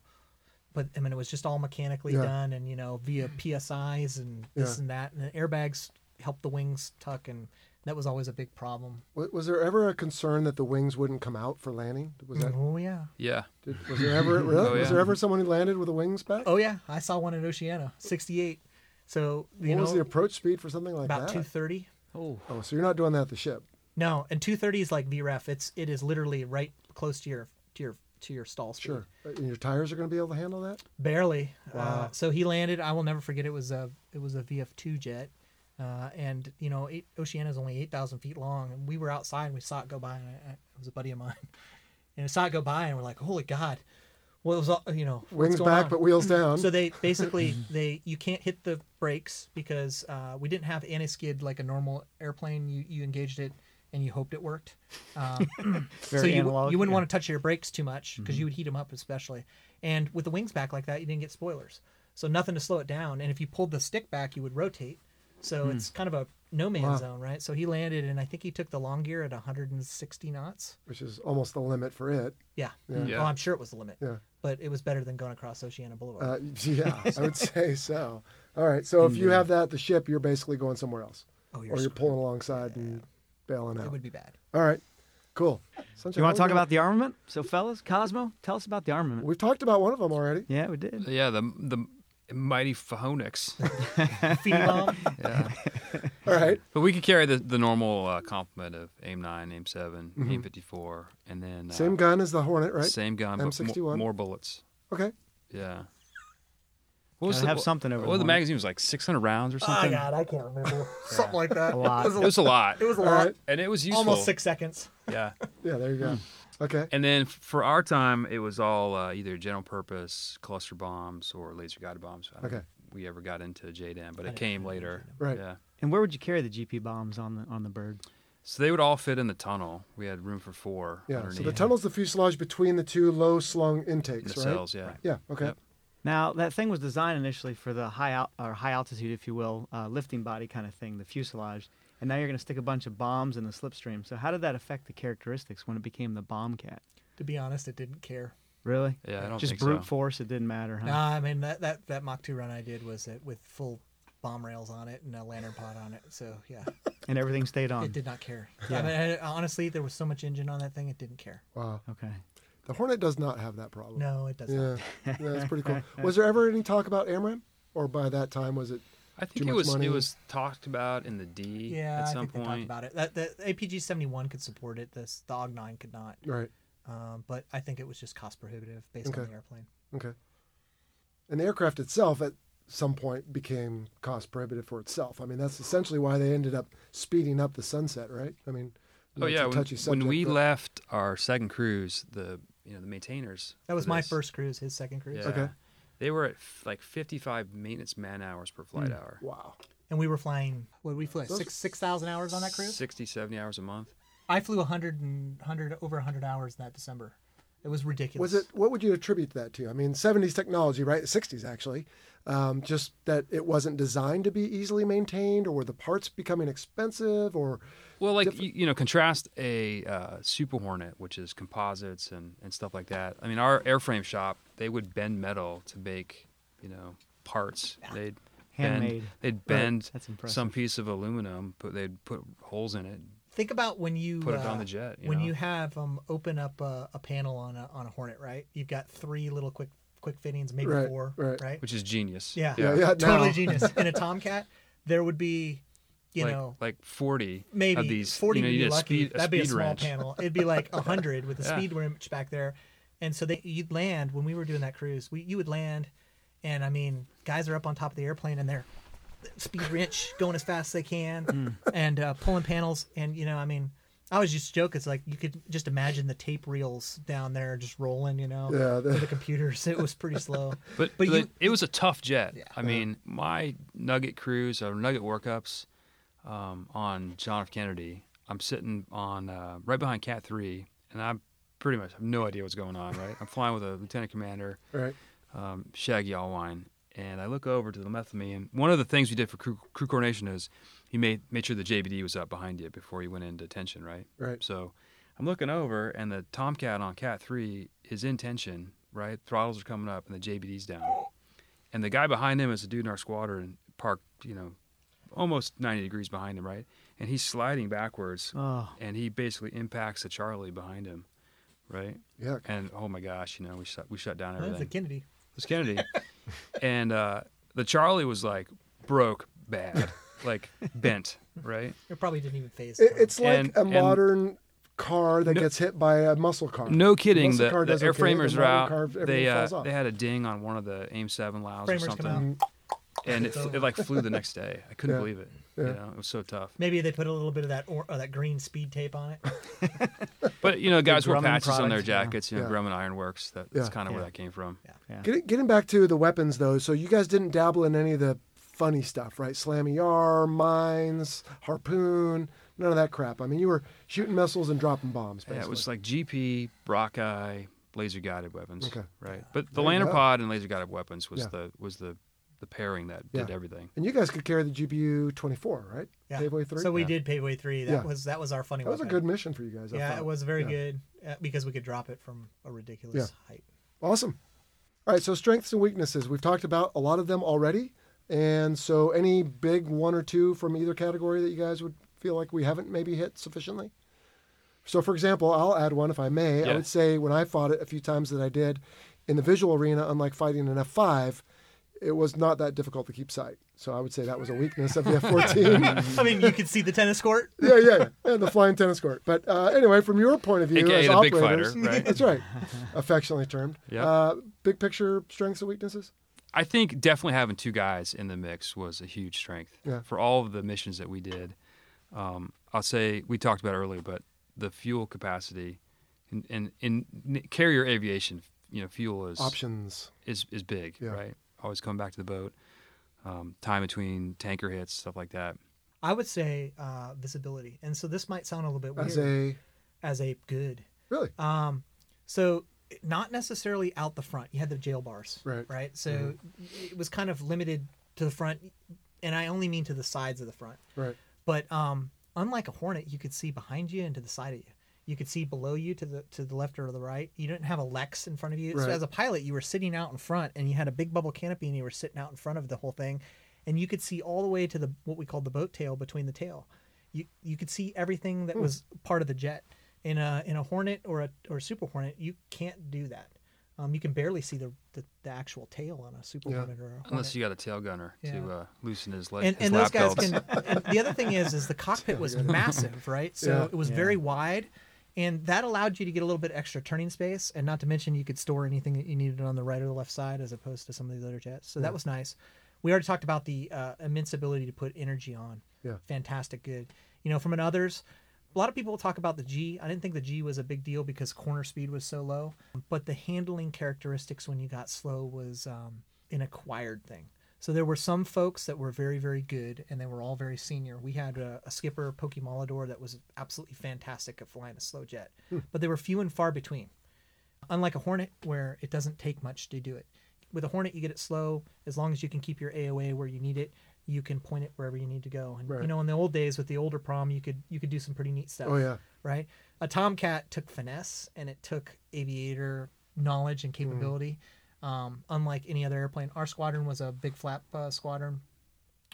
[SPEAKER 5] But I mean, it was just all mechanically
[SPEAKER 1] Yeah.
[SPEAKER 5] done, and you know, via PSIs and this
[SPEAKER 1] Yeah.
[SPEAKER 5] and that, and the airbags helped the wings tuck, and that was always a big problem.
[SPEAKER 1] Wa- Was there ever a concern that the wings wouldn't come out for landing? Was that?
[SPEAKER 5] Oh yeah,
[SPEAKER 6] Yeah.
[SPEAKER 1] Did, was there ever? Really?
[SPEAKER 6] Oh,
[SPEAKER 1] Was
[SPEAKER 6] yeah.
[SPEAKER 1] there ever someone who landed with the wings back?
[SPEAKER 5] Oh yeah, I saw one at Oceana, 68. So you
[SPEAKER 1] what
[SPEAKER 5] know,
[SPEAKER 1] was the approach speed for something like
[SPEAKER 5] about
[SPEAKER 1] that?
[SPEAKER 5] 230.
[SPEAKER 4] Oh.
[SPEAKER 1] Oh, so you're not doing that at the ship.
[SPEAKER 5] No, and 230 is like VREF. It's it is literally right close to your to your to your stall speed.
[SPEAKER 1] Sure. And your tires are going to be able to handle that?
[SPEAKER 5] barely. Uh, so he landed. I will never forget. It was a it was a VF2 jet, uh, and you know eight, Oceana's only eight thousand feet long, and we were outside and we saw it go by, and I, I, it was a buddy of mine, and we saw it go by, and we're like, holy god, what was all, you know what's
[SPEAKER 1] Wings
[SPEAKER 5] going
[SPEAKER 1] back,
[SPEAKER 5] on?
[SPEAKER 1] but wheels down.
[SPEAKER 5] So they basically they you can't hit the brakes because uh, we didn't have anti-skid like a normal airplane. You you engaged it and you hoped it worked. Um, so
[SPEAKER 4] Very
[SPEAKER 5] you
[SPEAKER 4] analog,
[SPEAKER 5] you wouldn't
[SPEAKER 4] yeah.
[SPEAKER 5] want to touch your brakes too much because
[SPEAKER 1] Mm-hmm.
[SPEAKER 5] you would heat them up especially. And with the wings back like that, you didn't get spoilers, so nothing to slow it down. And if you pulled the stick back, you would rotate. So it's kind of a no man's
[SPEAKER 1] Hmm. Wow.
[SPEAKER 5] zone, right? So he landed, and I think he took the long gear at 160 knots.
[SPEAKER 1] which is almost the limit for it.
[SPEAKER 5] Yeah.
[SPEAKER 1] Yeah.
[SPEAKER 6] Yeah.
[SPEAKER 5] Well, I'm sure it was the limit.
[SPEAKER 1] Yeah.
[SPEAKER 5] But it was better than going across Oceana Boulevard.
[SPEAKER 1] Uh, yeah, I would say so. All right, so if you have that, at the ship, you're basically going somewhere else,
[SPEAKER 5] oh,
[SPEAKER 1] or
[SPEAKER 5] Mm-hmm. you're
[SPEAKER 1] you're
[SPEAKER 5] screwed.
[SPEAKER 1] pulling alongside and bailing
[SPEAKER 5] It
[SPEAKER 1] out.
[SPEAKER 5] would be bad.
[SPEAKER 1] All right, cool. Sunshine,
[SPEAKER 3] you
[SPEAKER 1] what
[SPEAKER 3] want to talk
[SPEAKER 1] we
[SPEAKER 3] about the armament? So, fellas, Cosmo, tell us about the armament.
[SPEAKER 1] We've talked about one of them already.
[SPEAKER 3] yeah, we did.
[SPEAKER 6] Yeah, the the mighty Fahonix.
[SPEAKER 4] Phenom.
[SPEAKER 1] All right,
[SPEAKER 6] but we could carry the, the normal uh, complement of AIM 9, AIM 7, AIM 54, and then. Uh,
[SPEAKER 1] same gun as the Hornet, right?
[SPEAKER 6] Same gun, but more,
[SPEAKER 1] M61.
[SPEAKER 6] more bullets.
[SPEAKER 1] Okay.
[SPEAKER 6] Yeah. What was
[SPEAKER 3] Gotta have something over
[SPEAKER 6] Well,
[SPEAKER 3] the
[SPEAKER 6] the
[SPEAKER 3] horn.
[SPEAKER 6] magazine was like 600 rounds or
[SPEAKER 1] Ah,
[SPEAKER 6] something.
[SPEAKER 5] Oh, I can't remember. Something like that.
[SPEAKER 3] A lot.
[SPEAKER 6] it was a lot.
[SPEAKER 5] It was a
[SPEAKER 1] All
[SPEAKER 5] lot.
[SPEAKER 1] right.
[SPEAKER 6] and it was useful.
[SPEAKER 5] Almost six seconds.
[SPEAKER 6] Yeah.
[SPEAKER 1] Yeah, there you go. Okay.
[SPEAKER 6] Hmm. And then f- for our time, it was all uh, either general purpose cluster bombs or laser guided bombs. I don't
[SPEAKER 1] Okay.
[SPEAKER 6] think We ever got into JDAM, but
[SPEAKER 5] I
[SPEAKER 6] it
[SPEAKER 5] didn't
[SPEAKER 6] came
[SPEAKER 5] know
[SPEAKER 6] later.
[SPEAKER 1] Right.
[SPEAKER 6] Yeah.
[SPEAKER 3] And where would you carry the GP bombs on the on the bird?
[SPEAKER 6] So they would all fit in the tunnel. We had room for four.
[SPEAKER 1] Yeah. So
[SPEAKER 6] underneath
[SPEAKER 1] the tunnel's the fuselage between the two low slung
[SPEAKER 6] the
[SPEAKER 1] intakes, right?
[SPEAKER 6] cells. Yeah.
[SPEAKER 1] Yeah. Okay.
[SPEAKER 6] Yep.
[SPEAKER 3] Now that thing was designed initially for the high out or high altitude, if you will, uh, lifting body kind of thing, the fuselage. And now you're going to stick a bunch of bombs in the slipstream. So how did that affect the characteristics when it became the bombcat?
[SPEAKER 5] To be honest, it didn't care.
[SPEAKER 3] Really?
[SPEAKER 6] Yeah, I don't
[SPEAKER 3] Just
[SPEAKER 6] think
[SPEAKER 3] brute
[SPEAKER 6] so.
[SPEAKER 3] force. It didn't matter, huh?
[SPEAKER 5] Nah, I mean that that that Mach two run I did was it with full bomb rails on it and a lantern pod on it. So yeah,
[SPEAKER 3] And everything stayed on.
[SPEAKER 5] it did not care. Yeah, I mean, I- honestly, there was so much engine on that thing, it didn't care.
[SPEAKER 1] Wow.
[SPEAKER 3] Okay.
[SPEAKER 1] The Hornet does not have that problem.
[SPEAKER 5] No, it doesn't.
[SPEAKER 1] Yeah. yeah. That's pretty cool. Was there ever any talk about AMRAM? Or by that time, was it?
[SPEAKER 6] I
[SPEAKER 1] Too
[SPEAKER 6] think it
[SPEAKER 1] much
[SPEAKER 6] was
[SPEAKER 1] money.
[SPEAKER 6] it was talked about in the D
[SPEAKER 5] Yeah,
[SPEAKER 6] at
[SPEAKER 5] I
[SPEAKER 6] some
[SPEAKER 5] think they talked
[SPEAKER 6] point.
[SPEAKER 5] about it. That the APG seventy one could support it. This the Og nine could not.
[SPEAKER 1] Right.
[SPEAKER 5] Um, but I think it was just cost prohibitive based on
[SPEAKER 1] Okay.
[SPEAKER 5] the airplane.
[SPEAKER 1] Okay. And the aircraft itself at some point became cost prohibitive for itself. I mean, that's essentially why they ended up speeding up the sunset, right? I mean,
[SPEAKER 6] Oh
[SPEAKER 1] it's a
[SPEAKER 6] yeah, when,
[SPEAKER 1] touchy subject,
[SPEAKER 6] when we
[SPEAKER 1] but-
[SPEAKER 6] left our second cruise, the you know the maintainers.
[SPEAKER 5] That was
[SPEAKER 6] for
[SPEAKER 5] my
[SPEAKER 6] this,
[SPEAKER 5] first cruise. His second cruise.
[SPEAKER 6] Yeah,
[SPEAKER 1] Okay.
[SPEAKER 6] They were at f- like 55 maintenance man hours per
[SPEAKER 5] Hmm.
[SPEAKER 6] flight hour.
[SPEAKER 1] Wow.
[SPEAKER 5] And we were flying. What did we fly?
[SPEAKER 1] Those-
[SPEAKER 5] Six six thousand hours on that cruise.
[SPEAKER 6] 60, 70 hours a month.
[SPEAKER 5] I flew 100 and 100 over 100 hours that December. It was ridiculous.
[SPEAKER 1] Was it? What would you attribute that to? I mean, '70s technology, right? '60s actually, um, just that it wasn't designed to be easily maintained, or were the parts becoming expensive, or
[SPEAKER 6] Well, like you, you know, contrast a uh, Super Hornet, which is composites and, and stuff like that. I mean, our airframe shop they would bend metal to make you know parts. They'd
[SPEAKER 3] Handmade.
[SPEAKER 6] Bend, they'd bend
[SPEAKER 3] That's impressive.
[SPEAKER 6] some piece of aluminum, but they'd put holes in it.
[SPEAKER 5] Think about when you
[SPEAKER 6] Put it
[SPEAKER 5] uh,
[SPEAKER 6] on the jet, you
[SPEAKER 5] when
[SPEAKER 6] know?
[SPEAKER 5] you have um open up a, a panel on a on a Hornet, right? You've got three little quick quick fittings, maybe
[SPEAKER 1] Right,
[SPEAKER 5] four,
[SPEAKER 1] right.
[SPEAKER 6] Which is genius.
[SPEAKER 5] Yeah.
[SPEAKER 1] Yeah, yeah,
[SPEAKER 5] totally
[SPEAKER 1] now.
[SPEAKER 5] genius. In a Tomcat, there would be, you
[SPEAKER 6] like,
[SPEAKER 5] know,
[SPEAKER 6] like 40
[SPEAKER 5] maybe
[SPEAKER 6] of these.
[SPEAKER 5] 40
[SPEAKER 6] you know,
[SPEAKER 5] would
[SPEAKER 6] you
[SPEAKER 5] be
[SPEAKER 6] need a
[SPEAKER 5] lucky.
[SPEAKER 6] speed, a
[SPEAKER 5] That'd be a
[SPEAKER 6] speed
[SPEAKER 5] small
[SPEAKER 6] wrench.
[SPEAKER 5] panel. It'd be like 100 with a
[SPEAKER 6] Yeah.
[SPEAKER 5] speed wrench back there. And so they, you'd land when we were doing that cruise. We you would land, and I mean, guys are up on top of the airplane and they're speed wrench going as fast as they
[SPEAKER 6] Hmm.
[SPEAKER 5] can and uh, pulling panels. And you know, I mean, I always used to joke it's like you could just imagine the tape reels down there just rolling. You know,
[SPEAKER 1] Yeah, the-
[SPEAKER 5] for the computers. It was pretty slow.
[SPEAKER 6] But,
[SPEAKER 5] But
[SPEAKER 6] but
[SPEAKER 5] you-
[SPEAKER 6] it was a tough jet. I mean, my Nugget cruise or Nugget workups um, on John F. Kennedy. I'm sitting on uh, right behind Cat three, and I'm pretty much have no idea what's going on. Right, I'm flying with a lieutenant commander,
[SPEAKER 1] right?
[SPEAKER 6] um, Shaggy Allwine, and I look over to the left of me. And one of the things we did for crew, crew coordination is he made made sure the JBD was up behind you before you went into tension. Right.
[SPEAKER 1] Right.
[SPEAKER 6] So I'm looking over, and the Tomcat on Cat 3 is in tension, right? Throttles are coming up, and the JBD's down. And the guy behind him is a dude in our squadron, parked, you know, almost 90 degrees behind him, right? And he's sliding backwards,
[SPEAKER 3] Oh.
[SPEAKER 6] and he basically impacts the Charlie behind him, right?
[SPEAKER 1] Yeah.
[SPEAKER 6] And oh my gosh, you know, we shut, we shut down
[SPEAKER 5] That's
[SPEAKER 6] everything.
[SPEAKER 5] a Kennedy.
[SPEAKER 6] It was Kennedy. and uh, the Charlie was like broke bad, like bent, right?
[SPEAKER 5] It probably didn't even phase.
[SPEAKER 1] It, it's like
[SPEAKER 6] And-
[SPEAKER 1] a
[SPEAKER 6] and-
[SPEAKER 1] modern car that
[SPEAKER 6] No-
[SPEAKER 1] gets hit by a muscle car.
[SPEAKER 6] No kidding.
[SPEAKER 1] muscle
[SPEAKER 6] The,
[SPEAKER 1] car
[SPEAKER 6] the
[SPEAKER 1] does okay, the
[SPEAKER 6] airframers
[SPEAKER 1] modern
[SPEAKER 6] are out.
[SPEAKER 1] car, everything
[SPEAKER 6] they
[SPEAKER 1] falls
[SPEAKER 6] uh,
[SPEAKER 1] off.
[SPEAKER 6] they had a ding on one of the AIM seven lows
[SPEAKER 5] Framers
[SPEAKER 6] or
[SPEAKER 5] come
[SPEAKER 6] something, and it,
[SPEAKER 5] It's over.
[SPEAKER 6] it like flew the next day. I couldn't
[SPEAKER 1] Yeah.
[SPEAKER 6] believe it.
[SPEAKER 1] Yeah.
[SPEAKER 6] You know, it was so tough.
[SPEAKER 5] Maybe they put a little bit of that or, or that green speed tape on it.
[SPEAKER 6] But you know, guys wore
[SPEAKER 3] Grumman
[SPEAKER 6] patches on their
[SPEAKER 3] product, yeah.
[SPEAKER 6] jackets. You know,
[SPEAKER 1] Yeah.
[SPEAKER 6] Grumman Ironworks. That, that's
[SPEAKER 1] Yeah.
[SPEAKER 6] kind of where
[SPEAKER 3] Yeah.
[SPEAKER 6] that came from.
[SPEAKER 1] Getting, getting back to the weapons, though, so you guys didn't dabble in any of the funny stuff, right? Slam ER, mines, harpoon, none of that crap. I mean, you were shooting missiles and dropping bombs,
[SPEAKER 6] Yeah,
[SPEAKER 1] basically.
[SPEAKER 6] it was like GP, Brockeye, laser guided weapons.
[SPEAKER 1] Okay.
[SPEAKER 6] Right. But the
[SPEAKER 1] There you
[SPEAKER 6] lantern
[SPEAKER 1] go.
[SPEAKER 6] pod and laser guided weapons was
[SPEAKER 1] Yeah.
[SPEAKER 6] the was the the pairing that did
[SPEAKER 1] Yeah.
[SPEAKER 6] everything.
[SPEAKER 1] And you guys could carry the GPU 24, right?
[SPEAKER 5] Yeah.
[SPEAKER 1] Paveway 3?
[SPEAKER 5] So we
[SPEAKER 6] Yeah.
[SPEAKER 5] did Paveway three. That
[SPEAKER 1] Yeah.
[SPEAKER 5] was that was our funny.
[SPEAKER 1] that was a
[SPEAKER 5] weapon.
[SPEAKER 1] good mission for you guys. I
[SPEAKER 5] Yeah,
[SPEAKER 1] thought.
[SPEAKER 5] it was very
[SPEAKER 1] Yeah.
[SPEAKER 5] good uh, because we could drop it from a ridiculous height.
[SPEAKER 1] Awesome. All right, so strengths and weaknesses. We've talked about a lot of them already. And so any big one or two from either category that you guys would feel like we haven't maybe hit sufficiently? So for example, I'll add one if I may. I
[SPEAKER 6] Yeah.
[SPEAKER 1] would say when I fought it a few times that I did in the visual arena, unlike fighting an F5, it was not that difficult to keep sight. So I would say that was a weakness of the F14.
[SPEAKER 5] I mean, you could see the tennis court.
[SPEAKER 1] yeah, yeah, yeah. And the flying tennis court. But uh, anyway, from your point of view,
[SPEAKER 6] AKA
[SPEAKER 1] as
[SPEAKER 6] the big
[SPEAKER 1] operators-
[SPEAKER 6] fighter, right?
[SPEAKER 1] That's right, affectionately termed.
[SPEAKER 6] Yep.
[SPEAKER 1] Uh, big picture strengths and weaknesses.
[SPEAKER 6] I think definitely having two guys in the mix was a huge strength
[SPEAKER 1] Yeah.
[SPEAKER 6] for all of the missions that we did. Um, I'll say we talked about it earlier, but the fuel capacity in, in, in carrier aviation, you know, fuel is
[SPEAKER 1] Options.
[SPEAKER 6] is is big,
[SPEAKER 1] Yeah.
[SPEAKER 6] right? Always come back to the boat. Um, time between tanker hits, stuff like that.
[SPEAKER 5] I would say uh, visibility, and so this might sound a little bit weird
[SPEAKER 1] As a Uh,
[SPEAKER 5] as a good.
[SPEAKER 1] really,
[SPEAKER 5] Um, so not necessarily out the front. You had the jail bars,
[SPEAKER 1] Right. Mm-hmm.
[SPEAKER 5] Right. So it was kind of limited to the front, and I only mean to the sides of the front.
[SPEAKER 1] right?
[SPEAKER 5] But um, unlike a Hornet, you could see behind you and to the side of you. You could see below you to the to the left or to the right. You didn't have a Lex in front of you.
[SPEAKER 1] Right.
[SPEAKER 5] So as a pilot, you were sitting out in front, and you had a big bubble canopy, and you were sitting out in front of the whole thing, and you could see all the way to the what we called the boat tail between the tail. You you could see everything
[SPEAKER 1] Hmm.
[SPEAKER 5] that was part of the jet. In a in a Hornet or a or a Super Hornet, you can't do that. Um, you can barely see the, the, the actual tail on a Super
[SPEAKER 1] Yeah.
[SPEAKER 5] Hornet or a Hornet.
[SPEAKER 6] Unless you got a tail gunner
[SPEAKER 5] Yeah.
[SPEAKER 6] to uh, loosen his, le-
[SPEAKER 5] and,
[SPEAKER 6] his
[SPEAKER 5] and those
[SPEAKER 6] lap
[SPEAKER 5] guys
[SPEAKER 6] belts.
[SPEAKER 5] can. And the other thing is, is the cockpit was massive, right? So
[SPEAKER 1] Yeah.
[SPEAKER 5] it was
[SPEAKER 4] Yeah.
[SPEAKER 5] very wide, and that allowed you to get a little bit extra turning space, and not to mention you could store anything that you needed on the right or the left side, as opposed to some of these other jets. So that was nice. We already talked about the uh, immense ability to put energy on.
[SPEAKER 1] Yeah.
[SPEAKER 5] fantastic, good. You know, from an others. A lot of people talk about the G. I didn't think the G was a big deal because corner speed was so low, but the handling characteristics when you got slow was um, an acquired thing. So there were some folks that were very, very good, and they were all very senior. We had a, a skipper, Pokey Molidor, that was absolutely fantastic at flying a slow jet, but they were few and far between unlike a hornet where it doesn't take much to do it with a hornet you get it slow as long as you can keep your aoa where you need it you can point it wherever you need to go and
[SPEAKER 1] Right.
[SPEAKER 5] you know in the old days with the older prom you could you could do some pretty neat stuff
[SPEAKER 1] Oh, yeah.
[SPEAKER 5] right a tomcat took finesse and it took aviator knowledge
[SPEAKER 1] Hmm.
[SPEAKER 5] and capability um, unlike any other airplane our squadron was a big flap uh, squadron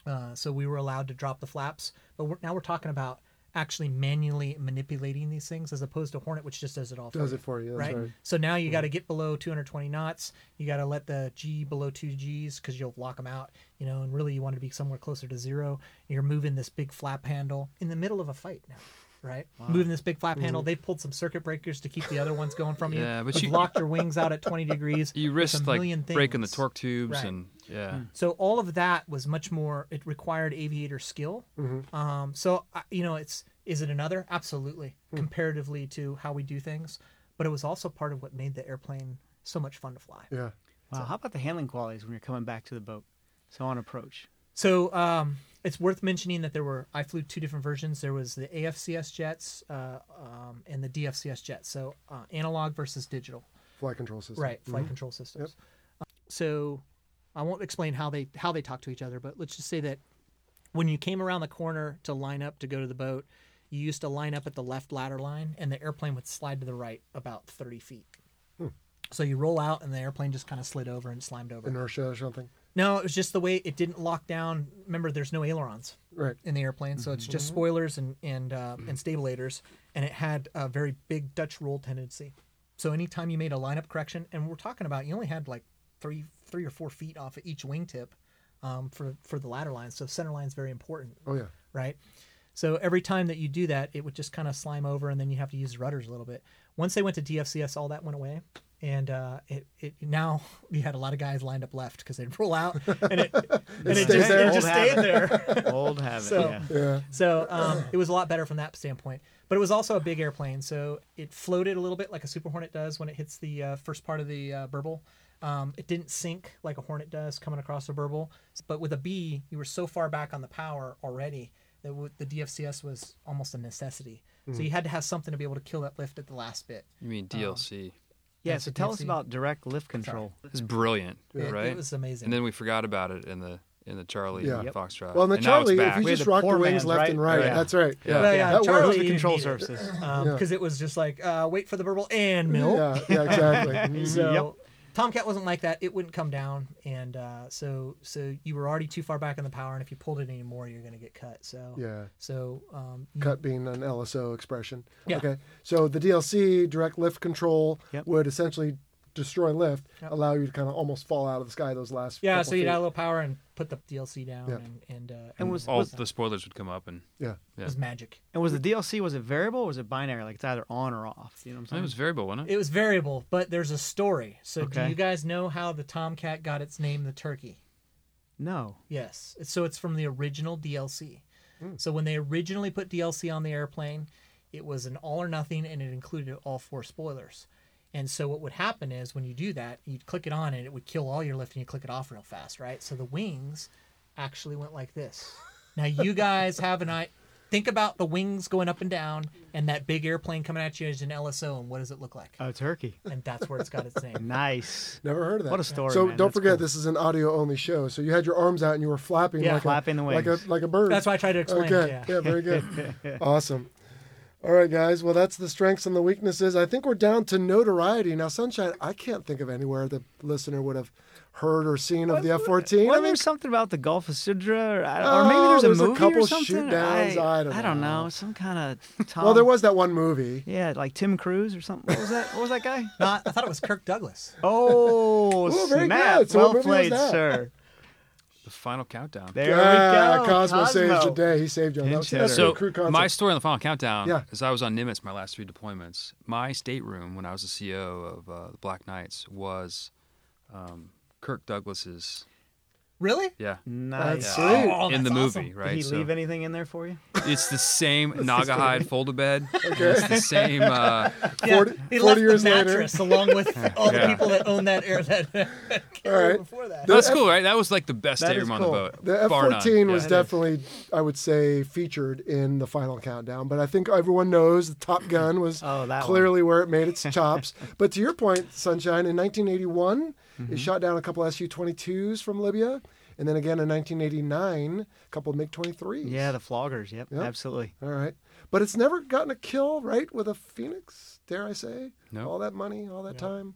[SPEAKER 5] uh, so we were allowed to drop the flaps. But we're, now we're talking about actually manually manipulating these things as opposed to Hornet, which just does it all.
[SPEAKER 1] Does
[SPEAKER 5] for
[SPEAKER 1] it for you, that's
[SPEAKER 5] right?
[SPEAKER 1] right.
[SPEAKER 5] So now you got to get below 220 knots. You got to let the G below two Gs because you'll lock them out. You know, and really you want to be somewhere closer to zero. You're moving this big flap handle in the middle of a fight now. Right, moving this big flap handle. They pulled some circuit breakers to keep the other ones going from you.
[SPEAKER 6] Yeah, but
[SPEAKER 5] They've
[SPEAKER 6] you-
[SPEAKER 5] locked your wings out at twenty degrees.
[SPEAKER 6] You
[SPEAKER 5] There's a
[SPEAKER 6] risked like
[SPEAKER 5] million
[SPEAKER 6] breaking the
[SPEAKER 5] things.
[SPEAKER 6] torque tubes
[SPEAKER 5] Right. Hmm.
[SPEAKER 6] and yeah.
[SPEAKER 5] So all of that was much more. It required aviator skill. Um, so I- you know, it's is it another? Absolutely, comparatively to how we do things, but it was also part of what made the airplane so much fun to fly.
[SPEAKER 1] Yeah.
[SPEAKER 3] Wow, how about the handling qualities when you're coming back to the boat? So on approach.
[SPEAKER 5] So um, it's worth mentioning that there were I flew two different versions. There was the AFCS jets uh, um, and the DFCS jets. So uh, analog versus digital.
[SPEAKER 1] Flight control system.
[SPEAKER 5] Right, flight control systems. Uh, So I won't explain how they how they talk to each other, but let's just say that when you came around the corner to line up to go to the boat, you used to line up at the left ladder line, and the airplane would slide to the right about thirty feet. So you roll out, and the airplane just kind of slid over and slimed over.
[SPEAKER 1] Inertia or something.
[SPEAKER 5] No, it was just the way it didn't lock down. Remember, there's no ailerons
[SPEAKER 1] Right.
[SPEAKER 5] in the airplane, so it's just spoilers and and uh, and stabilators, and it had a very big Dutch roll tendency. So anytime you made a lineup correction, and we're talking about you only had like three three or four feet off of each wingtip um, for for the ladder line, so center line's very important,
[SPEAKER 1] Oh
[SPEAKER 6] Uh,
[SPEAKER 1] yeah.
[SPEAKER 5] right? So every time that you do that, it would just kind of slime over, and then you have to use rudders a little bit. Once they went to DFCS, all that went away, and uh, it, it now you had a lot of guys lined up left because they'd roll out, and it, and it
[SPEAKER 1] stayed
[SPEAKER 5] just,
[SPEAKER 1] there.
[SPEAKER 5] it just
[SPEAKER 3] Old
[SPEAKER 5] stayed
[SPEAKER 3] habit.
[SPEAKER 5] there.
[SPEAKER 3] Old habit.
[SPEAKER 5] So-
[SPEAKER 3] yeah.
[SPEAKER 1] Yeah.
[SPEAKER 5] So um, it was a lot better from that standpoint. But it was also a big airplane, so it floated a little bit like a Super Hornet does when it hits the uh, first part of the uh, burble. Um, it didn't sink like a Hornet does coming across the burble. But with a B, you were so far back on the power already that w- the DFCS was
[SPEAKER 1] Hmm.
[SPEAKER 5] almost a necessity. So you had to have something to be able to kill that lift at the last bit.
[SPEAKER 6] You mean DLC?
[SPEAKER 3] Yeah,
[SPEAKER 5] That's
[SPEAKER 3] so
[SPEAKER 5] a
[SPEAKER 3] tell us
[SPEAKER 5] taxi.
[SPEAKER 3] about direct lift control.
[SPEAKER 6] It's brilliant,
[SPEAKER 5] It-
[SPEAKER 6] right?
[SPEAKER 5] It was amazing.
[SPEAKER 6] and then we forgot about it in the in the Charlie
[SPEAKER 1] Yeah.
[SPEAKER 3] Yep.
[SPEAKER 6] Foxtrot.
[SPEAKER 1] Well, in the
[SPEAKER 6] and
[SPEAKER 1] Charlie,
[SPEAKER 6] now
[SPEAKER 1] if
[SPEAKER 6] it's back.
[SPEAKER 1] you
[SPEAKER 3] We had
[SPEAKER 1] just
[SPEAKER 3] the
[SPEAKER 1] rock the
[SPEAKER 3] poor
[SPEAKER 1] wings
[SPEAKER 3] man's,
[SPEAKER 1] left
[SPEAKER 3] right?
[SPEAKER 1] and right,
[SPEAKER 6] Yeah.
[SPEAKER 1] that's right.
[SPEAKER 6] Yeah.
[SPEAKER 5] yeah,
[SPEAKER 1] Yeah,
[SPEAKER 5] yeah,
[SPEAKER 1] that
[SPEAKER 5] uh, Charlie,
[SPEAKER 1] works.
[SPEAKER 5] you
[SPEAKER 3] the
[SPEAKER 5] didn't
[SPEAKER 3] control
[SPEAKER 5] need it.
[SPEAKER 3] surfaces.
[SPEAKER 5] Um,
[SPEAKER 1] Yeah.
[SPEAKER 5] 'cause it was just like uh, wait for the verbal and milk.
[SPEAKER 1] Yeah, yeah, exactly.
[SPEAKER 5] So Tomcat wasn't like that. It wouldn't come down, and uh, so so you were already too far back in the power, and if you pulled it anymore, you're gonna get cut. So
[SPEAKER 1] yeah.
[SPEAKER 5] So um, you-
[SPEAKER 1] Cut being an LSO expression.
[SPEAKER 5] Yeah.
[SPEAKER 1] Okay. So the DLC direct lift control
[SPEAKER 3] Yep.
[SPEAKER 1] would essentially destroy lift,
[SPEAKER 5] Yep.
[SPEAKER 1] allow you to kind of almost fall out of the sky those last.
[SPEAKER 5] yeah,
[SPEAKER 1] couple
[SPEAKER 5] so you'd
[SPEAKER 1] feet.
[SPEAKER 5] add a little power and put the DLC down,
[SPEAKER 1] Yeah.
[SPEAKER 5] and and, uh,
[SPEAKER 3] And
[SPEAKER 5] and
[SPEAKER 3] was,
[SPEAKER 6] all
[SPEAKER 3] was
[SPEAKER 6] the spoilers would come up, and
[SPEAKER 1] Yeah.
[SPEAKER 5] it was magic.
[SPEAKER 3] and was the DLC was it variable or was it binary? Like it's either on or off. You know what I'm
[SPEAKER 6] it
[SPEAKER 3] saying?
[SPEAKER 6] was variable, wasn't it?
[SPEAKER 5] It was variable, but there's a story. So
[SPEAKER 3] Okay.
[SPEAKER 5] do you guys know how the Tomcat got its name, the Turkey?
[SPEAKER 3] no.
[SPEAKER 5] Yes. It's- So it's from the original DLC. So when they originally put DLC on the airplane, it was an all or nothing and it included all four spoilers. And so what would happen is when you do that, you'd click it on and it would kill all your lift and you click it off real fast, right? So the wings actually went like this. Now you guys have an eye think about the wings going up and down and that big airplane coming at you as an LSO and what does it look like?
[SPEAKER 3] Oh, turkey.
[SPEAKER 5] And that's where it's got its name.
[SPEAKER 3] Nice.
[SPEAKER 1] Never heard of that.
[SPEAKER 3] What a story,
[SPEAKER 1] So
[SPEAKER 3] man.
[SPEAKER 1] don't
[SPEAKER 3] That's
[SPEAKER 1] forget,
[SPEAKER 3] cool.
[SPEAKER 1] this is an audio only show. So you had your arms out and you were flapping
[SPEAKER 5] Yeah,
[SPEAKER 1] like
[SPEAKER 3] flapping
[SPEAKER 1] a,
[SPEAKER 3] the
[SPEAKER 1] like a
[SPEAKER 3] wings.
[SPEAKER 1] like a bird.
[SPEAKER 5] That's why I tried to explain it,
[SPEAKER 1] Okay.
[SPEAKER 5] yeah.
[SPEAKER 1] very good. awesome. All right, guys. Well, that's the strengths and the weaknesses. I think we're down to notoriety now. Sunshine, I can't think of anywhere the listener would have heard or seen of the F fourteen.
[SPEAKER 3] Well,
[SPEAKER 1] I mean,
[SPEAKER 3] there's something about the Gulf of Sidra, or, I don't- or maybe
[SPEAKER 1] Oh,
[SPEAKER 3] there's a
[SPEAKER 1] there's a
[SPEAKER 3] movie
[SPEAKER 1] couple
[SPEAKER 3] or something.
[SPEAKER 1] shoot-downs, I don't
[SPEAKER 3] know.
[SPEAKER 1] know.
[SPEAKER 3] Some kind of Tom.
[SPEAKER 1] well, there was that one movie.
[SPEAKER 3] Yeah, like Tim Cruise or something. What was that? What was that guy?
[SPEAKER 5] Not, I thought it was Kirk Douglas.
[SPEAKER 3] Oh,
[SPEAKER 1] Ooh, very
[SPEAKER 3] snap!
[SPEAKER 1] good. So what
[SPEAKER 3] well
[SPEAKER 1] movie was
[SPEAKER 3] played,
[SPEAKER 1] that?
[SPEAKER 3] sir.
[SPEAKER 6] The final countdown.
[SPEAKER 3] There
[SPEAKER 1] Ah,
[SPEAKER 3] we go.
[SPEAKER 1] Cosmo, saves the
[SPEAKER 3] Cosmo.
[SPEAKER 1] day. He saved you. on that.
[SPEAKER 3] Pinch
[SPEAKER 1] See, That's
[SPEAKER 3] hitter.
[SPEAKER 1] so,
[SPEAKER 6] so
[SPEAKER 1] crew
[SPEAKER 6] my
[SPEAKER 1] concept.
[SPEAKER 6] story on the final countdown
[SPEAKER 1] Yeah.
[SPEAKER 6] is I was on Nimitz my last three deployments. My stateroom when I was the CEO of uh, the Black Knights was um, Kirk Douglas's.
[SPEAKER 5] Really?
[SPEAKER 6] Yeah.
[SPEAKER 3] Nice.
[SPEAKER 1] That's sweet.
[SPEAKER 5] Oh,
[SPEAKER 6] in the
[SPEAKER 5] that's awesome.
[SPEAKER 6] movie,
[SPEAKER 5] Did
[SPEAKER 6] right?
[SPEAKER 3] Did he
[SPEAKER 6] So
[SPEAKER 3] leave anything in there for you?
[SPEAKER 6] it's the same Naga hide fold a bed. It's the same. Uh,
[SPEAKER 5] Yeah,
[SPEAKER 1] 40 40
[SPEAKER 5] he left
[SPEAKER 1] years
[SPEAKER 5] the
[SPEAKER 1] later.
[SPEAKER 5] mattress along with all the
[SPEAKER 6] Yeah.
[SPEAKER 5] people that own that air that carrier
[SPEAKER 1] right.
[SPEAKER 5] before that.
[SPEAKER 6] that's cool, right? That was like the best
[SPEAKER 3] That is
[SPEAKER 6] stateroom
[SPEAKER 3] cool.
[SPEAKER 6] on the boat.
[SPEAKER 1] The F
[SPEAKER 6] bar none.
[SPEAKER 1] fourteen
[SPEAKER 6] Yeah.
[SPEAKER 1] was definitely, I would say, featured in the final countdown. But I think everyone knows the Top Gun was
[SPEAKER 3] Oh, that one.
[SPEAKER 1] clearly where it made its chops. but to your point, Sunshine, in 1981,
[SPEAKER 3] Mm-hmm.
[SPEAKER 1] it shot down a couple Su 22s from Libya, and then again in 1989, a couple MiG 23s.
[SPEAKER 3] Yeah, the floggers. Yep,
[SPEAKER 1] Yep.
[SPEAKER 3] absolutely.
[SPEAKER 1] All right, but it's never gotten a kill, right? With a Phoenix, dare I say?
[SPEAKER 6] No.
[SPEAKER 1] All that money, all that time.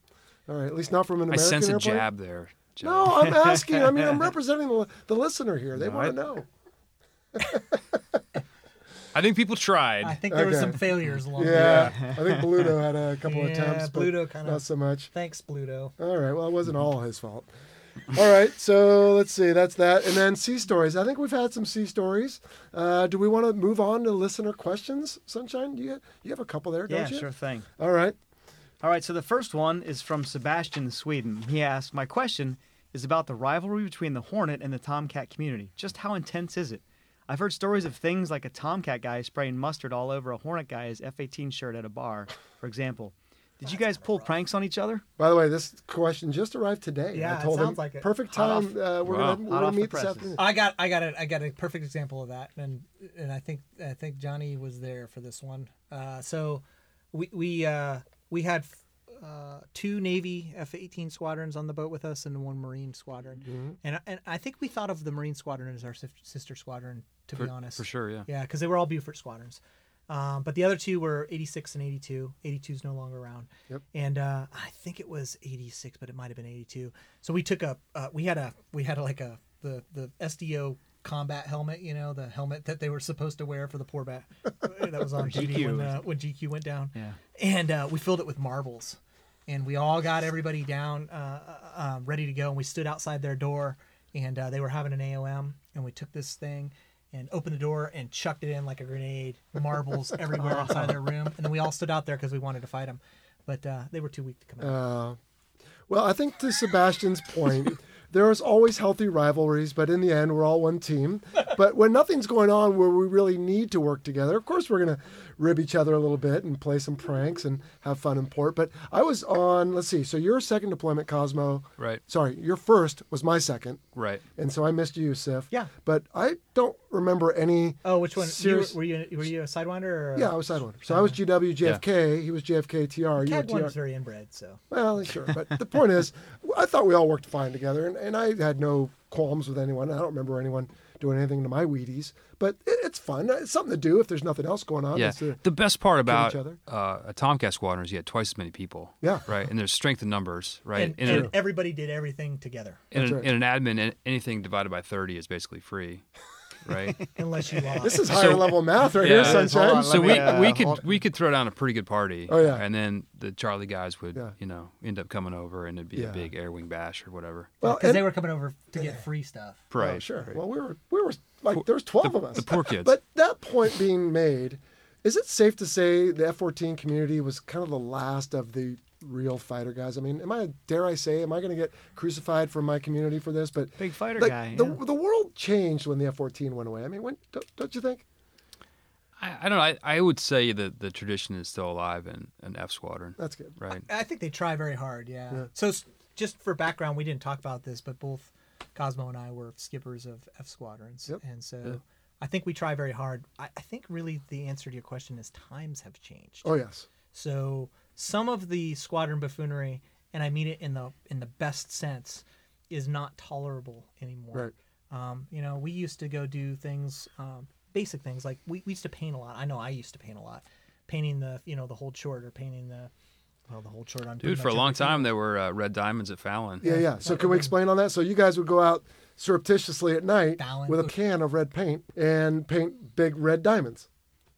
[SPEAKER 1] All right, at least not from an
[SPEAKER 6] I
[SPEAKER 1] American
[SPEAKER 6] sense a
[SPEAKER 1] airplane.
[SPEAKER 6] jab there. Joe.
[SPEAKER 1] No, I'm asking. I mean, I'm representing the, the listener here. They want to know.
[SPEAKER 6] I think people tried.
[SPEAKER 5] I think there were
[SPEAKER 1] Okay.
[SPEAKER 5] some failures along the way.
[SPEAKER 1] Yeah, I think Bluto had a couple
[SPEAKER 5] Yeah,
[SPEAKER 1] attempts, but
[SPEAKER 5] Bluto kinda-
[SPEAKER 1] not so much.
[SPEAKER 5] Thanks, Bluto.
[SPEAKER 1] All right, well, it wasn't all his fault. All right, so let's see, that's that, and then sea stories. I think we've had some sea stories. Uh, do we want to move on to listener questions, Sunshine? You you have a couple there, don't
[SPEAKER 3] Yeah,
[SPEAKER 1] you?
[SPEAKER 3] sure thing.
[SPEAKER 1] All right,
[SPEAKER 3] All right, so the first one is from Sebastian, Sweden. He asked, My question is about the rivalry between the Hornet and the Tomcat community. Just how intense is it? I've heard stories of things like a Tomcat guy spraying mustard all over a Hornet guy's F 18 shirt at a bar, for example. Did you guys pull pranks on each other?
[SPEAKER 1] By the way, this question just arrived today.
[SPEAKER 5] Yeah,
[SPEAKER 1] I
[SPEAKER 5] it
[SPEAKER 1] told him
[SPEAKER 5] sounds like it.
[SPEAKER 1] perfect
[SPEAKER 3] Hot
[SPEAKER 1] time. uh, we're
[SPEAKER 6] Wow.
[SPEAKER 1] gonna, we're
[SPEAKER 3] Hot
[SPEAKER 1] gonna
[SPEAKER 3] off the
[SPEAKER 1] meet this
[SPEAKER 3] presses.
[SPEAKER 1] afternoon.
[SPEAKER 5] I got I got a I got a perfect example of that, and and I think I think Johnny was there for this one. Uh, so we we uh, we had uh, two Navy F-18 squadrons on the boat with us and one Marine squadron,
[SPEAKER 1] Mm-hmm.
[SPEAKER 5] and I- and I think we thought of the Marine squadron as our sis- sister squadron. To
[SPEAKER 6] for,
[SPEAKER 5] be honest,
[SPEAKER 6] for sure, yeah.
[SPEAKER 5] Yeah, because they were all Beaufort squadrons. Um, but the other two were 86 and 82. 82 is no longer around.
[SPEAKER 1] Yep.
[SPEAKER 5] And uh, I think it was 86, but it might have been 82. So we took a uh, we had a we had like a the the SDO combat helmet, you know, the helmet that they were supposed to wear for the poor bat that was on duty
[SPEAKER 3] GQ.
[SPEAKER 5] when, uh, when GQ went down.
[SPEAKER 3] Yeah.
[SPEAKER 5] And uh, we filled it with marbles, and we all got everybody down, uh, uh, uh, ready to go. And we stood outside their door, and uh, they were having an AOM, and we took this thing. And opened the door and chucked it in like a grenade, marbles everywhere inside their room. And then we all stood out there because we wanted to fight them, but uh, they were too weak to come out.
[SPEAKER 1] Well, I think to Sebastian's point, there is always healthy rivalries, but in the end, we're all one team. But when nothing's going on where we really need to work together, of course, we're going to rib each other a little bit and play some pranks and have fun in port. But I was on, let's see, so your second deployment, Cosmo.
[SPEAKER 6] Right.
[SPEAKER 1] Sorry, your first was my second.
[SPEAKER 6] Right.
[SPEAKER 1] And so I missed you, Sif.
[SPEAKER 5] Yeah.
[SPEAKER 1] But I don't remember any.
[SPEAKER 5] Oh, which one? You were,
[SPEAKER 1] Serious-
[SPEAKER 5] were you were you a sidewinder or?
[SPEAKER 1] Yeah, I was Sidewinder. So I was GW, JFK. He was JFK, TR. You were
[SPEAKER 5] Cad
[SPEAKER 1] TR.
[SPEAKER 5] one's very inbred, so
[SPEAKER 1] Well, sure. But the point is, I thought we all worked fine together, and, and I had no qualms with anyone. I don't remember anyone doing anything to my Wheaties, but it, it's fun. Uh, It's something to do if there's nothing else going on.
[SPEAKER 6] Yeah.
[SPEAKER 1] It's, uh,
[SPEAKER 6] the best part about
[SPEAKER 1] each other.
[SPEAKER 6] uh, a Tomcat squadron is you had twice as many people.
[SPEAKER 1] Yeah.
[SPEAKER 6] Right. And there's strength in numbers. Right.
[SPEAKER 5] and,
[SPEAKER 6] in,
[SPEAKER 5] and
[SPEAKER 6] a,
[SPEAKER 5] everybody did everything together
[SPEAKER 6] in,
[SPEAKER 1] That's
[SPEAKER 6] an-
[SPEAKER 1] right.
[SPEAKER 6] in an admin, an- anything divided by 30 is basically free. Right.
[SPEAKER 5] unless you lost.
[SPEAKER 1] this is higher level math right here,
[SPEAKER 6] Yeah. Hold
[SPEAKER 1] sunshine.
[SPEAKER 6] so
[SPEAKER 7] Let me,
[SPEAKER 6] we
[SPEAKER 7] uh,
[SPEAKER 6] we could
[SPEAKER 7] hold-
[SPEAKER 6] we could throw down a pretty good party.
[SPEAKER 1] Oh, yeah.
[SPEAKER 6] And then the Charlie guys would
[SPEAKER 1] Yeah.
[SPEAKER 6] you know end up coming over and it'd be
[SPEAKER 1] Yeah.
[SPEAKER 6] a big air wing bash or whatever.
[SPEAKER 1] well,
[SPEAKER 5] because
[SPEAKER 1] and-
[SPEAKER 5] they were coming over to get free stuff.
[SPEAKER 1] Oh, sure. Well, we were we were like there was twelve of us.
[SPEAKER 6] the poor kids.
[SPEAKER 1] But that point being made, is it safe to say the F-14 community was kind of the last of the real fighter guys? I mean, am I dare I say, am I going to get crucified from my community for this? But
[SPEAKER 3] Big fighter
[SPEAKER 1] like,
[SPEAKER 3] guy.
[SPEAKER 1] the
[SPEAKER 3] yeah.
[SPEAKER 1] the world changed when the F-14 went away. I mean, when don't, don't you think?
[SPEAKER 6] I, I don't know. I, I would say that the tradition is still alive in an F squadron.
[SPEAKER 1] That's good.
[SPEAKER 6] Right.
[SPEAKER 5] I think they try very hard. Yeah. So s- just for background, we didn't talk about this, but both Cosmo and I were skippers of F squadrons,
[SPEAKER 1] Yep.
[SPEAKER 5] and so I think we try very hard. I, I think really the answer to your question is times have changed.
[SPEAKER 1] Oh yes.
[SPEAKER 5] So some of the squadron buffoonery, and I mean it in the in the best sense, is not tolerable anymore. Um, you know, we used to go do things, um, basic things like we, we used to paint a lot. I know I used to paint a lot, painting the you know the whole short or painting the well the whole short on pretty
[SPEAKER 6] Dude, for a
[SPEAKER 5] much
[SPEAKER 6] long
[SPEAKER 5] everything.
[SPEAKER 6] time there were uh, red diamonds at Fallon.
[SPEAKER 1] Yeah, yeah. So can we explain on that? So you guys would go out surreptitiously at night
[SPEAKER 5] Balance.
[SPEAKER 1] with a can of red paint and paint big red diamonds.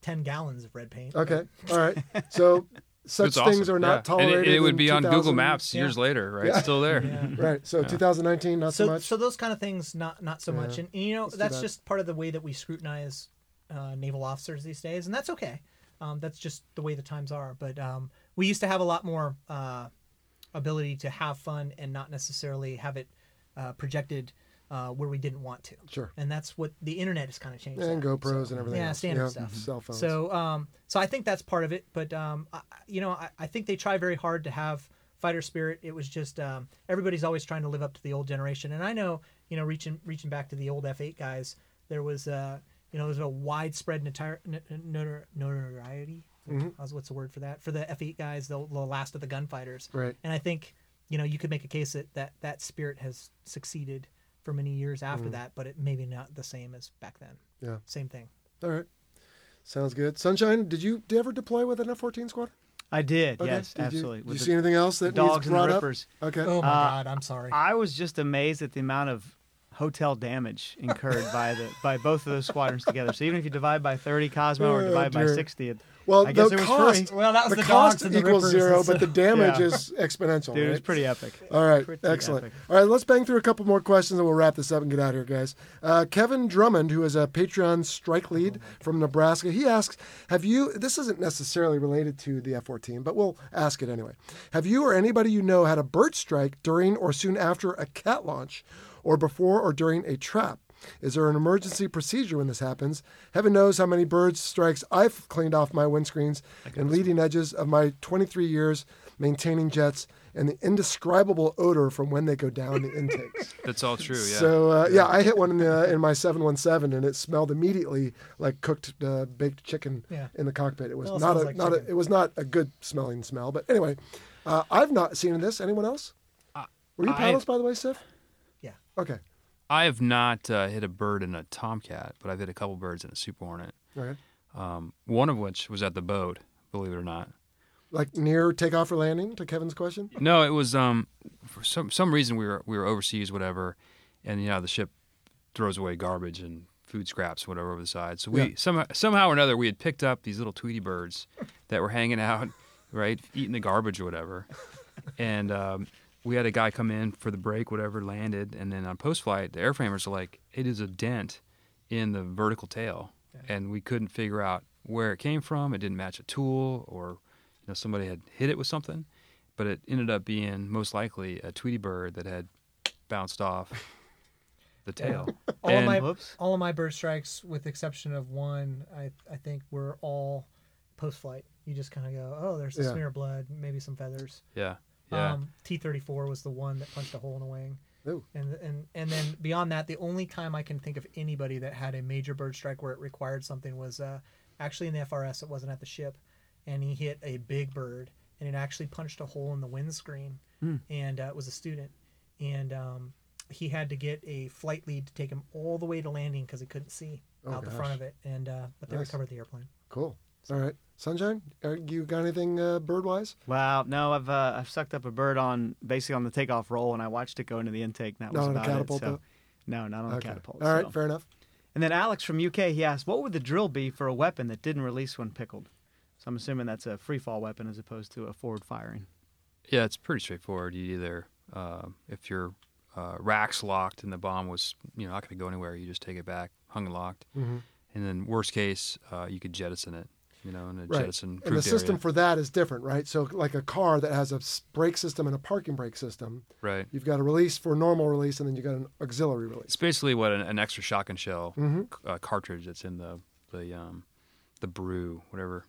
[SPEAKER 5] Ten gallons of red paint.
[SPEAKER 1] Okay. All right. So such
[SPEAKER 6] It's
[SPEAKER 1] things
[SPEAKER 6] awesome.
[SPEAKER 1] are
[SPEAKER 6] Yeah.
[SPEAKER 1] not tolerated.
[SPEAKER 6] And it, it would
[SPEAKER 1] in
[SPEAKER 6] be on
[SPEAKER 1] 2000
[SPEAKER 6] Google Maps years
[SPEAKER 5] Yeah.
[SPEAKER 6] later, right? It's still there.
[SPEAKER 1] Right. So 2019, not so,
[SPEAKER 5] So
[SPEAKER 1] much.
[SPEAKER 5] so those kind of things not not so much,
[SPEAKER 1] Yeah.
[SPEAKER 5] and, and you know
[SPEAKER 1] too
[SPEAKER 5] that's
[SPEAKER 1] bad.
[SPEAKER 5] just part of the way that we scrutinize uh, naval officers these days, and that's okay. Um, that's just the way the times are. But um, we used to have a lot more uh, ability to have fun and not necessarily have it uh, projected uh, where we didn't want to.
[SPEAKER 1] Sure.
[SPEAKER 5] And that's what the internet has kind of changed.
[SPEAKER 1] and
[SPEAKER 5] that.
[SPEAKER 1] GoPros and everything.
[SPEAKER 5] Yeah,
[SPEAKER 1] else. Mm-hmm.
[SPEAKER 5] standard stuff.
[SPEAKER 1] Cell phones.
[SPEAKER 5] So, um, so I think that's part of it. But um, I, I- you know, I, I think they try very hard to have fighter spirit. It was just um, everybody's always trying to live up to the old generation. And I know, you know, reaching reaching back to the old F8 guys, there was uh, you know, there was a widespread notar- n- n- notor- notoriety.
[SPEAKER 3] Mm-hmm.
[SPEAKER 5] How's- What's the word for that? For the F8 guys, the, the last of the gunfighters.
[SPEAKER 1] Right.
[SPEAKER 5] And I think you know you could make a case that that, that spirit has succeeded for many years after
[SPEAKER 3] Mm.
[SPEAKER 5] that, but it maybe not the same as back then.
[SPEAKER 1] Yeah.
[SPEAKER 5] Same thing.
[SPEAKER 1] all right. Sounds good. Sunshine, did you, did you ever deploy with an F-14 squad?
[SPEAKER 3] I did.
[SPEAKER 1] Okay.
[SPEAKER 3] Yes,
[SPEAKER 1] Did you-
[SPEAKER 3] absolutely.
[SPEAKER 1] Did you,
[SPEAKER 3] With the-
[SPEAKER 1] see anything else that
[SPEAKER 3] dogs
[SPEAKER 1] needs
[SPEAKER 3] and the
[SPEAKER 1] brought up?
[SPEAKER 3] rippers.
[SPEAKER 1] Okay.
[SPEAKER 5] Oh my
[SPEAKER 3] Uh,
[SPEAKER 5] god, I'm sorry.
[SPEAKER 3] I was just amazed at the amount of hotel damage incurred by the by both of those squadrons together. So even if you divide by 30 Cosmo or
[SPEAKER 1] Oh,
[SPEAKER 3] divide by
[SPEAKER 1] dear.
[SPEAKER 3] 60, it-
[SPEAKER 1] Well, the
[SPEAKER 3] I guess it was
[SPEAKER 1] cost.
[SPEAKER 3] free.
[SPEAKER 5] Well, that was
[SPEAKER 1] the,
[SPEAKER 5] the
[SPEAKER 1] cost
[SPEAKER 5] dogs and the
[SPEAKER 1] equals
[SPEAKER 5] rippers,
[SPEAKER 1] zero,
[SPEAKER 5] and
[SPEAKER 1] but the
[SPEAKER 5] so-
[SPEAKER 1] damage
[SPEAKER 3] Yeah.
[SPEAKER 1] is exponential.
[SPEAKER 3] dude, it was
[SPEAKER 1] right?
[SPEAKER 3] pretty epic.
[SPEAKER 1] All right,
[SPEAKER 3] Pretty
[SPEAKER 1] excellent.
[SPEAKER 3] epic.
[SPEAKER 1] All right, let's bang through a couple more questions and we'll wrap this up and get out of here, guys. Uh, Kevin Drummond, who is a Patreon strike lead from Nebraska, he asks Have you, this isn't necessarily related to the F 14, but we'll ask it anyway. Have you or anybody you know had a bird strike during or soon after a cat launch or before or during a trap? Is there an emergency procedure when this happens? Heaven knows how many bird strikes I've cleaned off my windscreens and leading edges of my 23 years maintaining jets and the indescribable odor from when they go down the intakes.
[SPEAKER 6] That's all true. Yeah.
[SPEAKER 1] So uh, yeah, I hit one in, the, in my 717 and it smelled immediately like cooked uh, baked chicken
[SPEAKER 5] Yeah.
[SPEAKER 1] in the cockpit. It was
[SPEAKER 5] Well, it
[SPEAKER 1] not a
[SPEAKER 5] smells like
[SPEAKER 1] not a,
[SPEAKER 5] chicken.
[SPEAKER 1] it was not a good smelling smell. But anyway, uh, I've not seen this. Anyone else? Were you
[SPEAKER 6] I-
[SPEAKER 1] pilots by the way, Sif?
[SPEAKER 5] Yeah.
[SPEAKER 1] Okay.
[SPEAKER 6] I have not uh, hit a bird in a Tomcat, but I've hit a couple birds in a Super Hornet.
[SPEAKER 1] Okay.
[SPEAKER 6] Um, one of which was at the boat, believe it or not.
[SPEAKER 1] Like near takeoff or landing to Kevin's question.
[SPEAKER 6] No, it was um, for some some reason we were we were overseas, whatever, and you know the ship throws away garbage and food scraps, whatever, over the side. So we
[SPEAKER 1] Yeah.
[SPEAKER 6] somehow somehow or another we had picked up these little Tweety birds that were hanging out, right, eating the garbage or whatever, and um, we had a guy come in for the break, whatever, landed, and then on post flight the airframers are like, it is a dent in the vertical tail, and we couldn't figure out where it came from. It didn't match a tool or you know somebody had hit it with something but it ended up being most likely a Tweety bird that had bounced off the tail.
[SPEAKER 5] all
[SPEAKER 6] and,
[SPEAKER 5] of my
[SPEAKER 3] whoops.
[SPEAKER 5] all of my bird strikes, with the exception of one, I I think were all post flight. You just kind of go, oh, there's a
[SPEAKER 1] Yeah.
[SPEAKER 5] smear of blood, maybe some feathers.
[SPEAKER 6] yeah, yeah,
[SPEAKER 5] Um, T thirty four was the one that punched a hole in the wing.
[SPEAKER 1] Ooh.
[SPEAKER 5] And, and and then beyond that, the only time I can think of anybody that had a major bird strike where it required something was uh, actually in the FRS. It wasn't at the ship, and he hit a big bird, and it actually punched a hole in the windscreen, and uh, it was a student, and um, he had to get a flight lead to take him all the way to landing because he couldn't see
[SPEAKER 1] Oh,
[SPEAKER 5] out the
[SPEAKER 1] gosh.
[SPEAKER 5] front of it, and uh, but they
[SPEAKER 1] Nice.
[SPEAKER 5] recovered the airplane.
[SPEAKER 1] Cool. All right. Sunshine, are, you got anything uh, bird wise?
[SPEAKER 3] Wow, no, I've uh, I've sucked up a bird on basically on the takeoff roll, and I watched it go into the intake. And that
[SPEAKER 1] Not
[SPEAKER 3] was
[SPEAKER 1] on a
[SPEAKER 3] about
[SPEAKER 1] catapult,
[SPEAKER 3] it. So,
[SPEAKER 1] though?
[SPEAKER 3] no, not on a catapult.
[SPEAKER 1] All right.
[SPEAKER 3] so.
[SPEAKER 1] Fair enough.
[SPEAKER 3] And then Alex from UK, he asked, "What would the drill be for a weapon that didn't release when pickled?" So I'm assuming that's a free fall weapon as opposed to a forward firing.
[SPEAKER 6] Yeah, it's pretty straightforward. You either, uh, if your uh, rack's locked and the bomb was, you know, not going to go anywhere, you just take it back, hung and locked. Mm-hmm. And then worst case, uh, you could jettison it, you know, in a
[SPEAKER 1] Right.
[SPEAKER 6] jettison
[SPEAKER 1] and the
[SPEAKER 6] proofed
[SPEAKER 1] system
[SPEAKER 6] area.
[SPEAKER 1] for that is different, right? So, like a car that has a s- brake system and a parking brake system,
[SPEAKER 6] right.
[SPEAKER 1] you've got a release for normal release, and then you've got an auxiliary
[SPEAKER 6] It's
[SPEAKER 1] release.
[SPEAKER 6] basically what an, an extra shotgun shell
[SPEAKER 1] Mm-hmm.
[SPEAKER 6] c- uh, cartridge that's in the the um, the brew, whatever.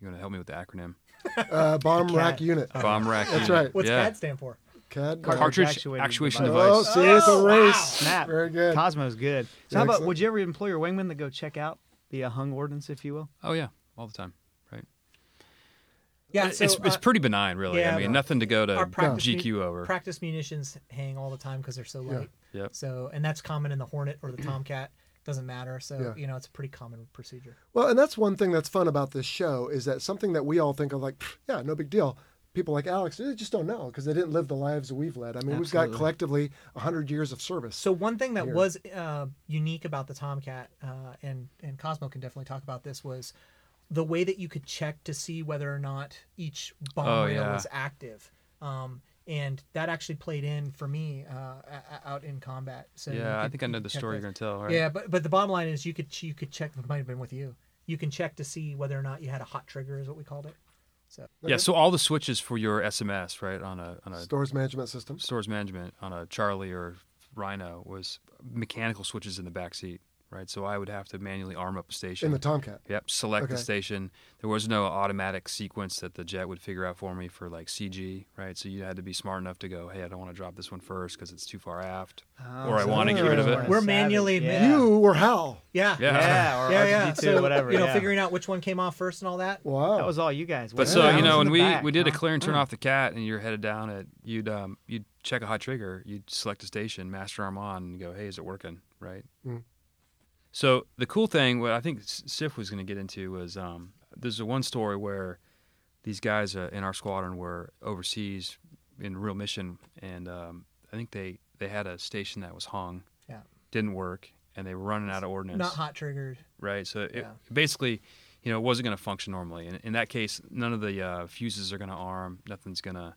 [SPEAKER 6] You're gonna help me with the acronym.
[SPEAKER 1] Uh, bomb
[SPEAKER 5] Cat.
[SPEAKER 1] rack unit.
[SPEAKER 6] Bomb rack.
[SPEAKER 1] That's
[SPEAKER 6] unit.
[SPEAKER 1] right.
[SPEAKER 5] What's
[SPEAKER 6] yeah.
[SPEAKER 5] CAD stand for?
[SPEAKER 1] CAD.
[SPEAKER 6] Cartridge
[SPEAKER 3] Actuated
[SPEAKER 6] actuation
[SPEAKER 3] device.
[SPEAKER 1] Oh,
[SPEAKER 6] device.
[SPEAKER 1] see, it's a race.
[SPEAKER 3] Snap.
[SPEAKER 1] Very good.
[SPEAKER 3] Cosmo's good. So how about
[SPEAKER 1] Excellent.
[SPEAKER 3] would you ever employ your wingman to go check out the uh, hung ordinance, if you will?
[SPEAKER 6] Oh yeah, all the time. Right.
[SPEAKER 5] Yeah,
[SPEAKER 6] it's
[SPEAKER 5] so,
[SPEAKER 6] it's
[SPEAKER 5] uh,
[SPEAKER 6] pretty benign, really.
[SPEAKER 5] yeah,
[SPEAKER 6] I mean, nothing to go to
[SPEAKER 5] our practice
[SPEAKER 6] GQ
[SPEAKER 5] mu-
[SPEAKER 6] over.
[SPEAKER 5] Practice munitions hang all the time because they're so
[SPEAKER 1] Yeah.
[SPEAKER 5] light.
[SPEAKER 6] Yep.
[SPEAKER 5] So and that's common in the Hornet or the Tomcat. Doesn't matter. So
[SPEAKER 1] Yeah.
[SPEAKER 5] you know it's a pretty common procedure.
[SPEAKER 1] Well, and that's one thing that's fun about this show is that something that we all think of like, "Pfft, yeah, no big deal. People like Alex, they just don't know because they didn't live the lives we've led. I mean, we've got
[SPEAKER 3] Absolutely.
[SPEAKER 1] collectively 100 years of service.
[SPEAKER 5] So one thing that
[SPEAKER 1] Here.
[SPEAKER 5] was uh, unique about the Tomcat, uh, and and Cosmo can definitely talk about this, was the way that you could check to see whether or not each bomb
[SPEAKER 6] Oh,
[SPEAKER 5] rail
[SPEAKER 6] yeah.
[SPEAKER 5] was active, um, and that actually played in for me uh, a- a- out in combat. So you
[SPEAKER 6] Yeah, I
[SPEAKER 5] could-
[SPEAKER 6] think I
[SPEAKER 5] you
[SPEAKER 6] know
[SPEAKER 5] could
[SPEAKER 6] the
[SPEAKER 5] check
[SPEAKER 6] story
[SPEAKER 5] those.
[SPEAKER 6] you're gonna tell. Right?
[SPEAKER 5] Yeah, but but the bottom line is you could you could check. It might have been with you. You can check to see whether or not you had a hot trigger, is what we called it. So
[SPEAKER 6] Yeah, so all the switches for your SMS, right, on a on a
[SPEAKER 1] Stores management system.
[SPEAKER 6] stores management on a Charlie or Rhino was mechanical switches in the back seat, right? So I would have to manually arm up a station.
[SPEAKER 1] In the Tomcat.
[SPEAKER 6] Yep, select the
[SPEAKER 1] Okay.
[SPEAKER 6] station. There was no automatic sequence that the jet would figure out for me for like CG, right? So you had to be smart enough to go, hey, I don't want to drop this one first because it's too far aft, Oh, or I
[SPEAKER 3] so
[SPEAKER 6] want to
[SPEAKER 1] you
[SPEAKER 6] get
[SPEAKER 1] were
[SPEAKER 6] rid of
[SPEAKER 3] Savage,
[SPEAKER 6] it.
[SPEAKER 5] We're manually
[SPEAKER 3] yeah.
[SPEAKER 1] You were Hal.
[SPEAKER 5] yeah,
[SPEAKER 6] Yeah.
[SPEAKER 3] yeah, or
[SPEAKER 5] yeah,
[SPEAKER 3] R2D2,
[SPEAKER 5] yeah. So
[SPEAKER 3] whatever.
[SPEAKER 5] you know,
[SPEAKER 3] yeah.
[SPEAKER 5] figuring out which one came off first and all that.
[SPEAKER 1] Wow.
[SPEAKER 3] That was all you guys.
[SPEAKER 6] But
[SPEAKER 3] wasn't it?
[SPEAKER 6] so
[SPEAKER 3] I
[SPEAKER 6] you
[SPEAKER 3] was
[SPEAKER 6] know,
[SPEAKER 3] in
[SPEAKER 6] when
[SPEAKER 3] the
[SPEAKER 6] we
[SPEAKER 3] back,
[SPEAKER 6] we did a
[SPEAKER 3] huh?
[SPEAKER 6] clear and turn off the cat, and you're headed down. It you'd um you'd check a hot trigger, you'd select a station, master arm on, and go, hey, is it working? Right.
[SPEAKER 3] Mm.
[SPEAKER 6] So the cool thing, what I think S- Sif was going to get into was um there's a one story where these guys uh, in our squadron were overseas in real mission, and um, I think they they had a station that was hung,
[SPEAKER 5] Yeah.
[SPEAKER 6] didn't work, and they were running out of ordnance
[SPEAKER 5] Not hot triggered.
[SPEAKER 6] right? So it,
[SPEAKER 5] Yeah.
[SPEAKER 6] basically, you know, it wasn't going to function normally. And in that case, none of the uh, fuses are going to arm. Nothing's going to,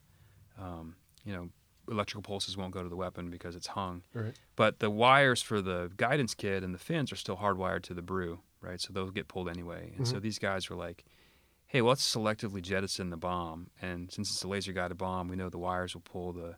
[SPEAKER 6] um, you know, electrical pulses won't go to the weapon because it's hung.
[SPEAKER 1] Right.
[SPEAKER 6] But the wires for the guidance kit and the fins are still hardwired to the brew, right? So they'll get pulled anyway. And so these guys were like, hey, well, let's selectively jettison the bomb. And since it's a laser guided bomb, we know the wires will pull the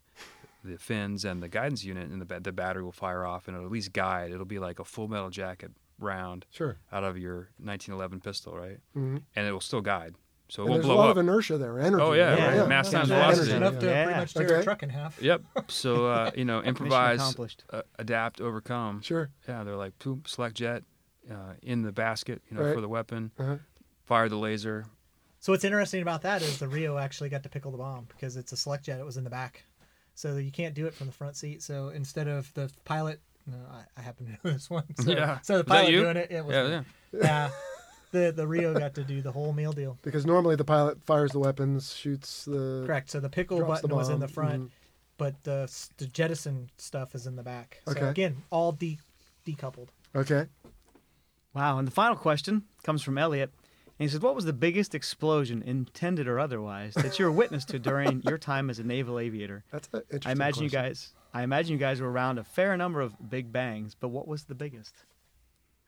[SPEAKER 6] the fins and the guidance unit, and the ba- the battery will fire off, and it'll at least guide. It'll be like a full metal jacket round
[SPEAKER 1] Sure.
[SPEAKER 6] out of your 1911 pistol, right? And it will still guide, so
[SPEAKER 1] Mm-hmm.
[SPEAKER 6] it
[SPEAKER 1] And
[SPEAKER 6] won't
[SPEAKER 1] there's a
[SPEAKER 6] blow
[SPEAKER 1] lot of
[SPEAKER 6] up.
[SPEAKER 1] inertia there. Energy.
[SPEAKER 6] Oh, yeah,
[SPEAKER 1] right?
[SPEAKER 3] right.
[SPEAKER 6] Mass
[SPEAKER 1] Yeah.
[SPEAKER 6] times
[SPEAKER 1] Yeah.
[SPEAKER 5] That's
[SPEAKER 6] velocity.
[SPEAKER 5] enough to pretty
[SPEAKER 3] Yeah.
[SPEAKER 5] much tear a
[SPEAKER 1] Okay.
[SPEAKER 5] truck in half.
[SPEAKER 6] Yep. So uh, you know, improvise,
[SPEAKER 3] accomplished.
[SPEAKER 6] uh, adapt, overcome.
[SPEAKER 1] Sure.
[SPEAKER 6] Yeah, they're like poop, select jet uh, in the basket, you know,
[SPEAKER 1] Right.
[SPEAKER 6] for the weapon.
[SPEAKER 1] Uh-huh.
[SPEAKER 6] Fire the laser.
[SPEAKER 5] So what's interesting about that is the Rio actually got to pickle the bomb because it's a select jet. It was in the back, so you can't do it from the front seat. So instead of the pilot, no, I, I happen to know this one. So,
[SPEAKER 6] Yeah.
[SPEAKER 5] So the
[SPEAKER 6] Was that
[SPEAKER 5] pilot
[SPEAKER 6] you?
[SPEAKER 5] doing it, it was
[SPEAKER 6] Yeah,
[SPEAKER 5] me.
[SPEAKER 6] yeah.
[SPEAKER 5] Yeah. the the Rio got to do the whole meal deal.
[SPEAKER 1] Because normally the pilot fires the weapons, shoots the.
[SPEAKER 5] Correct. So the pickle
[SPEAKER 1] Drops the
[SPEAKER 5] button was in the
[SPEAKER 1] bomb. Mm-hmm.
[SPEAKER 5] front, but the s- the jettison stuff is in the back. So
[SPEAKER 1] Okay.
[SPEAKER 5] again, all de- decoupled.
[SPEAKER 1] Okay.
[SPEAKER 3] Wow. And the final question comes from Elliot. And he says, What was the biggest explosion, intended or otherwise, that you were witness to during your time as a naval aviator?
[SPEAKER 1] That's an interesting.
[SPEAKER 3] I imagine you
[SPEAKER 1] question.
[SPEAKER 3] guys I imagine you guys were around a fair number of big bangs, but what was the biggest?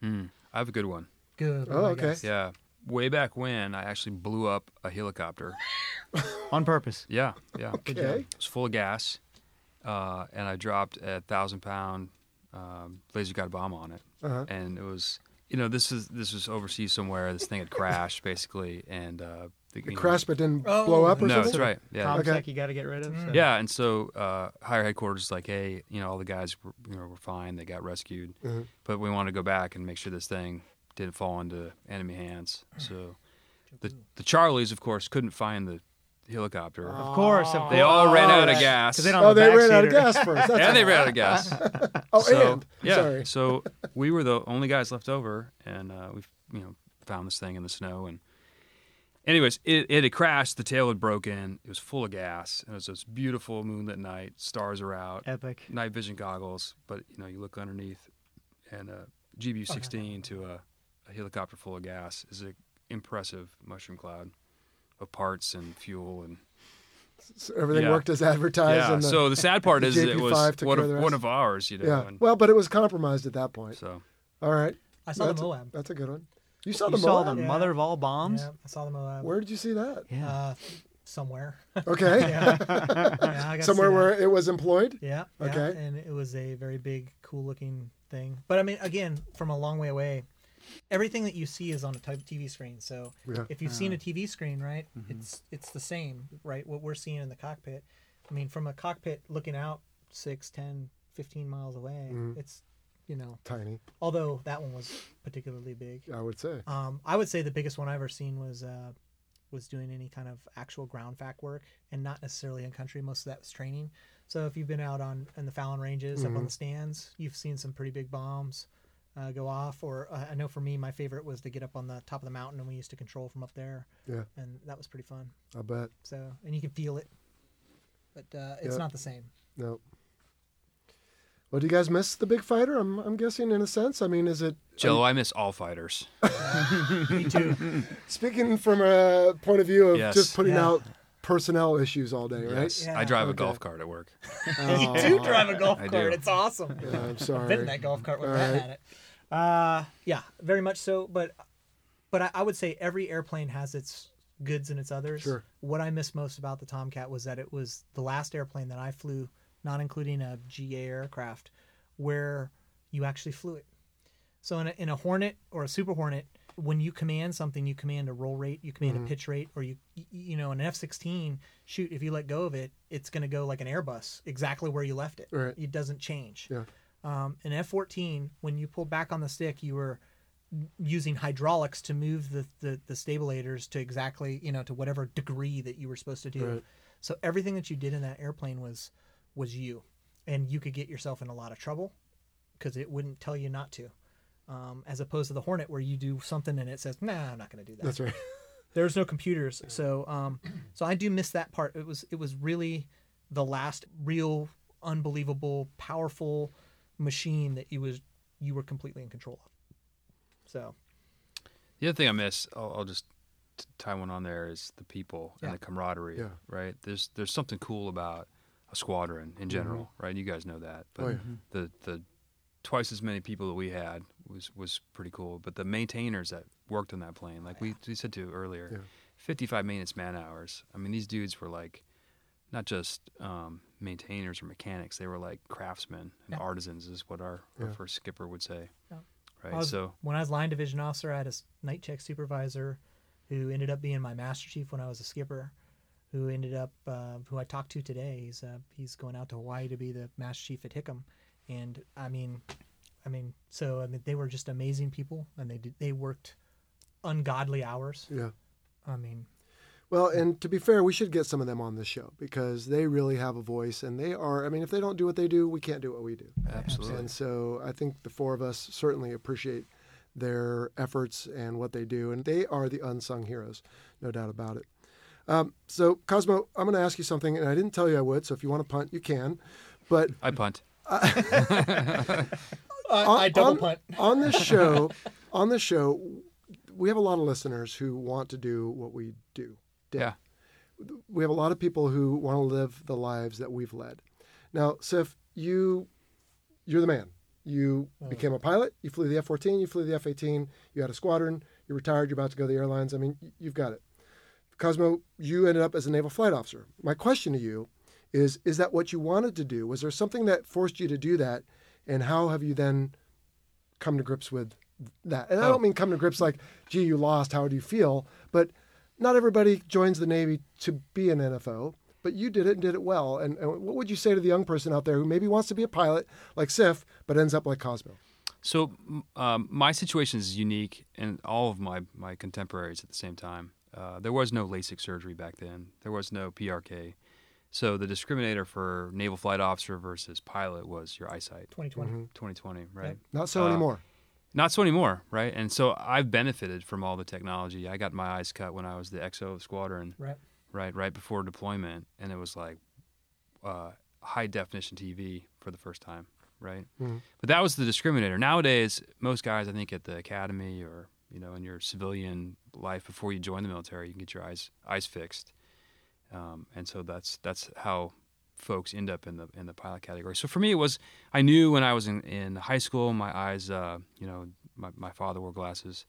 [SPEAKER 6] I have a good one.
[SPEAKER 5] Good.
[SPEAKER 1] Oh,
[SPEAKER 5] my
[SPEAKER 1] okay.
[SPEAKER 5] gosh.
[SPEAKER 6] Yeah. Way back when, I actually blew up a helicopter.
[SPEAKER 3] On purpose.
[SPEAKER 6] Yeah, yeah.
[SPEAKER 1] Okay.
[SPEAKER 6] It was full of gas, uh, and I dropped a thousand pound um, laser guided bomb on it,
[SPEAKER 1] Uh-huh.
[SPEAKER 6] and it was you know this is this was overseas somewhere. This thing had crashed basically, and uh, big,
[SPEAKER 1] It
[SPEAKER 6] you know-
[SPEAKER 1] crashed but didn't
[SPEAKER 5] Oh.
[SPEAKER 1] blow up or
[SPEAKER 6] No,
[SPEAKER 1] something?
[SPEAKER 6] that's right. Yeah.
[SPEAKER 3] Tom's
[SPEAKER 1] Okay.
[SPEAKER 3] like you got to get rid of. So.
[SPEAKER 6] Yeah, and so uh, higher headquarters is like, hey, you know, all the guys, were, you know, were fine. They got rescued,
[SPEAKER 1] Uh-huh.
[SPEAKER 6] but we want to go back and make sure this thing didn't fall into enemy hands. So, the the Charlies, of course, couldn't find the helicopter.
[SPEAKER 3] Of course, of
[SPEAKER 6] They all ran out of
[SPEAKER 3] course.
[SPEAKER 6] gas.
[SPEAKER 3] 'Cause they don't
[SPEAKER 1] Oh,
[SPEAKER 3] have a
[SPEAKER 1] they ran out
[SPEAKER 3] backseater.
[SPEAKER 1] of gas first. That's
[SPEAKER 6] yeah,
[SPEAKER 1] all.
[SPEAKER 6] they ran out of gas.
[SPEAKER 1] Oh,
[SPEAKER 6] so,
[SPEAKER 1] and
[SPEAKER 6] yeah,
[SPEAKER 1] sorry.
[SPEAKER 6] so we were the only guys left over, and uh, we, you know, found this thing in the snow. And anyways, it, it had crashed. The tail had broken. It was full of gas, and it was this beautiful moonlit night. Stars are out.
[SPEAKER 3] Epic.
[SPEAKER 6] Night vision goggles, but you know, you look underneath, and uh, a GBU-16
[SPEAKER 1] Oh,
[SPEAKER 6] to a, a helicopter full of gas is an impressive mushroom cloud of parts and fuel and
[SPEAKER 1] So everything
[SPEAKER 6] Yeah.
[SPEAKER 1] worked as advertised.
[SPEAKER 6] yeah.
[SPEAKER 1] and the-
[SPEAKER 6] so the sad part
[SPEAKER 1] the
[SPEAKER 6] is it was
[SPEAKER 1] JP5 took
[SPEAKER 6] one
[SPEAKER 1] care of
[SPEAKER 6] of,
[SPEAKER 1] the
[SPEAKER 6] one
[SPEAKER 1] rest.
[SPEAKER 6] of ours, you know.
[SPEAKER 1] yeah.
[SPEAKER 6] And
[SPEAKER 1] Well, but it was compromised at that point.
[SPEAKER 6] so
[SPEAKER 1] All right.
[SPEAKER 5] I saw
[SPEAKER 1] that's
[SPEAKER 5] the
[SPEAKER 1] a-
[SPEAKER 5] Moab.
[SPEAKER 1] That's a good one. You saw
[SPEAKER 3] You
[SPEAKER 1] the
[SPEAKER 3] saw
[SPEAKER 1] Moab?
[SPEAKER 3] the
[SPEAKER 5] Yeah.
[SPEAKER 3] mother of all bombs.
[SPEAKER 5] Yeah, I saw the Moab.
[SPEAKER 1] Where did you see that?
[SPEAKER 3] Yeah.
[SPEAKER 5] Uh, somewhere.
[SPEAKER 1] Okay.
[SPEAKER 5] Yeah, I got to
[SPEAKER 1] Somewhere
[SPEAKER 5] see that.
[SPEAKER 1] where it was employed?
[SPEAKER 5] Yeah. yeah,
[SPEAKER 1] Okay.
[SPEAKER 5] And it was a very big, cool looking thing. But I mean, again, from a long way away, everything that you see is on a type TV screen. So
[SPEAKER 1] Yeah.
[SPEAKER 5] if you've seen a TV screen, right, it's it's the same, right? What we're seeing in the cockpit. I mean, from a cockpit looking out six, ten, fifteen miles away, it's, you know,
[SPEAKER 1] Tiny,
[SPEAKER 5] although that one was particularly big.
[SPEAKER 1] I would say.
[SPEAKER 5] Um, I would say the biggest one I ever seen was uh, was doing any kind of actual ground fact work, and not necessarily in country. Most of that was training. So if you've been out on in the Fallon Ranges up on the stands, you've seen some pretty big bombs uh, go off. Or uh, I know for me, my favorite was to get up on the top of the mountain, and we used to control from up there,
[SPEAKER 1] Yeah,
[SPEAKER 5] and that was pretty fun.
[SPEAKER 1] I bet.
[SPEAKER 5] So and you can feel it, but uh, it's
[SPEAKER 1] Yeah.
[SPEAKER 5] not the same.
[SPEAKER 1] No. Well, do you guys miss the big fighter? I'm, I'm guessing in a sense. I mean, is it
[SPEAKER 6] Jello, I miss all fighters.
[SPEAKER 1] speaking from a point of view of
[SPEAKER 6] Yes.
[SPEAKER 1] just putting
[SPEAKER 5] Yeah.
[SPEAKER 1] out personnel issues all day, right?
[SPEAKER 6] Yes.
[SPEAKER 5] Yeah.
[SPEAKER 6] I drive a
[SPEAKER 1] Okay.
[SPEAKER 6] golf cart at work.
[SPEAKER 5] you do drive a golf
[SPEAKER 6] Oh. I
[SPEAKER 5] cart.
[SPEAKER 6] do.
[SPEAKER 5] It's awesome.
[SPEAKER 1] Yeah, I'm
[SPEAKER 5] fit in
[SPEAKER 1] sorry.
[SPEAKER 5] that golf cart with
[SPEAKER 1] All
[SPEAKER 5] that
[SPEAKER 1] right.
[SPEAKER 5] at it. Uh, yeah, very much so. But but I, I would say every airplane has its goods and its others.
[SPEAKER 1] Sure.
[SPEAKER 5] What I missed most about the Tomcat was that it was the last airplane that I flew, not including a GA aircraft, where you actually flew it. So in a, in a Hornet or a Super Hornet, when you command something, you command a roll rate, you command
[SPEAKER 1] Mm-hmm.
[SPEAKER 5] a pitch rate, or you y- you know an F sixteen. Shoot, if you let go of it, it's going to go like an Airbus, exactly where you left it.
[SPEAKER 1] Right.
[SPEAKER 5] It doesn't change.
[SPEAKER 1] Yeah.
[SPEAKER 5] Um, an F fourteen, when you pulled back on the stick, you were using hydraulics to move the, the the stabilators to exactly you know to whatever degree that you were supposed to do.
[SPEAKER 1] Right.
[SPEAKER 5] So everything that you did in that airplane was was you, and you could get yourself in a lot of trouble because it wouldn't tell you not to. Um, as opposed to the Hornet, where you do something and it says, "Nah, I'm not going to do that."
[SPEAKER 1] That's right.
[SPEAKER 5] There's no computers, so um, so I do miss that part. It was it was really the last real, unbelievable, powerful machine that you was you were completely in control of. So
[SPEAKER 6] The other thing I miss, I'll, I'll just t- tie one on there, is the people
[SPEAKER 5] Yeah.
[SPEAKER 6] and the camaraderie.
[SPEAKER 1] Yeah.
[SPEAKER 6] Right? There's there's something cool about a squadron in general, right? You guys know that. But
[SPEAKER 1] Mm-hmm. Oh, yeah.
[SPEAKER 6] the the twice as many people that we had was was pretty cool. But the maintainers that worked on that plane, like we, we said to earlier, 55 maintenance man hours. I mean, these dudes were like not just um, maintainers or mechanics; they were like craftsmen and
[SPEAKER 5] Yeah.
[SPEAKER 6] artisans, is what our, our
[SPEAKER 1] Yeah.
[SPEAKER 6] first skipper would say.
[SPEAKER 5] Yeah.
[SPEAKER 6] Right.
[SPEAKER 5] I was-
[SPEAKER 6] so
[SPEAKER 5] when I was line division officer, I had a s- night check supervisor who ended up being my master chief when I was a skipper, who ended up uh, who I talked to today. He's uh, he's going out to Hawaii to be the master chief at Hickam, and I mean, I mean, so I mean, they were just amazing people, and they did, they worked ungodly hours.
[SPEAKER 1] Yeah.
[SPEAKER 5] I mean,
[SPEAKER 1] Well, and to be fair, we should get some of them on this show because they really have a voice and they are, I mean, if they don't do what they do, we can't do what we do.
[SPEAKER 6] absolutely.
[SPEAKER 1] And so I think the four of us certainly appreciate their efforts and what they do. And they are the unsung heroes, no doubt about it. Um, so, Cosmo, I'm going to ask you something, and I didn't tell you I would. So, if you want to punt, you can. But
[SPEAKER 6] I punt.
[SPEAKER 5] I double punt.
[SPEAKER 1] on this show, on this show, we have a lot of listeners who want to do what we do. did.
[SPEAKER 6] Yeah.
[SPEAKER 1] We have a lot of people who want to live the lives that we've led. Now, Sif, you you're the man. You became a pilot. You flew the F-14. You flew the F-18. You had a squadron. You're retired. You're about to go to the airlines. I mean, y- you've got it. Cosmo, you ended up as a naval flight officer. My question to you is: Is that what you wanted to do? Was there something that forced you to do that? And how have you then
[SPEAKER 6] Oh.
[SPEAKER 1] come to grips with that? And I don't mean come to grips like, gee, you lost. How do you feel? But not everybody joins the Navy to be an NFO, but you did it and did it well. And, and what would you say to the young person out there who maybe wants to be a pilot like Sif, but ends up like Cosmo?
[SPEAKER 6] So m- um, my situation is unique, and all of my my contemporaries at the same time. Uh, there was no LASIK surgery back then. There was no PRK. So the discriminator for naval flight officer versus pilot was your eyesight.
[SPEAKER 5] 2020.
[SPEAKER 6] 2020, right?
[SPEAKER 1] Not so
[SPEAKER 6] Uh,
[SPEAKER 1] anymore.
[SPEAKER 6] Not so anymore, right? And so I've benefited from all the technology. I got my eyes cut when I was the XO squadron,
[SPEAKER 5] Right.
[SPEAKER 6] right, right before deployment, and it was like uh, high definition TV for the first time, right? But that was the discriminator. Nowadays, most guys, I think, at the academy or you know in your civilian life before you join the military, you can get your eyes eyes fixed, um, and so that's that's how folks end up in the in the pilot category. So for me, it was I knew when I was in, in high school, my eyes, uh, you know, my, my father wore glasses,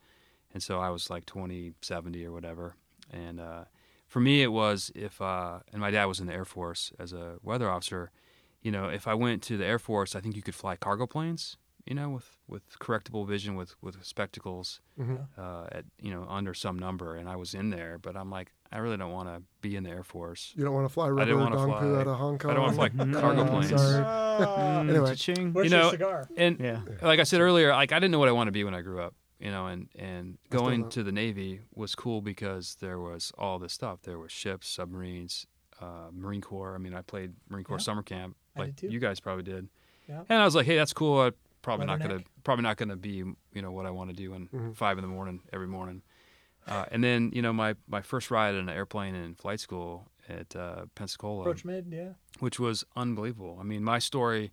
[SPEAKER 6] and so I was like 20, 70 or whatever, and uh, for me it was if uh, and my dad was in the air force as a weather officer you know if i went to the air force i think you could fly cargo planes you know with with correctable vision with with spectacles
[SPEAKER 1] Mm-hmm.
[SPEAKER 6] uh, at you know under some number and i was in there but i'm like i really don't want to be in the air force
[SPEAKER 1] You don't want to fly
[SPEAKER 6] I
[SPEAKER 1] rubber
[SPEAKER 6] didn't want to
[SPEAKER 1] donkey
[SPEAKER 6] fly
[SPEAKER 1] out of Hong Kong.
[SPEAKER 6] I don't want to fly cargo
[SPEAKER 3] I'm
[SPEAKER 6] planes.
[SPEAKER 3] sorry.
[SPEAKER 1] Mm, Anyway.
[SPEAKER 3] Cha-ching.
[SPEAKER 5] Where's
[SPEAKER 6] You know-
[SPEAKER 5] your cigar?
[SPEAKER 6] And
[SPEAKER 3] Yeah.
[SPEAKER 6] like I said earlier, like I didn't know what I wanted to be when I grew up, you know, and and
[SPEAKER 1] still
[SPEAKER 6] going
[SPEAKER 1] don't.
[SPEAKER 6] to the Navy was cool because there was all this stuff. There was ships, submarines, uh, Marine Corps. I mean, I played Marine Corps
[SPEAKER 5] Yeah.
[SPEAKER 6] summer camp,
[SPEAKER 5] I
[SPEAKER 6] like
[SPEAKER 5] did too.
[SPEAKER 6] you guys probably did.
[SPEAKER 5] Yeah.
[SPEAKER 6] And I was like, hey, that's cool. I probably not gonna
[SPEAKER 5] Leatherneck.
[SPEAKER 6] probably not gonna be you know what I want to do in
[SPEAKER 5] Mm-hmm.
[SPEAKER 6] five in the morning every morning. Uh, and then you know my my first ride in an airplane in flight school at uh, Pensacola
[SPEAKER 5] Approach mid, yeah.
[SPEAKER 6] which was unbelievable. I mean, my story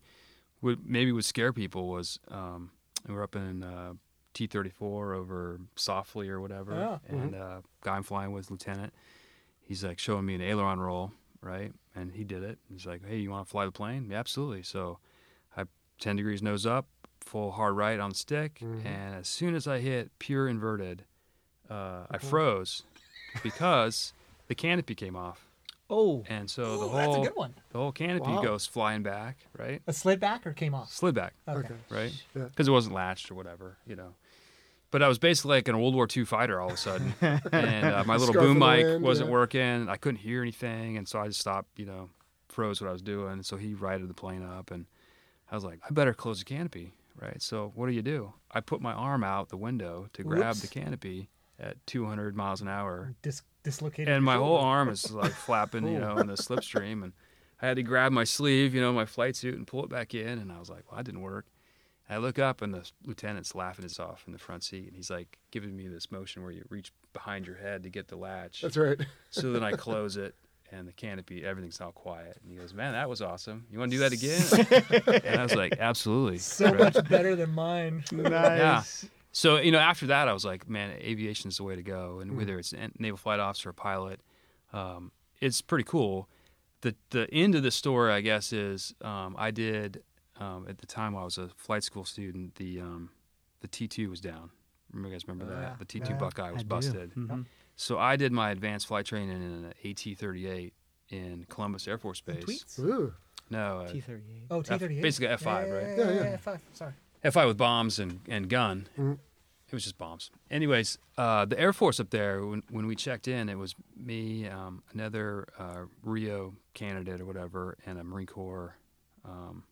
[SPEAKER 6] would maybe would scare people was um, we were up in uh, T thirty four over Softly or whatever,
[SPEAKER 5] Yeah. mm-hmm.
[SPEAKER 6] and uh, guy I'm flying with lieutenant, he's like showing me an aileron roll, right? And he did it. He's like, "Hey, you want to fly the plane? Yeah, absolutely." So I ten degrees nose up, full hard right on the stick,
[SPEAKER 5] Mm-hmm.
[SPEAKER 6] and as soon as I hit pure inverted, uh,
[SPEAKER 5] Mm-hmm.
[SPEAKER 6] I froze because the canopy came off.
[SPEAKER 5] Oh,
[SPEAKER 6] And so the
[SPEAKER 5] Ooh,
[SPEAKER 6] whole
[SPEAKER 5] that's a good one.
[SPEAKER 6] the whole canopy
[SPEAKER 1] Wow.
[SPEAKER 6] goes flying back, right?
[SPEAKER 5] it slid back or came off?
[SPEAKER 6] Slid back,
[SPEAKER 5] Okay.
[SPEAKER 6] right?
[SPEAKER 1] Yeah.
[SPEAKER 6] Because it wasn't latched or whatever, you know. But I was basically like an World War II fighter all of a sudden, and uh, my little
[SPEAKER 1] Scarf
[SPEAKER 6] boom
[SPEAKER 1] in the
[SPEAKER 6] mic
[SPEAKER 1] wind,
[SPEAKER 6] wasn't
[SPEAKER 1] yeah.
[SPEAKER 6] working. I couldn't hear anything, and so I just stopped, you know, froze what I was doing. So he righted the plane up, and I was like, I better close the canopy, right? So what do you do? I put my arm out the window to grab
[SPEAKER 5] Whoops.
[SPEAKER 6] the canopy at 200 miles an hour,
[SPEAKER 5] Dis- dislocated. your
[SPEAKER 6] and my whole
[SPEAKER 5] shoulder.
[SPEAKER 6] arm is like flapping, you know, in the slipstream, and I had to grab my sleeve, you know, my flight suit, and pull it back in, and I was like, "Well, that didn't work." And I look up, and the lieutenant's laughing his off in the front seat, and he's like giving me this motion where you reach behind your head to get the latch.
[SPEAKER 1] That's right.
[SPEAKER 6] So then I close it, and the canopy, everything's all quiet, and he goes, "Man, that was awesome. You want to do that again?" and I was like, "Absolutely."
[SPEAKER 5] So
[SPEAKER 6] Right.
[SPEAKER 5] much better than mine.
[SPEAKER 3] Nice.
[SPEAKER 6] So you know, after that, I was like, man, aviation is the way to go. And whether it's a naval flight officer or pilot, um, it's pretty cool. The the end of the story, I guess, is um, I did um, at the time I was a flight school student. The um, the T two was down. Remember, you guys remember that
[SPEAKER 5] Yeah.
[SPEAKER 6] the T two
[SPEAKER 5] Yeah.
[SPEAKER 6] Buckeye was
[SPEAKER 3] I do.
[SPEAKER 6] busted.
[SPEAKER 1] Mm-hmm.
[SPEAKER 3] Mhm.
[SPEAKER 6] So I did my advanced flight training in an AT thirty eight in Columbus Air Force Base.
[SPEAKER 5] Tweets?
[SPEAKER 1] Ooh.
[SPEAKER 6] No, uh,
[SPEAKER 3] T38.
[SPEAKER 5] Oh, T38.
[SPEAKER 6] basically F5, right?
[SPEAKER 5] Yeah,
[SPEAKER 1] Yeah,
[SPEAKER 5] yeah,
[SPEAKER 1] yeah.
[SPEAKER 5] yeah, F5. Sorry.
[SPEAKER 6] FI with bombs and, and gun. It was just bombs. Anyways, uh, the Air Force up there, when, when we checked in, it was me, um, another uh, Rio candidate or whatever, and a Marine Corps. Um,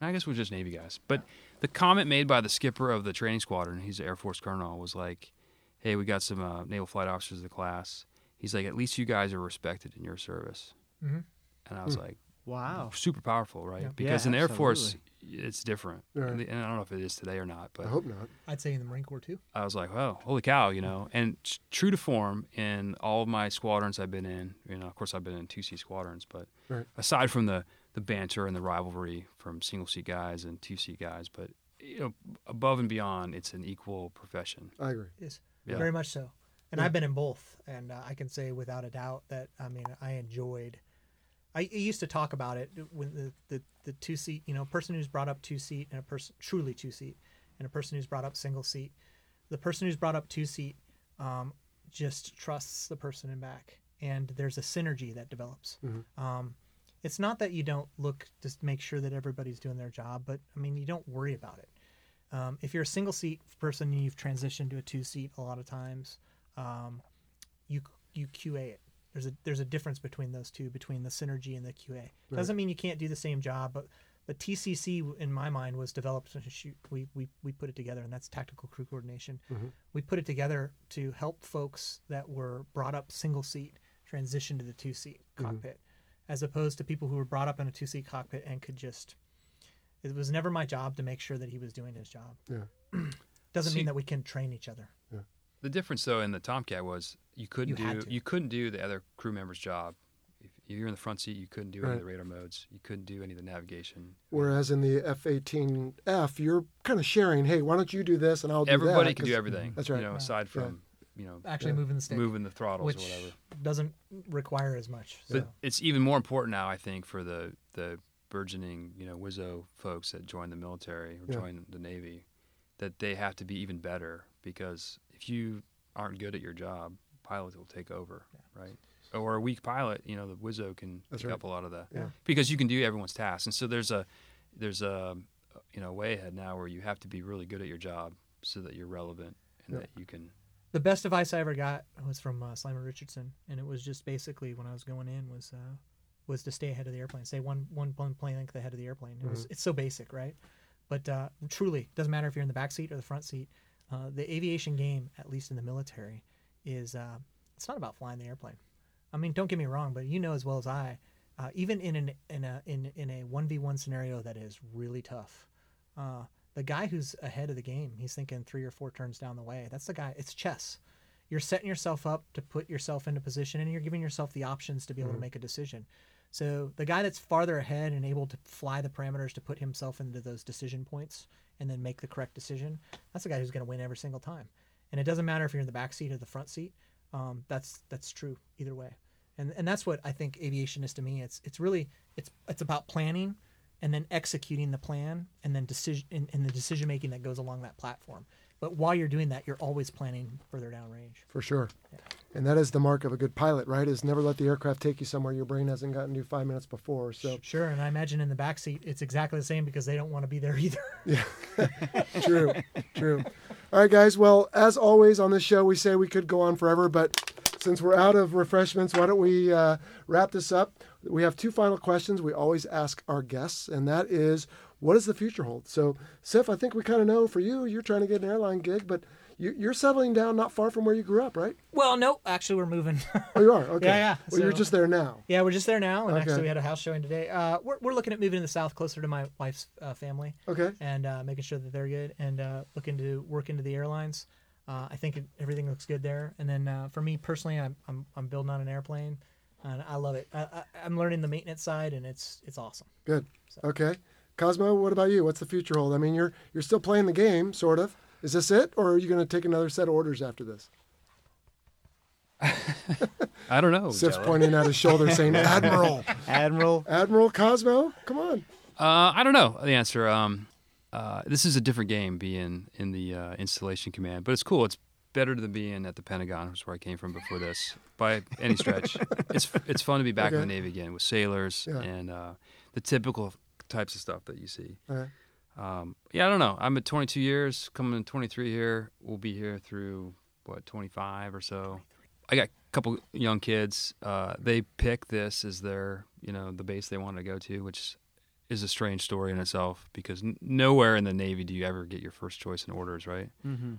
[SPEAKER 6] I guess we're just Navy guys. But the comment made by the skipper of the training squadron, he's an Air Force colonel, was like, hey, we got some uh, naval flight officers of the class. He's like, at least you guys are respected in your service.
[SPEAKER 5] Mhm.
[SPEAKER 6] And I was like,
[SPEAKER 3] Wow.
[SPEAKER 6] Oh, super powerful, right?
[SPEAKER 5] Yeah.
[SPEAKER 6] Because
[SPEAKER 3] Yeah,
[SPEAKER 6] in the Air Force, it's different.
[SPEAKER 1] Yeah.
[SPEAKER 6] And the- and I don't know if it is today or not, but
[SPEAKER 1] I hope not.
[SPEAKER 5] I'd say in the Marine Corps too.
[SPEAKER 6] I was like, oh, holy cow, you know. And t- true to form, in all of my squadrons I've been in, you know, of course I've been in two C squadrons, but
[SPEAKER 1] Right.
[SPEAKER 6] aside from the the banter and the rivalry from single seat guys and two seat guys, but you know, above and beyond, it's an equal profession.
[SPEAKER 1] I agree.
[SPEAKER 5] Yes,
[SPEAKER 6] Yeah.
[SPEAKER 5] very much so. And I've been in both, and uh, I can say without a doubt that I mean I enjoyed. I, I used to talk about it when the the, the two seat, you know, person who's brought up two seat and a person truly two seat, and a person who's brought up single seat. The person who's brought up two seat um, just trusts the person in back, and there's a synergy that develops. Um, it's not that you don't look just make sure that everybody's doing their job, but I mean you don't worry about it. Um, if you're a single seat person and you've transitioned to a two seat a lot of times, um, you you QA it. There's a there's a difference between those two, between the synergy and the QA. Doesn't mean you can't do the same job, but but TCC in my mind was developed. Shoot, we we we put it together, and that's tactical crew coordination. We put it together to help folks that were brought up single seat transition to the two seat cockpit, as opposed to people who were brought up in a two seat cockpit and could just. It was never my job to make sure that he was doing his job.
[SPEAKER 1] Yeah.
[SPEAKER 5] Doesn't
[SPEAKER 6] See-
[SPEAKER 5] mean that we can train each other.
[SPEAKER 6] The difference though in the Tomcat was you couldn't
[SPEAKER 5] You had
[SPEAKER 6] do
[SPEAKER 5] to.
[SPEAKER 6] you couldn't do the other crew member's job. If you're in the front seat, you couldn't do any of the radar modes. You couldn't do any of the navigation.
[SPEAKER 1] Whereas in the F-18F, you're kind of sharing. Hey, why don't you do this and I'll do that.
[SPEAKER 6] Everybody can do
[SPEAKER 1] 'cause-
[SPEAKER 6] everything.
[SPEAKER 1] That's right.
[SPEAKER 6] You know, aside from you know
[SPEAKER 5] Actually, moving the stick.
[SPEAKER 6] moving the throttles
[SPEAKER 5] which
[SPEAKER 6] or whatever.
[SPEAKER 5] doesn't require as much. So
[SPEAKER 6] But it's even more important now, I think, for the the burgeoning you know Wizzo folks that join the military or
[SPEAKER 1] Yeah.
[SPEAKER 6] join the Navy, that they have to be even better because if you aren't good at your job, pilots will take over, right? Or a weak pilot, you know, the Wizzo can
[SPEAKER 1] That's
[SPEAKER 6] pick
[SPEAKER 1] right.
[SPEAKER 6] up a lot of that
[SPEAKER 1] Yeah.
[SPEAKER 6] because you can do everyone's tasks, and so there's a there's a you know way ahead now where you have to be really good at your job so that you're relevant and
[SPEAKER 1] Yeah.
[SPEAKER 6] that you can
[SPEAKER 5] the best advice I ever got was from uh, Slimer Richardson, and it was just basically when I was going in was uh, was to stay ahead of the airplane, stay one one one plane length ahead of the airplane. It was it's so basic, right? But uh, truly, doesn't matter if you're in the back seat or the front seat. Uh, the aviation game, at least in the military, is uh, it's not about flying the airplane. I mean, don't get me wrong, but you know as well as I, uh, even in an in a in in a one v one scenario that is really tough, uh, the guy who's ahead of the game, he's thinking three or four turns down the way. That's the guy. It's chess. You're setting yourself up to put yourself into position, and you're giving yourself the options to be able to make a decision. So the guy that's farther ahead and able to fly the parameters to put himself into those decision points and then make the correct decision, that's the guy who's going to win every single time. And it doesn't matter if you're in the back seat or the front seat. Um, that's that's true either way. And and that's what I think aviation is to me. It's it's really it's it's about planning and then executing the plan and then decision and, and the decision making that goes along that platform. But while you're doing that, you're always planning further downrange.
[SPEAKER 1] For sure. And that is the mark of a good pilot, right? Is never let the aircraft take you somewhere your brain hasn't gotten to five minutes before. So
[SPEAKER 5] Sure, and I imagine in the back seat it's exactly the same because they don't want to be there either.
[SPEAKER 1] true, true. All right, guys. Well, as always on this show, we say we could go on forever, but since we're out of refreshments, why don't we uh, wrap this up? We have two final questions we always ask our guests, and that is, what does the future hold? So, Sif, I think we kind of know for you, you're trying to get an airline gig, but you, you're settling down not far from where you grew up, right?
[SPEAKER 5] well, no, actually we're moving.
[SPEAKER 1] Oh, you are. Okay.
[SPEAKER 5] Yeah, yeah.
[SPEAKER 1] Well, you're
[SPEAKER 5] So-
[SPEAKER 1] just there now.
[SPEAKER 5] yeah, we're just there now, and
[SPEAKER 1] Okay.
[SPEAKER 5] actually we had a house showing today. Uh, we're we're looking at moving to the south, closer to my wife's uh, family.
[SPEAKER 1] Okay.
[SPEAKER 5] and uh, making sure that they're good and uh, looking to work into the airlines. Uh, I think it, everything looks good there. And then uh, for me personally, I'm, I'm, I'm building on an airplane and I love it. I, I, I'm learning the maintenance side and it's it's awesome.
[SPEAKER 1] Good. Okay. Cosmo, what about you? What's the future hold? I mean, you're you're still playing the game, sort of. Is this it, or are you going to take another set of orders after this?
[SPEAKER 6] I don't know.
[SPEAKER 1] Sif's
[SPEAKER 6] Jello.
[SPEAKER 1] pointing at his shoulder, saying, "Admiral,
[SPEAKER 3] Admiral.
[SPEAKER 1] Admiral Cosmo, come on."
[SPEAKER 6] Uh, I don't know the answer. Um, uh, this is a different game being in the uh, installation command, but it's cool. It's better than being at the Pentagon, which is where I came from before this, by any stretch. it's it's fun to be back in the
[SPEAKER 1] Okay.
[SPEAKER 6] Navy again with sailors
[SPEAKER 1] Yeah.
[SPEAKER 6] and uh, the typical types of stuff that you see.
[SPEAKER 1] All right.
[SPEAKER 6] Um, yeah, I don't know. I'm at 22 years, coming to 23 here. We'll be here through what 25 or so. I got a couple young kids. Uh, they pick this as their, you know, the base they want to go to, which is a strange story in itself because n- nowhere in the Navy do you ever get your first choice in orders, right?
[SPEAKER 3] Mm-hmm.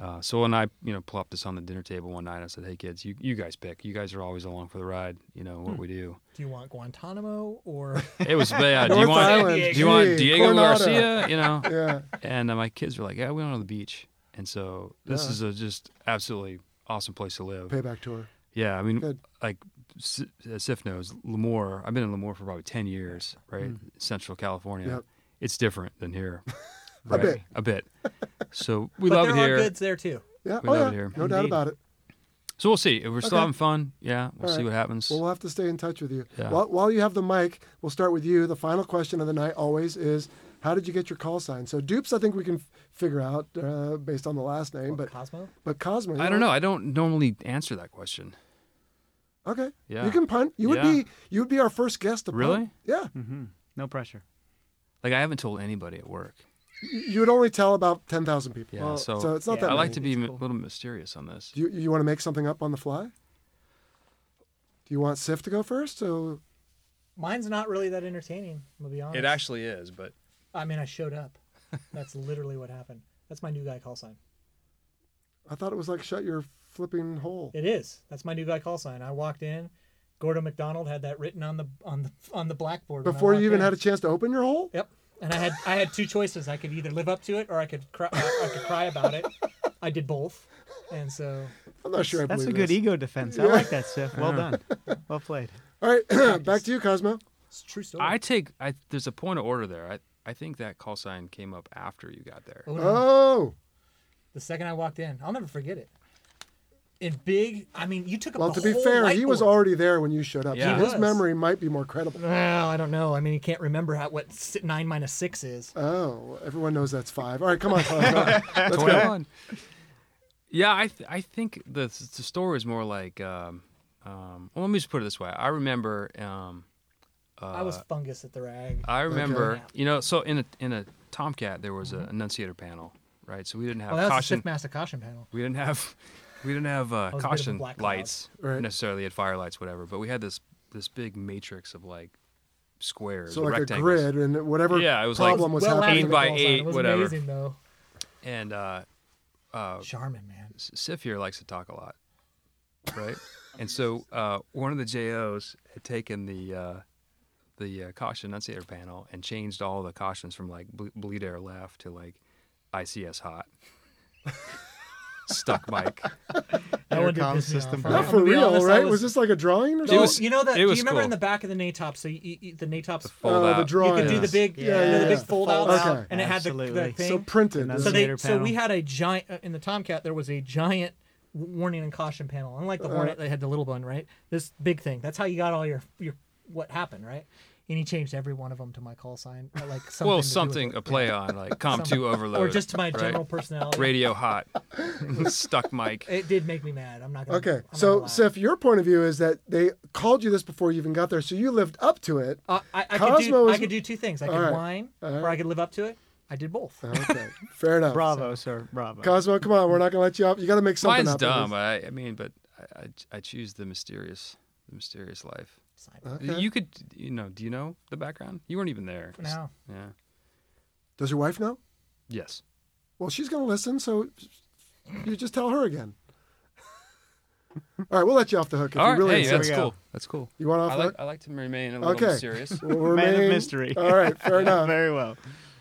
[SPEAKER 6] Uh, so when I, you know, plopped this on the dinner table one night, I said, "Hey kids, you you guys pick. You guys are always along for the ride. You know
[SPEAKER 1] Hmm.
[SPEAKER 6] what we do."
[SPEAKER 5] Do you want Guantanamo or
[SPEAKER 6] It was yeah. do you
[SPEAKER 1] North
[SPEAKER 6] want
[SPEAKER 1] Island,
[SPEAKER 6] do you want
[SPEAKER 1] gee,
[SPEAKER 6] Diego
[SPEAKER 1] Coronado.
[SPEAKER 6] Garcia? You know.
[SPEAKER 1] Yeah.
[SPEAKER 6] And uh, my kids were like, "Yeah, we want to the beach." And so this
[SPEAKER 1] Yeah.
[SPEAKER 6] is a just absolutely awesome place to live.
[SPEAKER 1] Payback tour.
[SPEAKER 6] Yeah, I mean,
[SPEAKER 1] Good.
[SPEAKER 6] like S- uh, Sif knows, Lemoore. I've been in Lemoore for probably ten years, right? Central California.
[SPEAKER 1] Mm. Yep.
[SPEAKER 6] It's different than here.
[SPEAKER 1] A bit.
[SPEAKER 6] A bit. So we
[SPEAKER 5] but
[SPEAKER 6] love
[SPEAKER 5] there
[SPEAKER 6] it here.
[SPEAKER 5] are goods there too.
[SPEAKER 1] Yeah.
[SPEAKER 6] We
[SPEAKER 1] oh,
[SPEAKER 6] love
[SPEAKER 1] yeah.
[SPEAKER 6] it here.
[SPEAKER 1] No doubt
[SPEAKER 3] Indeed.
[SPEAKER 1] about it.
[SPEAKER 6] So we'll see. If we're still
[SPEAKER 1] Okay.
[SPEAKER 6] having fun, yeah,
[SPEAKER 1] All
[SPEAKER 6] we'll see
[SPEAKER 1] right.
[SPEAKER 6] what happens.
[SPEAKER 1] Well, we'll have to stay in touch with you.
[SPEAKER 6] Yeah.
[SPEAKER 1] While, while you have the mic, we'll start with you. The final question of the night always is, "How did you get your call sign?" So Dupes, I think we can f- figure out uh, based on the last name, but
[SPEAKER 5] Cosmo?
[SPEAKER 1] but Cosmo. you
[SPEAKER 6] I don't know. I don't normally answer that question.
[SPEAKER 1] Okay.
[SPEAKER 6] Yeah.
[SPEAKER 1] You can punt. You would
[SPEAKER 6] Yeah.
[SPEAKER 1] be you would be our first guest to punt.
[SPEAKER 6] Really? Hmm.
[SPEAKER 1] Yeah.
[SPEAKER 3] No pressure.
[SPEAKER 6] Like I haven't told anybody at work.
[SPEAKER 1] You you would only tell about ten thousand people.
[SPEAKER 6] Yeah. so
[SPEAKER 1] so it's not
[SPEAKER 3] yeah,
[SPEAKER 1] that.
[SPEAKER 6] I
[SPEAKER 1] many.
[SPEAKER 6] like to be
[SPEAKER 5] It's
[SPEAKER 6] m- a
[SPEAKER 5] cool.
[SPEAKER 6] little mysterious on this.
[SPEAKER 1] Do you, you want to make something up on the fly? Do you want Sif to go first? So
[SPEAKER 5] Mine's not really that entertaining. I'm gonna be honest.
[SPEAKER 6] It actually is, but
[SPEAKER 5] I mean, I showed up. That's literally what happened. That's my new guy call sign.
[SPEAKER 1] I thought it was like shut your flipping hole.
[SPEAKER 5] It is. That's my new guy call sign. I walked in. Gordon McDonald had that written on the on the on the blackboard when I
[SPEAKER 1] Before you
[SPEAKER 5] walked
[SPEAKER 1] even
[SPEAKER 5] in.
[SPEAKER 1] had a chance to open your hole?
[SPEAKER 5] Yep. And I had I had two choices. I could either live up to it or I could cry. I could cry about it. I did both, and so
[SPEAKER 1] I'm not sure I
[SPEAKER 3] That's a
[SPEAKER 1] believe
[SPEAKER 3] good
[SPEAKER 1] this.
[SPEAKER 3] ego defense. I like that, Sif. Well done. Well played.
[SPEAKER 1] All right, back to you, Cosmo.
[SPEAKER 5] it's a true story.
[SPEAKER 6] I take I there's a point of order there. I I think that call sign came up after you got there.
[SPEAKER 5] Oh, no.
[SPEAKER 1] Oh,
[SPEAKER 5] The second I walked in, I'll never forget it. In big, I mean, you took up.
[SPEAKER 1] well,
[SPEAKER 5] the
[SPEAKER 1] to be
[SPEAKER 5] whole
[SPEAKER 1] fair, he was
[SPEAKER 5] whiteboard.
[SPEAKER 1] already there when you showed up.
[SPEAKER 6] Yeah.
[SPEAKER 1] so
[SPEAKER 6] He
[SPEAKER 1] His
[SPEAKER 5] was.
[SPEAKER 1] memory might be more credible.
[SPEAKER 5] Well, I don't know. I mean, you can't remember how, what si- nine minus six is.
[SPEAKER 1] Oh, everyone knows that's five. All right, come on, Cosmo. Let's
[SPEAKER 6] Twenty
[SPEAKER 1] go.
[SPEAKER 6] one. Yeah, I th- I think the the story is more like um, um, well, let me just put it this way. I remember um,
[SPEAKER 5] I was fungus at the rag.
[SPEAKER 6] I remember
[SPEAKER 5] Okay.
[SPEAKER 6] you know so in a in a Tomcat there was an enunciator panel, right? So we didn't have
[SPEAKER 5] Mm-hmm. well, that was the
[SPEAKER 6] caution.
[SPEAKER 5] Sith Master caution panel.
[SPEAKER 6] We didn't have we didn't have uh,
[SPEAKER 5] was a bit of a
[SPEAKER 6] caution
[SPEAKER 5] black cloud.
[SPEAKER 6] lights
[SPEAKER 1] Right.
[SPEAKER 6] necessarily. Had fire lights, whatever. But we had this this big matrix of like squares,
[SPEAKER 1] So like a
[SPEAKER 6] rectangles.
[SPEAKER 1] grid and whatever
[SPEAKER 6] Yeah, it was like
[SPEAKER 1] problem was
[SPEAKER 5] well after
[SPEAKER 1] happening.
[SPEAKER 5] the
[SPEAKER 6] Eight by
[SPEAKER 5] call sign.
[SPEAKER 6] eight,
[SPEAKER 5] it was
[SPEAKER 6] whatever.
[SPEAKER 5] Amazing though.
[SPEAKER 6] And uh,
[SPEAKER 5] Charmin, man.
[SPEAKER 6] S- Sif here likes to talk a lot, right? and so uh, one of the JOs had taken the uh, the uh, caution enunciator panel and changed all the cautions from like ble- bleed air left to like ICS hot. Stuck mic.
[SPEAKER 5] That would
[SPEAKER 3] Intercom
[SPEAKER 5] piss me
[SPEAKER 3] system.
[SPEAKER 5] off.
[SPEAKER 1] Not
[SPEAKER 5] I'm
[SPEAKER 1] for
[SPEAKER 5] gonna be
[SPEAKER 1] real,
[SPEAKER 5] honest, I
[SPEAKER 1] right? Was, this like a drawing or
[SPEAKER 5] Oh,
[SPEAKER 1] something?
[SPEAKER 6] was-
[SPEAKER 5] you know that?
[SPEAKER 6] it
[SPEAKER 5] Do you
[SPEAKER 6] was
[SPEAKER 5] remember
[SPEAKER 6] cool.
[SPEAKER 5] in the back of the NATOPs? So you, you, you- the NATOPs,
[SPEAKER 6] Fold
[SPEAKER 1] oh,
[SPEAKER 6] out.
[SPEAKER 1] the
[SPEAKER 5] you
[SPEAKER 1] drawing.
[SPEAKER 5] could do the
[SPEAKER 6] Yes.
[SPEAKER 5] big,
[SPEAKER 1] Yeah,
[SPEAKER 5] you know, the
[SPEAKER 1] yeah,
[SPEAKER 5] big
[SPEAKER 1] yeah.
[SPEAKER 5] fold outs,
[SPEAKER 1] Okay.
[SPEAKER 5] and it had the, the
[SPEAKER 3] Absolutely.
[SPEAKER 5] thing.
[SPEAKER 1] So printed.
[SPEAKER 3] So
[SPEAKER 5] So they,
[SPEAKER 3] Later
[SPEAKER 5] so
[SPEAKER 3] panel.
[SPEAKER 5] we had a giant uh, in the Tomcat. There was a giant warning and caution panel. Unlike
[SPEAKER 1] Uh-huh.
[SPEAKER 5] the Hornet, they had the little one, right? This big thing. That's how you got all your your what happened, right? And he changed every one of them to my call sign, or like something.
[SPEAKER 6] well,
[SPEAKER 5] to do with
[SPEAKER 6] something
[SPEAKER 5] it.
[SPEAKER 6] a play on like comp
[SPEAKER 5] Something.
[SPEAKER 6] two overload,
[SPEAKER 5] or just to my
[SPEAKER 6] right?
[SPEAKER 5] general personality.
[SPEAKER 6] radio hot, stuck mic.
[SPEAKER 5] It did make me mad. I'm not gonna.
[SPEAKER 1] Okay,
[SPEAKER 5] I'm not gonna
[SPEAKER 1] so
[SPEAKER 5] lie.
[SPEAKER 1] Sif, your point of view is that they called you this before you even got there, so you lived up to it.
[SPEAKER 5] Uh, I, I could
[SPEAKER 1] Cosmo
[SPEAKER 5] do
[SPEAKER 1] is-
[SPEAKER 5] I could do two things. I could
[SPEAKER 1] All right.
[SPEAKER 5] whine, or I could live up to it. I did both.
[SPEAKER 1] Okay, fair enough.
[SPEAKER 3] Bravo, sir. Bravo.
[SPEAKER 1] Cosmo, come on, we're not gonna let you up. You got to make something
[SPEAKER 6] Mine's
[SPEAKER 1] up.
[SPEAKER 6] dumb. I, I mean, but I, I, I choose the mysterious, the mysterious life.
[SPEAKER 1] Okay.
[SPEAKER 6] You could, you know, do you know the background? You weren't even there.
[SPEAKER 5] No.
[SPEAKER 6] Yeah.
[SPEAKER 1] Does your wife know?
[SPEAKER 6] Yes.
[SPEAKER 1] Well, she's gonna listen, so you just tell her again. All right, we'll let you off the hook if
[SPEAKER 6] All
[SPEAKER 1] you
[SPEAKER 6] right.
[SPEAKER 1] really
[SPEAKER 6] hey,
[SPEAKER 1] insist.
[SPEAKER 6] that's
[SPEAKER 3] we go.
[SPEAKER 6] cool. That's cool.
[SPEAKER 1] You want off
[SPEAKER 6] I
[SPEAKER 1] the
[SPEAKER 6] like,
[SPEAKER 1] hook?
[SPEAKER 6] I like to remain a
[SPEAKER 1] Okay.
[SPEAKER 6] little mysterious.
[SPEAKER 1] We'll
[SPEAKER 3] Man of
[SPEAKER 1] remain-
[SPEAKER 3] mystery.
[SPEAKER 1] All right, fair enough.
[SPEAKER 3] Very well.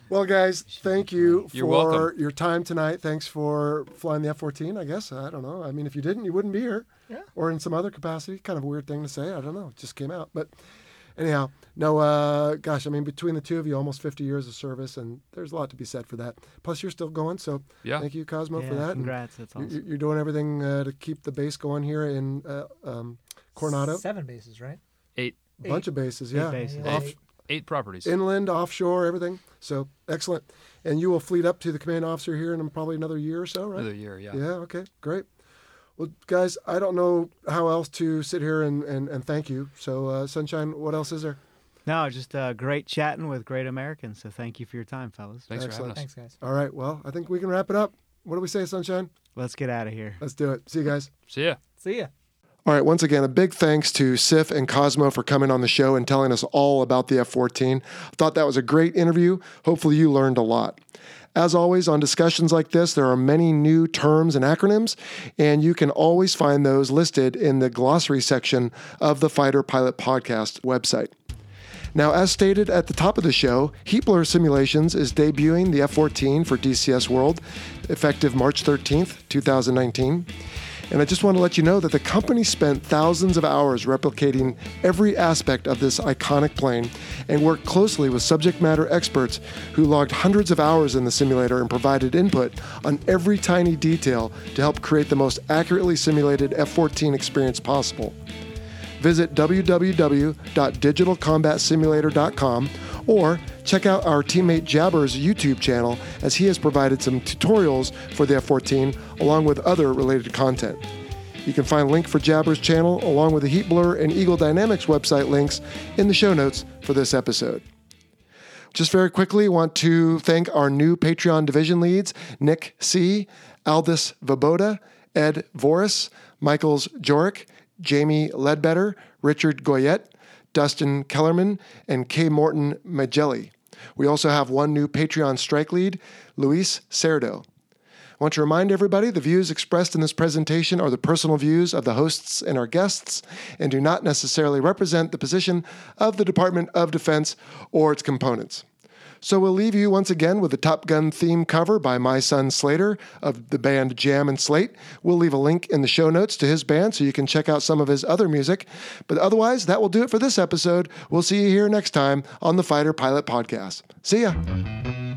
[SPEAKER 1] Well, guys, thank you
[SPEAKER 6] You're
[SPEAKER 1] for
[SPEAKER 6] welcome.
[SPEAKER 1] your time tonight. Thanks for flying the F-14. I guess I don't know. I mean, if you didn't, you wouldn't be here,
[SPEAKER 5] Yeah.
[SPEAKER 1] or in some other capacity. Kind of a weird thing to say. I don't know. It just came out, but anyhow, no. Uh, gosh, I mean, between the two of you, almost 50 years of service, and there's a lot to be said for that. Plus, you're still going, so
[SPEAKER 6] Yeah.
[SPEAKER 1] thank you, Cosmo,
[SPEAKER 3] Yeah,
[SPEAKER 1] for that. and
[SPEAKER 3] congrats. That's
[SPEAKER 1] you-
[SPEAKER 3] awesome.
[SPEAKER 1] You're doing everything uh, to keep the base going here in uh, um, Coronado.
[SPEAKER 5] Seven bases, right?
[SPEAKER 6] Eight,
[SPEAKER 1] Bunch of bases, yeah.
[SPEAKER 3] bases.
[SPEAKER 5] Yeah.
[SPEAKER 1] Off,
[SPEAKER 5] Eight.
[SPEAKER 6] eight properties.
[SPEAKER 1] inland, offshore, everything. So excellent. And you will fleet up to the command officer here in probably another year or so, right?
[SPEAKER 6] Another year. Yeah.
[SPEAKER 1] Yeah. Okay. Great. Well, guys, I don't know how else to sit here and, and, and thank you. So, uh, Sunshine, what else is there?
[SPEAKER 3] No, just uh, great chatting with great Americans. So thank you for your time, fellas.
[SPEAKER 6] Thanks for
[SPEAKER 1] Excellent.
[SPEAKER 6] having us.
[SPEAKER 5] Thanks, guys.
[SPEAKER 1] All right. Well, I think we can wrap it up. What do we say, Sunshine?
[SPEAKER 3] Let's get out of here.
[SPEAKER 1] Let's do it. See you guys.
[SPEAKER 6] See ya.
[SPEAKER 5] See ya.
[SPEAKER 1] All right, once again, a big thanks to Sif and Cosmo for coming on the show and telling us all about the F 14. I thought that was a great interview. Hopefully, you learned a lot. As always, on discussions like this, there are many new terms and acronyms, and you can always find those listed in the glossary section of the Fighter Pilot Podcast website. Now, as stated at the top of the show, Heapler Simulations is debuting the F 14 for DCS World effective March 13th, 2019. And I just want to let you know that the company spent thousands of hours replicating every aspect of this iconic plane and worked closely with subject matter experts who logged hundreds of hours in the simulator and provided input on every tiny detail to help create the most accurately simulated F 14 experience possible visit www.digitalcombatsimulator.com or check out our teammate Jabber's YouTube channel as he has provided some tutorials for the F 14 along with other related content. You can find a link for Jabber's channel along with the Heat Blur and Eagle Dynamics website links in the show notes for this episode. Just very quickly, want to thank our new Patreon division leads, Nick C., Aldis Vaboda, Ed Voris, Michaels Jorik, Jamie Ledbetter, Richard Goyette, Dustin Kellerman, and Kay Morton Magelli. We also have one new Patreon strike lead, Luis Cerdo. I want to remind everybody the views expressed in this presentation are the personal views of the hosts and our guests and do not necessarily represent the position of the Department of Defense or its components. So we'll leave you once again with the Top Gun theme cover by my son Slater of the band Jam and Slate. We'll leave a link in the show notes to his band so you can check out some of his other music. But otherwise, that will do it for this episode. We'll see you here next time on the Fighter Pilot Podcast. See ya.